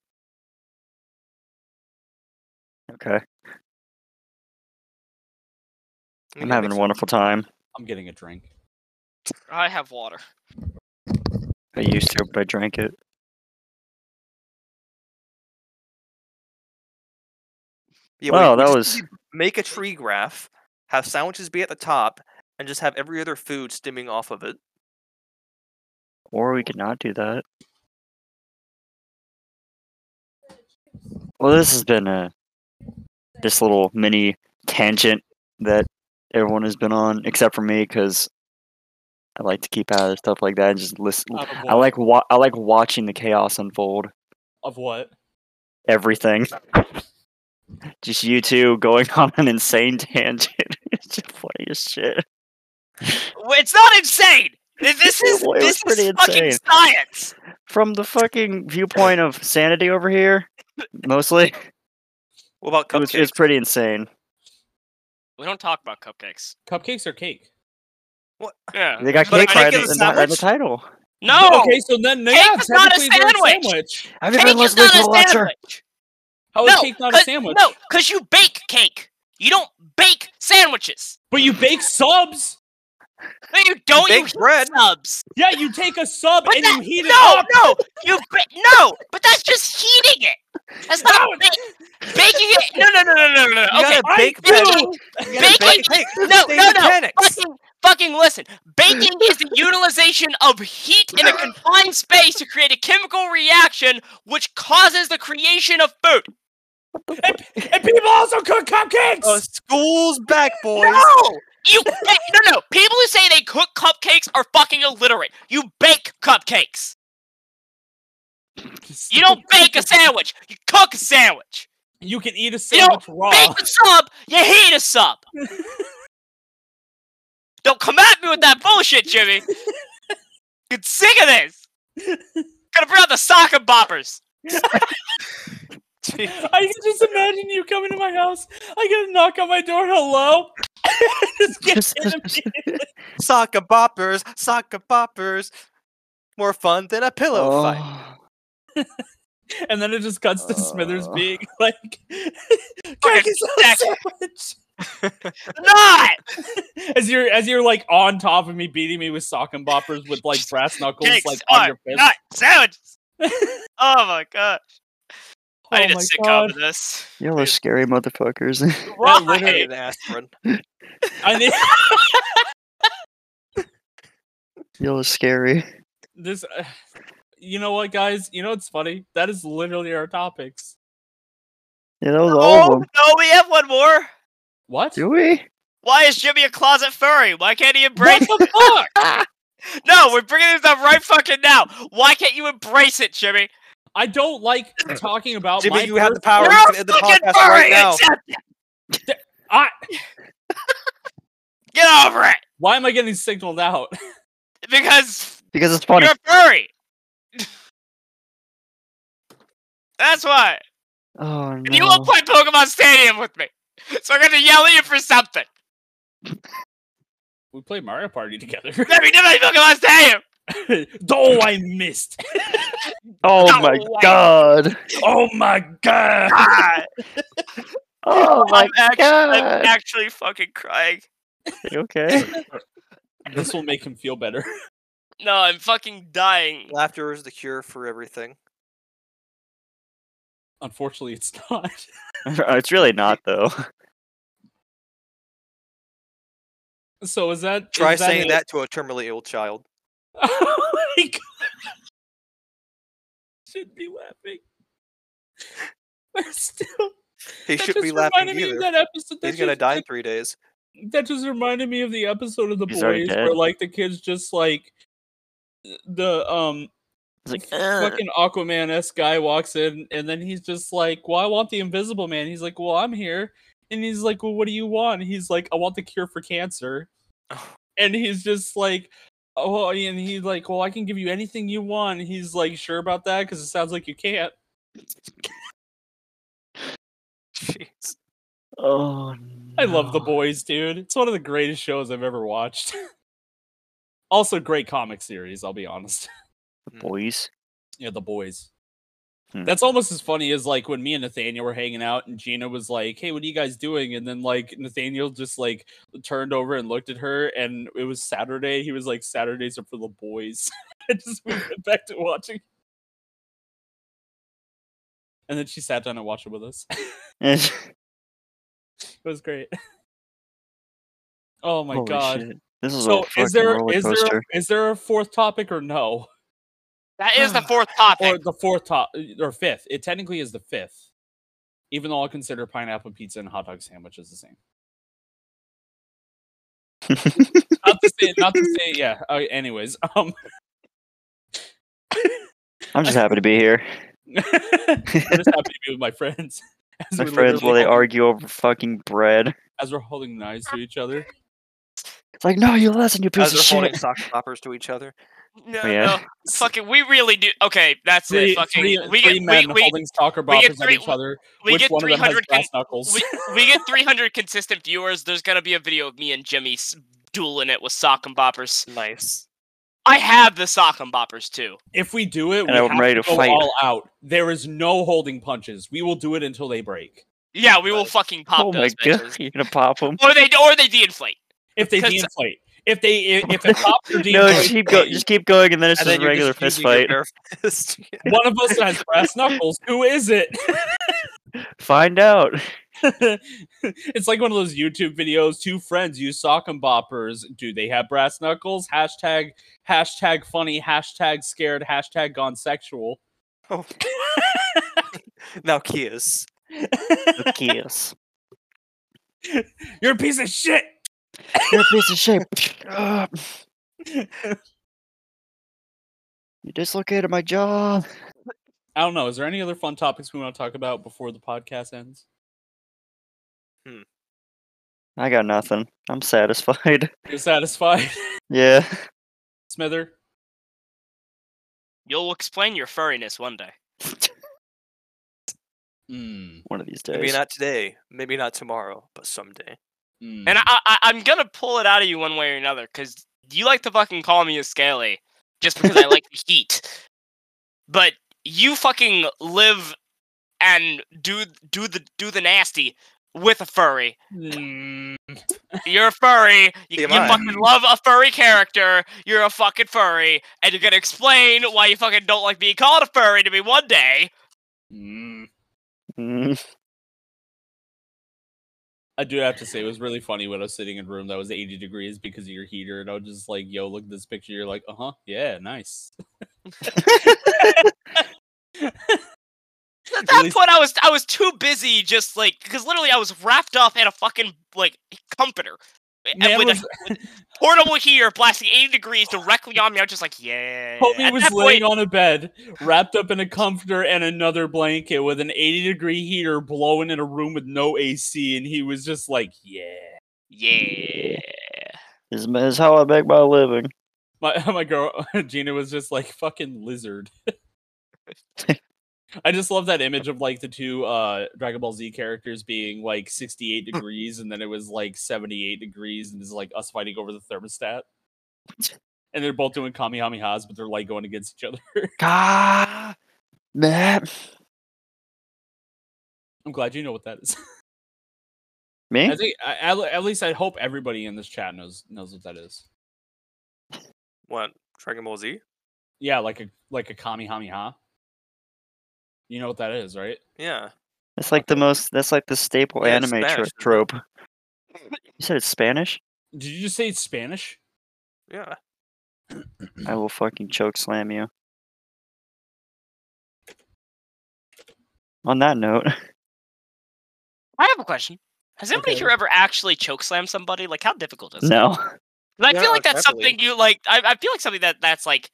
Speaker 2: Okay,
Speaker 4: I mean,
Speaker 2: I'm having
Speaker 4: that makes
Speaker 2: a
Speaker 4: sense.
Speaker 2: wonderful time.
Speaker 1: I'm getting a drink.
Speaker 3: I have water.
Speaker 2: I used to, but I drank it.
Speaker 4: Yeah, we-
Speaker 2: Wow,
Speaker 4: we
Speaker 2: oh, that
Speaker 4: just
Speaker 2: was
Speaker 4: make a tree graph, have sandwiches be at the top, and just have every other food stemming off of it.
Speaker 2: or we could not do that. Well, this has been a this little mini tangent that everyone has been on, except for me, because I like to keep out of stuff like that and just listen.
Speaker 1: Out of
Speaker 2: I
Speaker 1: what?
Speaker 2: like wa- I like watching the chaos unfold.
Speaker 1: Of what?
Speaker 2: Everything. Just you two going on an insane tangent. it's just funny as shit.
Speaker 3: Well, It's not insane. Th- This is
Speaker 2: Well, it
Speaker 3: this
Speaker 2: was
Speaker 3: is
Speaker 2: pretty
Speaker 3: fucking
Speaker 2: insane.
Speaker 3: science.
Speaker 2: From the fucking viewpoint of sanity over here, mostly,
Speaker 4: What about
Speaker 2: it was,
Speaker 4: cupcakes?
Speaker 2: it was pretty insane.
Speaker 3: We don't talk about cupcakes.
Speaker 1: Cupcakes are cake.
Speaker 3: Yeah.
Speaker 2: They got
Speaker 4: But
Speaker 2: cake
Speaker 4: I
Speaker 2: right
Speaker 4: think
Speaker 2: in
Speaker 4: it's
Speaker 2: the, in the
Speaker 4: sandwich.
Speaker 2: title.
Speaker 3: No.
Speaker 1: Okay, so then
Speaker 3: Cake
Speaker 1: yeah,
Speaker 3: is not a
Speaker 1: technically they're
Speaker 3: sandwich.
Speaker 1: sandwich.
Speaker 2: I've
Speaker 3: Cake
Speaker 2: been
Speaker 3: is
Speaker 2: listening
Speaker 3: not
Speaker 2: to the
Speaker 3: a
Speaker 2: lecture.
Speaker 3: sandwich.
Speaker 1: How is
Speaker 3: No,
Speaker 1: cake not a
Speaker 3: 'cause-
Speaker 1: sandwich?
Speaker 3: No, because you bake cake. You don't bake sandwiches.
Speaker 1: But you bake subs.
Speaker 3: No, you don't. You,
Speaker 4: bake bread.
Speaker 3: heat subs.
Speaker 1: Yeah, you take a sub
Speaker 3: But
Speaker 1: and
Speaker 3: that,
Speaker 1: you heat it
Speaker 3: no,
Speaker 1: up.
Speaker 3: no, you ba- no. But that's just heating it. That's not
Speaker 1: No,
Speaker 3: ba- baking it. No, no, no, no, no, no,
Speaker 4: You
Speaker 3: no. Okay,
Speaker 4: gotta bake bread.
Speaker 3: baking,
Speaker 4: You gotta
Speaker 3: baking-
Speaker 4: bake cake.
Speaker 3: no,
Speaker 4: That's the
Speaker 3: no, no.
Speaker 4: mechanics.
Speaker 3: fucking, fucking listen. Baking is the utilization of heat in a confined space to create a chemical reaction which causes the creation of food.
Speaker 1: and people also cook cupcakes.
Speaker 4: Uh, school's back, boys.
Speaker 3: No! You bake, no no. People who say they cook cupcakes are fucking illiterate. You bake cupcakes. You don't bake a sandwich. You cook a sandwich.
Speaker 1: You can eat a
Speaker 3: You don't
Speaker 1: sandwich raw.
Speaker 3: Bake a sub. You heat a sub. don't come at me with that bullshit, Jimmy. Get sick of this. Gotta bring out the soccer boppers.
Speaker 1: I can just imagine you coming to my house. I get a knock on my door. Hello. Just get in immediately.
Speaker 4: Soccer boppers, soccer boppers. More fun than a pillow fight.
Speaker 2: Oh.
Speaker 1: and then it just cuts to Smithers
Speaker 3: Oh.
Speaker 2: Uh.
Speaker 1: being like,
Speaker 3: Fucking
Speaker 1: "Craig is
Speaker 3: sick.
Speaker 1: sandwich."
Speaker 3: Not.
Speaker 1: as you're as you're like on top of me, beating me with sock and boppers with like brass knuckles,
Speaker 3: Cakes
Speaker 1: like
Speaker 3: are
Speaker 1: on your fist.
Speaker 3: Not sandwiches. oh my god. I need a sitcom
Speaker 1: Oh God.
Speaker 3: of this.
Speaker 2: Y'all are scary motherfuckers.
Speaker 4: Oh, I
Speaker 3: Why?
Speaker 4: literally need an aspirin.
Speaker 1: I need
Speaker 2: Y'all are scary.
Speaker 1: this. Uh, you know what, guys? You know what's funny? That is literally our topics.
Speaker 2: Yeah, that was all of
Speaker 3: Oh
Speaker 2: them.
Speaker 3: no, we have one more.
Speaker 1: What?
Speaker 2: Do we?
Speaker 3: Why is Jimmy a closet furry? Why can't he
Speaker 1: What
Speaker 3: embrace?
Speaker 1: the fuck?
Speaker 3: no, we're bringing this up right fucking now. Why can't you embrace it, Jimmy?
Speaker 1: I don't like talking about
Speaker 4: Jimmy,
Speaker 1: Oh, my
Speaker 4: you have the
Speaker 1: first-
Speaker 4: power.
Speaker 3: You're
Speaker 4: you
Speaker 3: a
Speaker 4: can end the
Speaker 3: fucking
Speaker 4: podcast
Speaker 3: furry.
Speaker 4: right now.
Speaker 3: accept it.
Speaker 1: I,
Speaker 3: Get over it,
Speaker 1: why am I getting signaled out?
Speaker 3: because
Speaker 2: Because it's funny.
Speaker 3: you're a furry. That's why.
Speaker 2: Oh
Speaker 3: And you will play Pokemon Stadium with me. So I'm going to yell at you for something.
Speaker 1: We played Mario Party together.
Speaker 3: Let me do my Pokemon Stadium.
Speaker 1: oh, I missed.
Speaker 2: Oh
Speaker 3: No
Speaker 2: my
Speaker 3: way.
Speaker 2: god.
Speaker 1: Oh my god.
Speaker 3: Ah,
Speaker 2: Oh my
Speaker 3: I'm, actually, I'm
Speaker 2: god.
Speaker 3: actually fucking crying.
Speaker 2: You okay.
Speaker 1: This will make him feel better.
Speaker 3: No, I'm fucking dying.
Speaker 4: Laughter is the cure for everything.
Speaker 1: Unfortunately, it's not.
Speaker 2: it's really not though.
Speaker 1: So is that is
Speaker 4: Try saying
Speaker 1: it?
Speaker 4: that to a terminally ill child.
Speaker 1: Oh my god. Should be laughing. We're still.
Speaker 4: He
Speaker 1: that
Speaker 4: should
Speaker 1: just
Speaker 4: be laughing
Speaker 1: reminded me of
Speaker 4: either.
Speaker 1: that episode. That
Speaker 4: He's gonna
Speaker 1: just-
Speaker 4: die in three days.
Speaker 1: that just reminded me of the episode of the
Speaker 2: He's already
Speaker 1: boys
Speaker 2: dead.
Speaker 1: where like the kids just like the um
Speaker 2: It's like "Ugh."
Speaker 1: fucking Aquaman s guy walks in and then he's just like, "Well, I want the Invisible Man." He's like, "Well, I'm here," and he's like, "Well, what do you want?" He's like, "I want the cure for cancer," and he's just like. Oh, and he's like, "Well, I can give you anything you want." And he's like, "Sure about that?" Because it sounds like you can't.
Speaker 4: Jeez.
Speaker 2: Oh
Speaker 1: I love the
Speaker 2: no.
Speaker 1: boys, dude. It's one of the greatest shows I've ever watched. also, great comic series. I'll be honest.
Speaker 2: The boys.
Speaker 1: Yeah, the boys.
Speaker 2: Hmm.
Speaker 1: That's almost as funny as like when me and Nathaniel were hanging out and Gina was like, Hey, what are you guys doing? And then like Nathaniel just like turned over and looked at her and it was Saturday. He was like, Saturdays are for the boys. I just we went back to watching. And then she sat down and watched it with us. it was great. Oh my
Speaker 2: Holy
Speaker 1: god.
Speaker 2: shit. This is
Speaker 1: So
Speaker 2: a
Speaker 1: is
Speaker 2: fucking
Speaker 1: there
Speaker 2: roller
Speaker 1: is there
Speaker 2: coaster.
Speaker 1: is there a fourth topic or no?
Speaker 3: That is the fourth topic.
Speaker 1: or the fourth top or fifth. It technically is the fifth, even though I'll consider pineapple pizza and hot dog sandwiches the same. Not to say, not to say, yeah. Uh, anyways, um,
Speaker 2: I'm just happy to be here.
Speaker 1: I'm just happy to be with my friends. As
Speaker 2: My
Speaker 1: we're
Speaker 2: friends
Speaker 1: literally
Speaker 2: while they
Speaker 1: holding-
Speaker 2: argue over fucking bread.
Speaker 1: as we're holding knives to each other.
Speaker 2: It's like, no, you listen, you
Speaker 4: As
Speaker 2: piece of
Speaker 4: they're holding
Speaker 2: shit.
Speaker 4: sock poppers to each other.
Speaker 3: No,
Speaker 2: Yeah.
Speaker 3: no. Fucking, we really do. Okay, that's
Speaker 1: Three,
Speaker 3: it. Fucking,
Speaker 1: three,
Speaker 3: we,
Speaker 1: three
Speaker 3: get,
Speaker 1: men
Speaker 3: we, we,
Speaker 1: holding stalker
Speaker 3: we get
Speaker 1: boppers at
Speaker 3: three-
Speaker 1: each other.
Speaker 3: we
Speaker 1: Which
Speaker 3: get
Speaker 1: one of them has
Speaker 3: 300 con-
Speaker 1: brass knuckles?
Speaker 3: we, we get 300 consistent viewers. There's gonna be a video of me and Jimmy s- dueling it with sock and boppers.
Speaker 4: Nice.
Speaker 3: I have the sock and boppers too.
Speaker 1: if we do it, we
Speaker 2: I'm
Speaker 1: have
Speaker 2: ready
Speaker 1: to
Speaker 2: to
Speaker 1: go
Speaker 2: fight.
Speaker 1: all out. There is no holding punches. We will do it until they break.
Speaker 3: Yeah, we will
Speaker 4: Nice.
Speaker 3: fucking pop
Speaker 2: Oh my
Speaker 3: those
Speaker 2: god,
Speaker 3: bitches.
Speaker 2: you're gonna pop them.
Speaker 3: Or they or they de-inflate.
Speaker 1: If they
Speaker 3: 'Cause-
Speaker 1: de-inflate, if they if, if it pops or
Speaker 2: No,
Speaker 1: de-inflates,
Speaker 2: just keep go-
Speaker 1: they-
Speaker 2: just keep going, and then it's
Speaker 4: And
Speaker 2: just
Speaker 4: then
Speaker 2: a
Speaker 4: you're
Speaker 2: regular
Speaker 4: just
Speaker 2: fist
Speaker 4: using your
Speaker 2: fight.
Speaker 4: bare fist.
Speaker 1: One of us has brass knuckles. Who is it?
Speaker 2: Find out.
Speaker 1: it's like one of those YouTube videos. Two friends use sock and boppers. Do they have brass knuckles? Hashtag hashtag funny. Hashtag scared. Hashtag gone sexual.
Speaker 4: Oh. now kiss.
Speaker 2: The kiss.
Speaker 1: You're a piece of shit.
Speaker 2: You're a piece of shit. Ah. you dislocated my jaw.
Speaker 1: I don't know. Is there any other fun topics we want to talk about before the podcast ends?
Speaker 2: I got nothing. I'm satisfied.
Speaker 1: You're satisfied,
Speaker 2: Yeah.
Speaker 1: Smither?
Speaker 3: You'll explain your furriness one day.
Speaker 1: Mm,
Speaker 2: One of these days.
Speaker 4: Maybe not today. Maybe not tomorrow. But someday.
Speaker 1: mm.
Speaker 3: And I, I I'm gonna pull it out of you one way or another, because you like to fucking call me a scaly just because I like the heat. But you fucking live and do do the do the nasty with a furry.
Speaker 1: Mm.
Speaker 3: You're a furry. You, you
Speaker 4: TMI.
Speaker 3: fucking love a furry character. You're a fucking furry, and you're gonna explain why you fucking don't like being called a furry to me one day.
Speaker 1: Mm.
Speaker 2: Mm,
Speaker 1: I do have to say it was really funny when I was sitting in a room that was 80 degrees because of your heater, and I was just like, "Yo, look at this picture." You're like, "Uh huh, yeah, nice."
Speaker 3: At that
Speaker 1: least-
Speaker 3: point, I was I was too busy just like because literally I was wrapped up in a fucking like comforter and
Speaker 1: Man
Speaker 3: with
Speaker 1: was-
Speaker 3: a portable heater blasting 80 degrees directly on me. I was just like, yeah.
Speaker 1: Homie
Speaker 3: At
Speaker 1: was
Speaker 3: that
Speaker 1: laying
Speaker 3: point,
Speaker 1: on a bed, wrapped up in a comforter and another blanket, with an 80 degree heater blowing in a room with no AC, and he was just like, "Yeah."
Speaker 3: yeah.
Speaker 2: this is- this is how I make my living.
Speaker 1: My my girl Gina was just like, "Fucking lizard." I just love that image of like the two uh Dragon Ball Z characters being like 68 degrees and then it was like 78 degrees and it's like us fighting over the thermostat. And they're both doing Kamehamehas, but they're like going against each other.
Speaker 2: God, man.
Speaker 1: I'm glad you know what that is.
Speaker 2: Me?
Speaker 1: I think I, at, at least I hope everybody in this chat knows knows what that is.
Speaker 4: What? Dragon Ball Z?
Speaker 1: Yeah, like a like a Kamehameha. You know what that is, right?
Speaker 4: Yeah.
Speaker 2: That's like the most. That's like the staple
Speaker 4: Yeah, it's
Speaker 2: anime tro-
Speaker 4: Spanish, isn't it?
Speaker 2: trope. You said it's Spanish.
Speaker 1: Did you just say it's Spanish?
Speaker 4: Yeah.
Speaker 2: I will fucking choke slam you. On that note,
Speaker 3: I have a question. Has anybody
Speaker 1: Okay.
Speaker 3: here ever actually chokeslammed somebody? Like, how difficult is it?
Speaker 2: no.
Speaker 3: 'Cause I
Speaker 4: Yeah,
Speaker 3: feel like that's
Speaker 4: definitely.
Speaker 3: something you like. I, I feel like something that that's like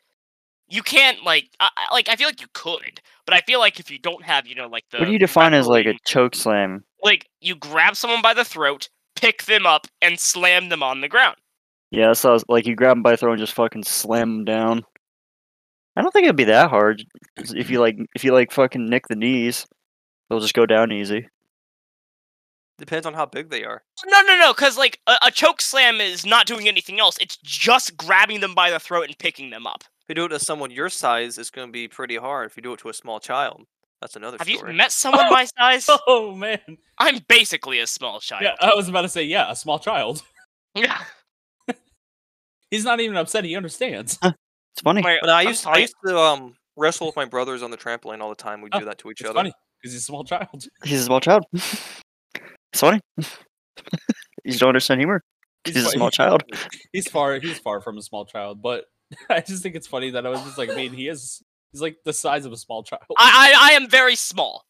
Speaker 3: you can't like I, I- like I feel like you could, but I feel like if you don't have you know like the
Speaker 2: What do you define as like a
Speaker 3: grappling-
Speaker 2: choke slam?
Speaker 3: like you grab someone by the throat, pick them up, and slam them on the ground.
Speaker 2: Yeah, so it's like you grab them by the throat and just fucking slam them down. I don't think it'd be that hard s- if you like if you like fucking nick the knees, they'll just go down easy.
Speaker 4: Depends on how big they are.
Speaker 3: No, no, no, because like a, a choke slam is not doing anything else. It's just grabbing them by the throat and picking them up.
Speaker 4: If you do it to someone your size, it's going to be pretty hard. If you do it to a small child, that's another
Speaker 3: Have
Speaker 4: story.
Speaker 3: you met someone my size?
Speaker 1: Oh man.
Speaker 3: I'm basically a small child.
Speaker 1: Yeah, I was about to say, yeah, a small child.
Speaker 3: Yeah.
Speaker 1: He's not even upset, he understands.
Speaker 2: It's funny.
Speaker 3: Wait,
Speaker 4: But I
Speaker 3: I'm
Speaker 4: used I
Speaker 3: sorry.
Speaker 4: used to um wrestle with my brothers on the trampoline all the time. We'd
Speaker 1: Oh,
Speaker 4: do that to each
Speaker 1: It's
Speaker 4: other.
Speaker 1: funny because he's a small child.
Speaker 2: He's a small child. it's funny. you just don't understand humor. 'cause He's a
Speaker 1: funny.
Speaker 2: small child.
Speaker 1: He's far he's far from a small child, but I just think it's funny that I was just like, man, he is he's like the size of a small child.
Speaker 3: I, I I am very small.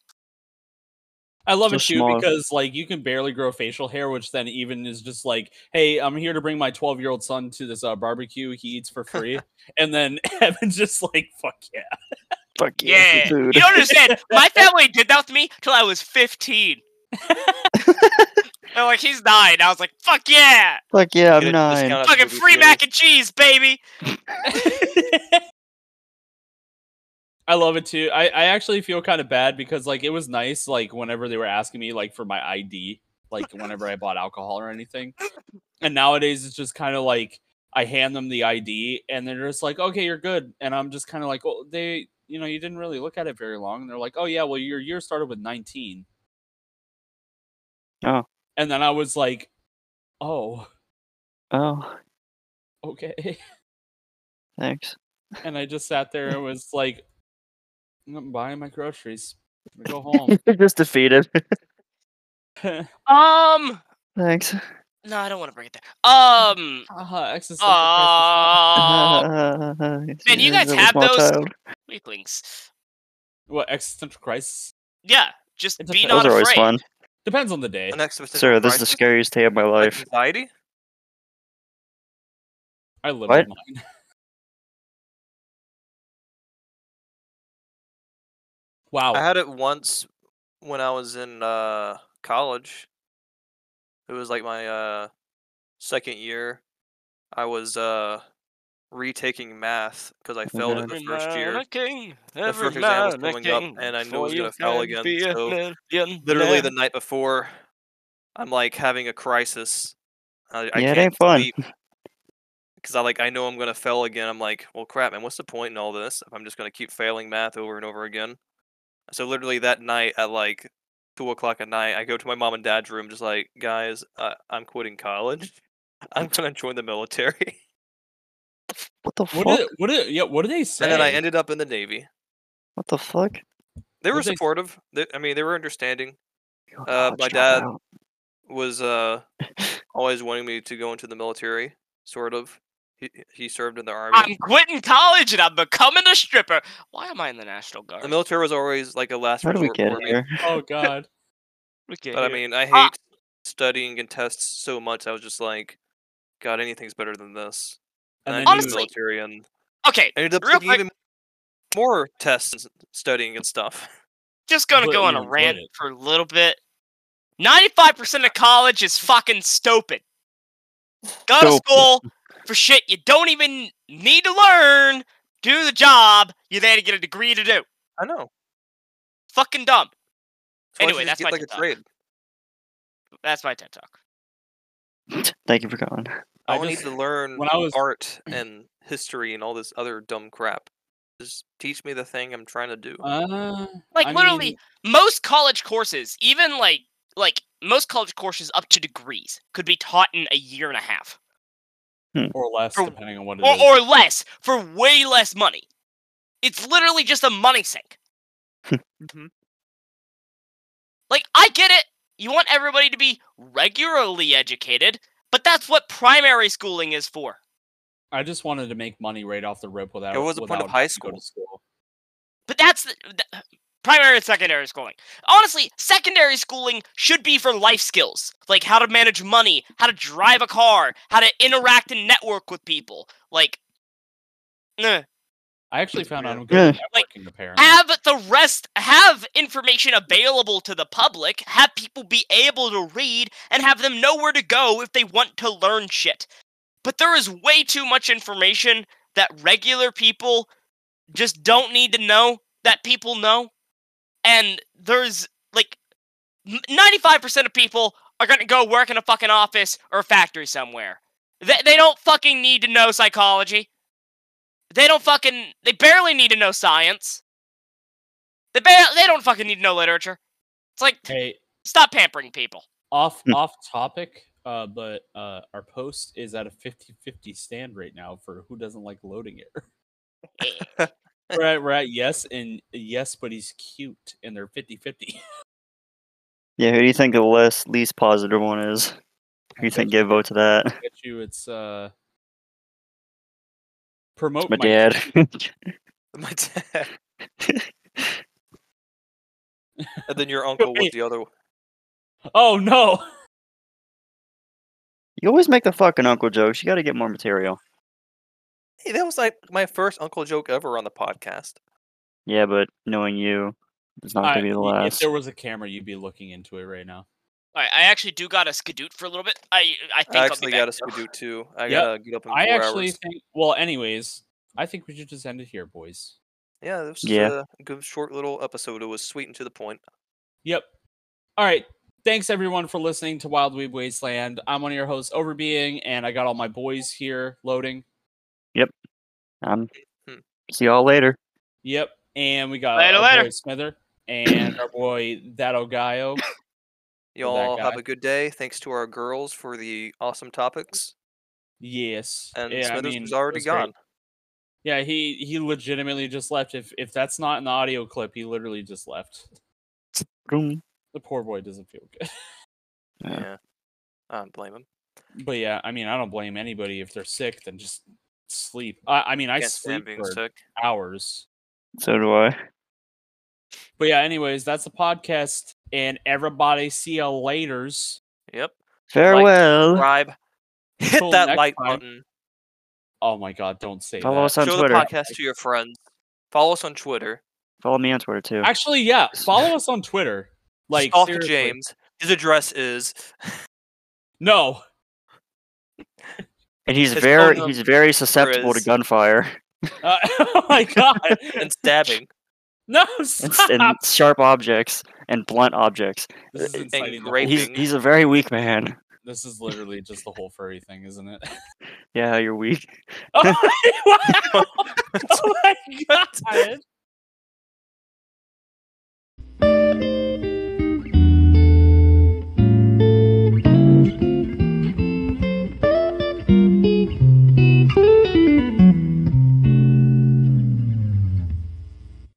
Speaker 1: I love
Speaker 2: So
Speaker 1: it too
Speaker 2: small.
Speaker 1: because like you can barely grow facial hair, which then even is just like, hey, I'm here to bring my 12 year old son to this uh, barbecue he eats for free, and then Evan's just like, fuck yeah,
Speaker 2: Fuck yeah,
Speaker 3: Yeah.
Speaker 2: some food.
Speaker 3: You don't understand. My family did that with me till I was 15. They're like, he's nine. I was like, fuck yeah.
Speaker 2: Fuck yeah, I'm
Speaker 4: Get a
Speaker 2: nine.
Speaker 4: discount at the
Speaker 3: Fucking
Speaker 4: movie
Speaker 3: free
Speaker 4: theater.
Speaker 3: mac and cheese, baby.
Speaker 1: I love it too. I I actually feel kind of bad because like it was nice like whenever they were asking me like for my ID, like whenever I bought alcohol or anything, and nowadays it's just kind of like I hand them the ID and they're just like, okay, you're good, and I'm just kind of like, well, they, you know, you didn't really look at it very long, and they're like, oh yeah, well your year started with 19.
Speaker 2: Oh.
Speaker 1: And then I was like, oh,
Speaker 2: Oh,
Speaker 1: okay.
Speaker 2: thanks.
Speaker 1: and I just sat there and was like, I'm buying my groceries. I'm gonna Go
Speaker 3: Oh.
Speaker 1: home.
Speaker 2: just defeated.
Speaker 3: Um,
Speaker 2: thanks.
Speaker 3: no, I don't want to bring it there. Um,
Speaker 1: Haha, existential crisis.
Speaker 3: oh,
Speaker 2: He's
Speaker 3: you guys
Speaker 2: a
Speaker 3: have
Speaker 2: small
Speaker 3: those?
Speaker 2: child.
Speaker 3: weaklings.
Speaker 1: What existential crisis?
Speaker 3: Yeah, just
Speaker 1: It's
Speaker 3: be
Speaker 1: okay.
Speaker 2: Those
Speaker 3: not
Speaker 2: are always
Speaker 3: afraid.
Speaker 2: fun.
Speaker 1: Depends on the day.
Speaker 4: An existential
Speaker 2: Sir, this is the
Speaker 4: crisis?
Speaker 2: scariest day of my
Speaker 4: Like
Speaker 2: life.
Speaker 4: Anxiety?
Speaker 1: I live with mine. Wow.
Speaker 3: Oh.
Speaker 4: I had it once when I was in uh, college. It was like my uh, second year. I was uh, retaking math because I failed it the first year.
Speaker 3: the
Speaker 4: first exam was coming up, and I knew I was gonna fail again, so Literally the night before, I'm like having a crisis. I,
Speaker 2: Yeah,
Speaker 4: I
Speaker 2: it
Speaker 4: can't
Speaker 2: ain't fun.
Speaker 4: Because I like I know I'm gonna fail again. I'm like, well, crap, man. What's the point in all this if I'm just gonna keep failing math over and over again? So literally that night at like two o'clock at night, I go to my mom and dad's room, just like, guys, uh, I'm quitting college. I'm gonna join the military.
Speaker 2: What the
Speaker 1: what
Speaker 2: fuck?
Speaker 1: did what did yeah, what did they say?
Speaker 4: and then I ended up in the navy.
Speaker 2: What the fuck?
Speaker 4: They were
Speaker 1: What'd they-
Speaker 4: supportive. They, I mean, they were understanding.
Speaker 2: Yo,
Speaker 4: Uh,
Speaker 2: God,
Speaker 4: my
Speaker 2: shout
Speaker 4: dad-
Speaker 2: out.
Speaker 4: was uh always wanting me to go into the military, sort of. He he served in the army.
Speaker 3: I'm quitting college and I'm becoming a stripper. Why am I in the National Guard?
Speaker 4: the military was always like a last
Speaker 2: How do we
Speaker 4: resort
Speaker 2: get
Speaker 4: for me.
Speaker 2: here?
Speaker 1: oh god.
Speaker 3: Okay,
Speaker 4: But I
Speaker 3: here.
Speaker 4: mean, I hate
Speaker 3: Ah.
Speaker 4: studying and tests so much. I was just like, God, anything's better than this.
Speaker 1: And
Speaker 4: And
Speaker 1: then
Speaker 4: I
Speaker 1: you-
Speaker 4: joined the
Speaker 3: Honestly-
Speaker 4: military and
Speaker 3: okay,
Speaker 4: I ended up
Speaker 3: real
Speaker 4: taking
Speaker 3: quick-
Speaker 4: even more tests, and studying and stuff.
Speaker 3: just gonna
Speaker 1: But
Speaker 3: go on
Speaker 1: you
Speaker 3: a
Speaker 1: enjoyed
Speaker 3: rant
Speaker 1: it.
Speaker 3: for a little bit. Ninety-five percent of college is fucking stupid. Go to
Speaker 2: Stupid.
Speaker 3: school for shit you don't even need to learn. Do the job you're there to get a degree to do.
Speaker 4: I know.
Speaker 3: Fucking dumb.
Speaker 4: That's why you
Speaker 3: Anyway,
Speaker 4: just
Speaker 3: that's
Speaker 4: get
Speaker 3: my
Speaker 4: like a
Speaker 3: TikTok.
Speaker 4: trade.
Speaker 3: That's my TED talk.
Speaker 2: Thank you for calling.
Speaker 4: I,
Speaker 1: I
Speaker 4: need
Speaker 1: just-
Speaker 4: to learn
Speaker 1: when I was-
Speaker 4: art and history and all this other dumb crap. Just teach me the thing I'm trying to do.
Speaker 1: Uh,
Speaker 3: Like
Speaker 1: I
Speaker 3: literally,
Speaker 1: mean-
Speaker 3: most college courses, even like like most college courses up to degrees, could be taught in a year and a half
Speaker 1: or less,
Speaker 3: Or-
Speaker 1: depending on what it is.
Speaker 3: or, or less for way less money. It's literally just a money sink.
Speaker 1: Hmm.
Speaker 3: Like I get it. You want everybody to be regularly educated, but that's what primary schooling is for.
Speaker 1: I just wanted to make money right off the rip without.
Speaker 4: It was the point of
Speaker 1: without
Speaker 4: high
Speaker 1: having to go to
Speaker 4: school.
Speaker 3: But that's the, th- primary and secondary schooling. Honestly, secondary schooling should be for life skills, like how to manage money, how to drive a car, how to interact and network with people. Like, eh,
Speaker 1: I actually found out I'm
Speaker 2: Yeah.
Speaker 1: good at
Speaker 3: Like,
Speaker 1: networking, apparently.
Speaker 3: have the rest, have information available to the public, have people be able to read, and have them know where to go if they want to learn shit. But there is way too much information that regular people just don't need to know that people know. And there's like m- 95% of people are going to go work in a fucking office or a factory somewhere. They, they don't fucking need to know psychology. They don't fucking, they barely need to know science. They, bar- they don't fucking need to know literature. It's like,
Speaker 1: Hey,
Speaker 3: stop pampering people.
Speaker 1: off
Speaker 2: Hmm.
Speaker 1: off topic, uh, but uh, our post is at a 50-50 stand right now for who doesn't like loading error. we're, at, we're at yes and yes, but he's cute, and they're 50-50.
Speaker 2: Yeah, who do you think the less least positive one is? Who do you think gave vote to that?
Speaker 1: Get you, it's uh, promote
Speaker 2: My
Speaker 1: Oh my
Speaker 2: dad.
Speaker 4: My dad. And then your uncle was
Speaker 1: Wait.
Speaker 4: the other. one.
Speaker 1: Oh no!
Speaker 2: you always make the fucking uncle jokes. You got to get more material.
Speaker 4: Hey, that was like my first uncle joke ever on the podcast.
Speaker 2: Yeah, but knowing you, it's not
Speaker 1: I-
Speaker 2: gonna be the
Speaker 1: y- if
Speaker 2: last.
Speaker 1: there was a camera, you'd be looking into it right now.
Speaker 3: All right, I actually do gotta skedoot for a little bit. I I think
Speaker 4: I
Speaker 3: I'll
Speaker 4: actually
Speaker 3: be back
Speaker 4: got a
Speaker 3: though.
Speaker 4: skidoo too. I
Speaker 1: Yep.
Speaker 4: gotta get up in four
Speaker 1: I actually
Speaker 4: hours.
Speaker 1: think. Well, anyways, I think we should just end it here, boys.
Speaker 4: Yeah, this was
Speaker 2: Yeah.
Speaker 4: a good short little episode. It was sweet and to the point.
Speaker 1: Yep. All right. Thanks everyone for listening to Wild Weeb Wasteland. I'm one of your hosts, Overbeing, and I got all my boys here loading.
Speaker 2: Um,
Speaker 4: Hmm.
Speaker 2: see y'all later.
Speaker 1: Yep. And we got
Speaker 3: Later,
Speaker 1: our
Speaker 3: later.
Speaker 1: boy Smither and our boy That Ogayo.
Speaker 4: Y'all have
Speaker 1: guy.
Speaker 4: a good day. Thanks to our girls for the awesome topics.
Speaker 1: Yes.
Speaker 4: And
Speaker 1: yeah, I
Speaker 4: Smithers
Speaker 1: mean,
Speaker 4: was
Speaker 1: it
Speaker 4: already
Speaker 1: was great.
Speaker 4: gone.
Speaker 1: Yeah, he he legitimately just left. If if that's not an audio clip, he literally just left.
Speaker 2: Vroom.
Speaker 1: The poor boy doesn't feel good.
Speaker 2: Yeah.
Speaker 4: Yeah. I don't blame him.
Speaker 1: But yeah, I mean, I don't blame anybody if they're sick. Then just sleep. I, I mean, I
Speaker 4: Can't stand
Speaker 1: sleep
Speaker 4: being
Speaker 1: for
Speaker 4: sick.
Speaker 1: hours.
Speaker 2: So do I.
Speaker 1: But yeah, anyways, that's the podcast. And everybody, see ya laters.
Speaker 4: Yep.
Speaker 2: Farewell.
Speaker 4: Subscribe. Hit
Speaker 1: Till
Speaker 4: that
Speaker 1: next
Speaker 4: like
Speaker 1: time.
Speaker 4: button.
Speaker 1: Oh my god, don't say
Speaker 2: Follow us
Speaker 1: that.
Speaker 2: on
Speaker 4: Show
Speaker 2: Twitter.
Speaker 4: the podcast to your friends. Follow us on Twitter.
Speaker 2: Follow me on Twitter too.
Speaker 1: Actually, yeah, follow us on Twitter. Like
Speaker 4: Stalk
Speaker 1: seriously.
Speaker 4: James. His address is
Speaker 1: No,
Speaker 2: and he's
Speaker 4: his
Speaker 2: very
Speaker 4: phone
Speaker 2: he's very susceptible to
Speaker 4: is-
Speaker 2: gunfire
Speaker 1: uh, oh my god,
Speaker 4: and stabbing
Speaker 1: no,
Speaker 2: and,
Speaker 1: stop.
Speaker 2: s- and sharp objects and blunt objects.
Speaker 1: this is
Speaker 2: and
Speaker 1: inciting the whole-
Speaker 4: grape-
Speaker 2: He's
Speaker 4: Raping.
Speaker 2: he's a very weak man.
Speaker 1: This is literally just the whole furry thing, isn't it?
Speaker 2: Yeah, you're weak.
Speaker 1: oh, wow. oh my god.